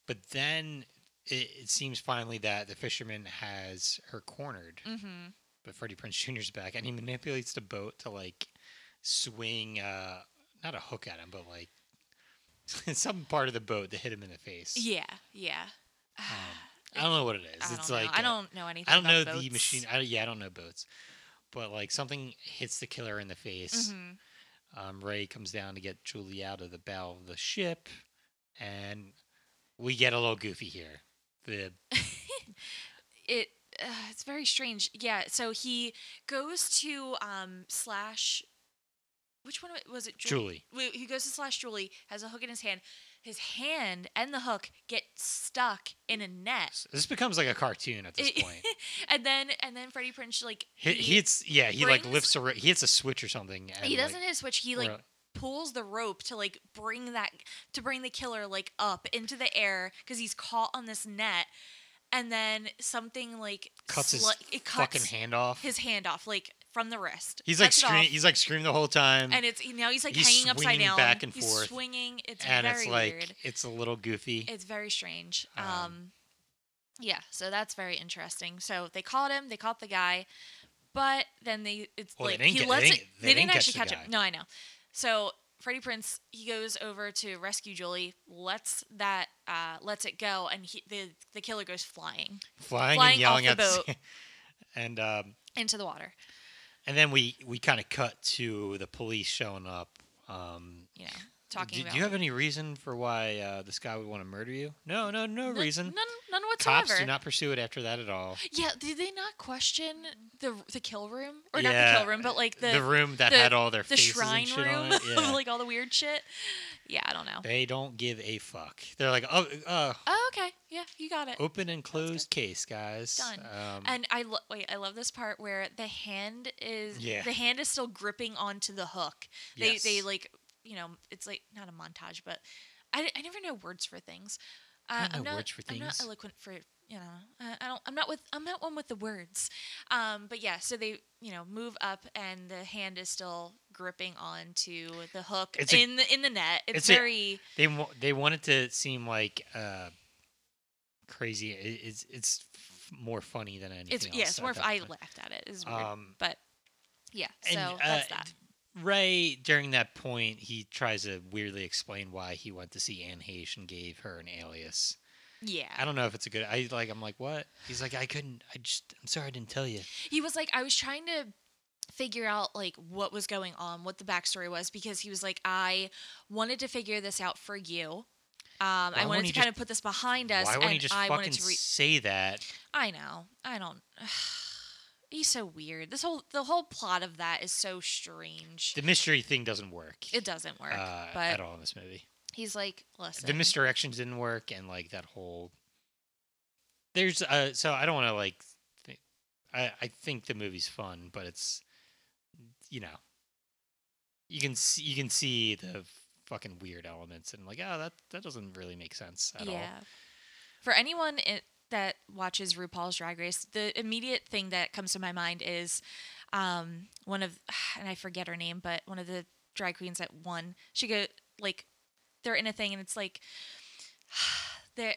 S1: but then it, it seems finally that the fisherman has her cornered.
S2: mm-hmm.
S1: but Freddie Prince Jr.'s back, and he manipulates the boat to like swing uh not a hook at him, but like some part of the boat to hit him in the face.
S2: Yeah. Yeah.
S1: Um, I don't know what it is.
S2: I
S1: it's
S2: don't
S1: like
S2: know. I
S1: uh,
S2: don't know anything.
S1: I don't know
S2: about
S1: the
S2: boats.
S1: machine. I, yeah, I don't know boats, but like something hits the killer in the face.
S2: Mhm.
S1: Um, Ray comes down to get Julie out of the bow of the ship, and we get a little goofy here. The
S2: It uh, it's very strange. Yeah. So he goes to um slash. Which one was it? Ju-
S1: Julie,
S2: Wait, He goes to slash Julie. Has a hook in his hand. His hand and the hook get stuck in a net.
S1: this becomes like a cartoon at this
S2: It-
S1: point.
S2: and then and then Freddie Prince like
S1: He, he hits, yeah, he like
S2: brings-
S1: lifts a, ro- he hits a switch or something. And
S2: he
S1: like,
S2: doesn't hit his switch. He like
S1: Really?
S2: pulls the rope to like bring that to bring the killer like up into the air because he's caught on this net, and then something like
S1: cuts his
S2: sli- it cuts
S1: fucking hand off.
S2: his hand off like from the wrist.
S1: he's like
S2: cuts it off,
S1: screaming. He's like screaming the whole time,
S2: and it's now he's like
S1: he's
S2: hanging upside
S1: swinging
S2: down
S1: back and
S2: he's
S1: forth,
S2: swinging. It's
S1: and
S2: very
S1: it's like
S2: weird.
S1: it's a little goofy.
S2: It's very strange.
S1: Um,
S2: Um, Yeah, so that's very interesting. So they caught him, they caught the guy, but then they it's
S1: Well, they
S2: like
S1: didn't
S2: he
S1: get- they
S2: lets
S1: didn't-
S2: it-
S1: they didn't catch
S2: actually
S1: the
S2: catch
S1: guy.
S2: him. No, I know. So Freddie Prince he goes over to rescue Julie, lets that uh, lets it go, and he, the the killer goes flying
S1: Flying,
S2: Flying
S1: and yelling
S2: off
S1: at
S2: the
S1: the sea. and um,
S2: into the water.
S1: and then we we kind of cut to the police showing up. Um,
S2: You know, talking
S1: do,
S2: about
S1: do you have any reason for why uh, this guy would want to murder you? No, no, no
S2: N-
S1: reason.
S2: none none whatsoever.
S1: Cops do not pursue it after that at all.
S2: yeah, did they not question the the kill room or not
S1: Yeah,
S2: the kill room, but like the
S1: the room that
S2: the-
S1: had all their
S2: the
S1: faces
S2: shrine
S1: and shit on
S2: room
S1: it. Yeah.
S2: of like all the weird shit? Yeah, I don't know.
S1: they don't give a fuck. They're like, oh, uh,
S2: Oh, okay. Yeah, you got it.
S1: open and closed case, guys.
S2: Done.
S1: Um,
S2: And I lo- wait, I love this part where the hand is
S1: Yeah.
S2: the hand is still gripping onto the hook. They they
S1: Yes.
S2: like you know it's like not a montage, but I, I never know words for things. Uh,
S1: don't
S2: I'm
S1: know
S2: not
S1: words for
S2: I'm not
S1: things.
S2: eloquent for you know uh, I don't I'm not with I'm not one with the words. Um, but yeah, so they you know move up and the hand is still gripping onto the hook
S1: It's a-
S2: in the in the net. It's,
S1: it's a-
S2: very
S1: they wa- they wanted to seem like uh, crazy. It, it's it's f- more funny than anything.
S2: it's yeah
S1: else
S2: it's
S1: at
S2: more. if
S1: that
S2: I
S1: point.
S2: laughed at it. It's weird,
S1: Um,
S2: but yeah. So
S1: and,
S2: that's
S1: uh,
S2: that.
S1: Ray, during that point, he tries to weirdly explain why he went to see Anne Heche and gave her an alias.
S2: Yeah.
S1: I don't know if it's a good. I like. I'm like, what? He's like, I couldn't. I just. I'm sorry, I didn't tell you.
S2: he was like i was trying to figure out like what was going on what the backstory was because he was like i wanted to figure this out for you um, I
S1: won't
S2: wanted
S1: he
S2: to kind
S1: just-
S2: of put this behind us,
S1: Why
S2: and
S1: wouldn't he just
S2: I
S1: fucking
S2: wanted to. Re-
S1: say that?
S2: I know. I don't. He's so weird. This whole the whole plot of that is so strange.
S1: The mystery thing doesn't work.
S2: it doesn't work.
S1: uh, at
S2: but
S1: all in this movie.
S2: he's like, listen.
S1: the misdirection didn't work and like that whole there's uh so i don't want to like th- i i think the movie's fun but it's you know you can see you can see the fucking weird elements and like oh that that doesn't really make sense at all
S2: yeah. For anyone i that watches RuPaul's Drag Race, the immediate thing that comes to my mind is um, one of, and I forget her name, but one of the drag queens that won. She go like, they're in a thing, and it's like, the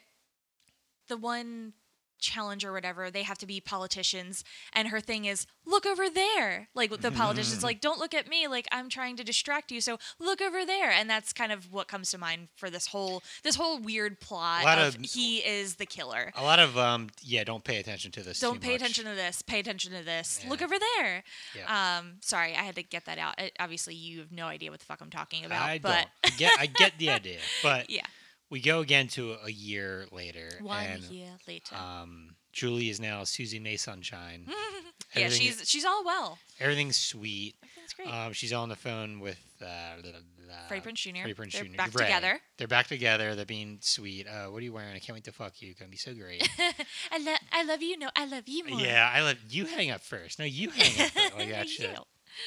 S2: the one challenge or whatever they have to be politicians and her thing is look over there like the politicians like don't look at me like i'm trying to distract you so look over there and that's kind of what comes to mind for this whole this whole weird plot
S1: A lot
S2: of,
S1: of-
S2: he is the killer
S1: a lot of um yeah don't pay attention to this
S2: don't
S1: too
S2: pay
S1: much.
S2: attention to this pay attention to this look
S1: Yeah.
S2: over there
S1: Yeah.
S2: um sorry i had to get that out I, obviously you have no idea what the fuck i'm talking about
S1: I
S2: but
S1: don't. I get, I get the idea, but
S2: yeah
S1: we go again to a year later,
S2: one
S1: and
S2: year later
S1: um, Julie is now Susie May Sunshine.
S2: yeah
S1: everything-
S2: she's she's all well
S1: Everything's sweet.
S2: everything's great
S1: Um, she's on the phone with uh, blah, blah, blah,
S2: Freddie Prinze Jr.
S1: Freddie Prinze
S2: They're
S1: Jr.
S2: back
S1: Ray.
S2: together.
S1: They're back together. They're being sweet. Uh, what are you wearing? I can't wait to fuck you. Gonna be so great.
S2: I, lo- I love you. No, I love you more.
S1: yeah, I love you. Hang up first. No, you hang up. First. Like
S2: You.
S1: that shit.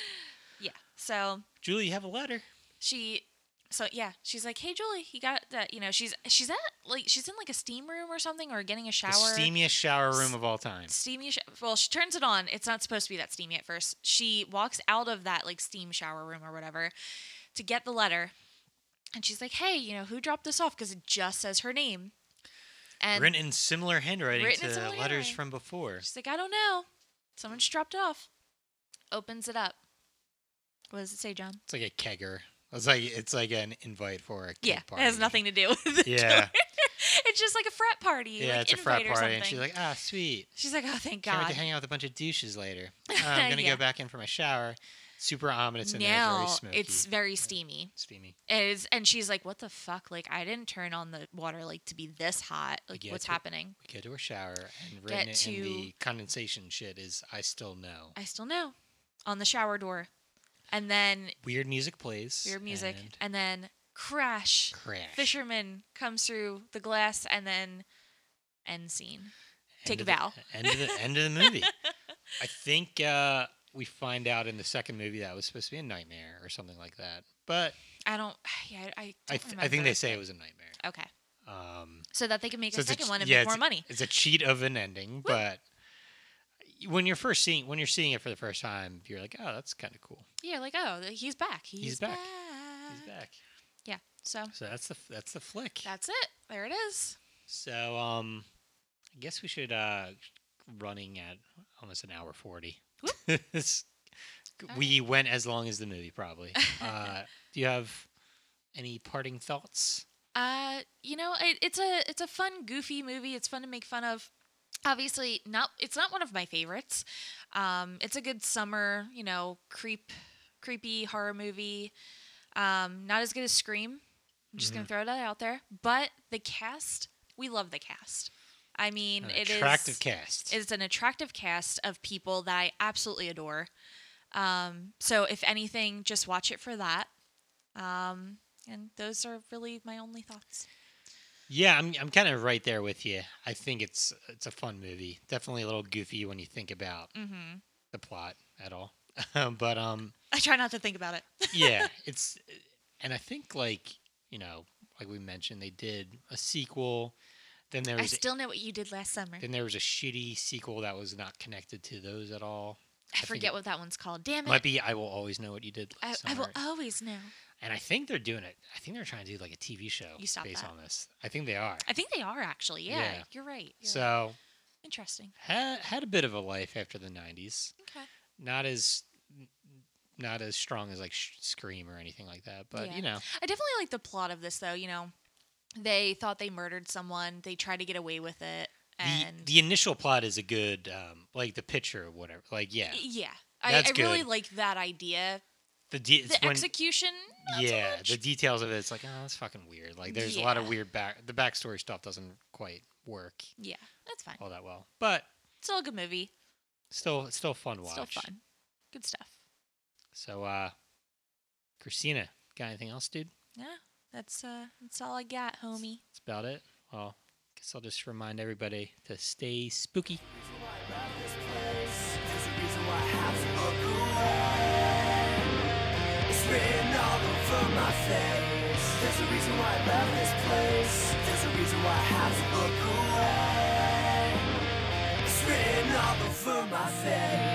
S2: Yeah. So
S1: Julie, you have a letter.
S2: she, so yeah, she's like, "Hey, Julie, you got that?" You know, she's she's at like she's in like a steam room or something, or getting a shower.
S1: The steamiest shower room of all time.
S2: steamy. Sh- well, she turns it on. It's not supposed to be that steamy at first. She walks out of that like steam shower room or whatever to get the letter, and she's like, "Hey, you know, who dropped this off?" Because it just says her name. And
S1: written in similar handwriting
S2: Written in
S1: to the
S2: similar
S1: letters
S2: handwriting.
S1: from before.
S2: She's like, I don't know. Someone just dropped it off. Opens it up. What does it say, John?
S1: It's like a kegger. It's like it's like an invite for a keg
S2: Yeah,
S1: party.
S2: it has nothing to do with the
S1: Yeah.
S2: killer. it's just like a frat party.
S1: Yeah,
S2: like
S1: it's a
S2: invite
S1: frat
S2: or
S1: party,
S2: something.
S1: and she's like, ah, sweet.
S2: she's like, oh, thank
S1: Can't wait
S2: God.
S1: to hang out with a bunch of douches later. Uh, I'm gonna
S2: Yeah.
S1: go back in for my shower. Super ominous in there,
S2: now
S1: very smoky,
S2: it's very steamy.
S1: steamy.
S2: It is, and she's like, what the fuck? Like, I didn't turn on the water like to be this hot. Like,
S1: Yeah,
S2: what's
S1: it's a-
S2: happening?
S1: We go to a shower, and
S2: Get
S1: written in
S2: to-
S1: the condensation shit is "I still know."
S2: I still know. On the shower door, and then
S1: Weird music plays.
S2: weird music,
S1: and
S2: and then crash.
S1: crash.
S2: fisherman comes through the glass and then end scene.
S1: End
S2: take a
S1: of the- e,
S2: bow.
S1: End of the end of the movie. I think uh, we find out in the second movie that was supposed to be a nightmare or something like that. But
S2: I don't. Yeah, I.
S1: I,
S2: I,
S1: th-
S2: don't
S1: I think they
S2: remember.
S1: say it was a nightmare.
S2: Okay,
S1: Um,
S2: so that they can make
S1: So
S2: a
S1: it's a
S2: second
S1: ch-
S2: one and
S1: yeah,
S2: make more money.
S1: it's a cheat of an ending, but when you're first seeing when you're seeing it for the first time, you're like, oh, that's kind of cool.
S2: Yeah, like oh, th- he's back. He's,
S1: back.
S2: back. Uh-huh.
S1: He's back.
S2: Yeah. So
S1: So that's the that's the flick.
S2: that's it. There it is.
S1: So um, I guess we should uh running at almost an hour 40.
S2: Whoop.
S1: It's- we went as long as the movie probably. Uh do you have any parting thoughts?
S2: Uh, you know, it, it's a it's a fun, goofy movie. It's fun to make fun of. Obviously, not it's not one of my favorites. Um, it's a good summer, you know, creep, creepy horror movie. Um, not as good as Scream. I'm just
S1: Mm-hmm.
S2: gonna throw that out there. But the cast, we love the cast. I mean,
S1: An
S2: it is
S1: attractive cast.
S2: it's an attractive cast of people that I absolutely adore. Um, so if anything, just watch it for that. Um, and those are really my only thoughts.
S1: Yeah, I'm I'm kind of right there with you. I think it's it's a fun movie. Definitely a little goofy when you think about
S2: Mm-hmm.
S1: the plot at all. but um
S2: I try not to think about it.
S1: yeah, it's and I think like, you know, like we mentioned they did a sequel. Then there
S2: I
S1: was
S2: still know what you did last summer.
S1: then there was a shitty sequel that was not connected to those at all.
S2: I
S1: think
S2: forget
S1: it
S2: what that one's called. Damn
S1: Might
S2: it.
S1: be I will always know what you did
S2: Mm. I,
S1: last
S2: I will uh
S1: summer.
S2: always know.
S1: and I think they're doing it. I think they're trying to do like a TV show
S2: You stop
S1: based
S2: that.
S1: on this. I think they are.
S2: I think they are actually. Yeah,
S1: Yeah.
S2: you're right. you're right.
S1: So
S2: interesting.
S1: had had a bit of a life after the '90s.
S2: Okay.
S1: Not as not as strong as like Sh- Scream or anything like that, but
S2: Yeah.
S1: you know,
S2: I definitely like the plot of this though. You know, they thought they murdered someone. They tried to get away with it, and
S1: the the initial plot is a good um, like the picture or whatever. Like yeah,
S2: Yeah. I,
S1: That's
S2: I really
S1: good.
S2: like that idea.
S1: the de- it's
S2: The
S1: when-
S2: execution, not so
S1: yeah,
S2: much.
S1: the details of it, it's like oh, that's fucking weird. Like there's a lot of
S2: Yeah.
S1: weird back the backstory stuff doesn't quite work
S2: yeah, that's fine.
S1: all that well, but
S2: Still a good movie.
S1: still still fun watch.
S2: Still fun. Good stuff.
S1: So, uh, Christina, got anything else, dude?
S2: Yeah, that's uh, that's all I got, homie.
S1: That's about it. Well, guess I'll just remind everybody to stay spooky.
S3: reason why I love this place. There's a reason why I have to look away. It's written all over my face. There's a reason why I love this place. There's a reason why I have to look away. It's written all over my face.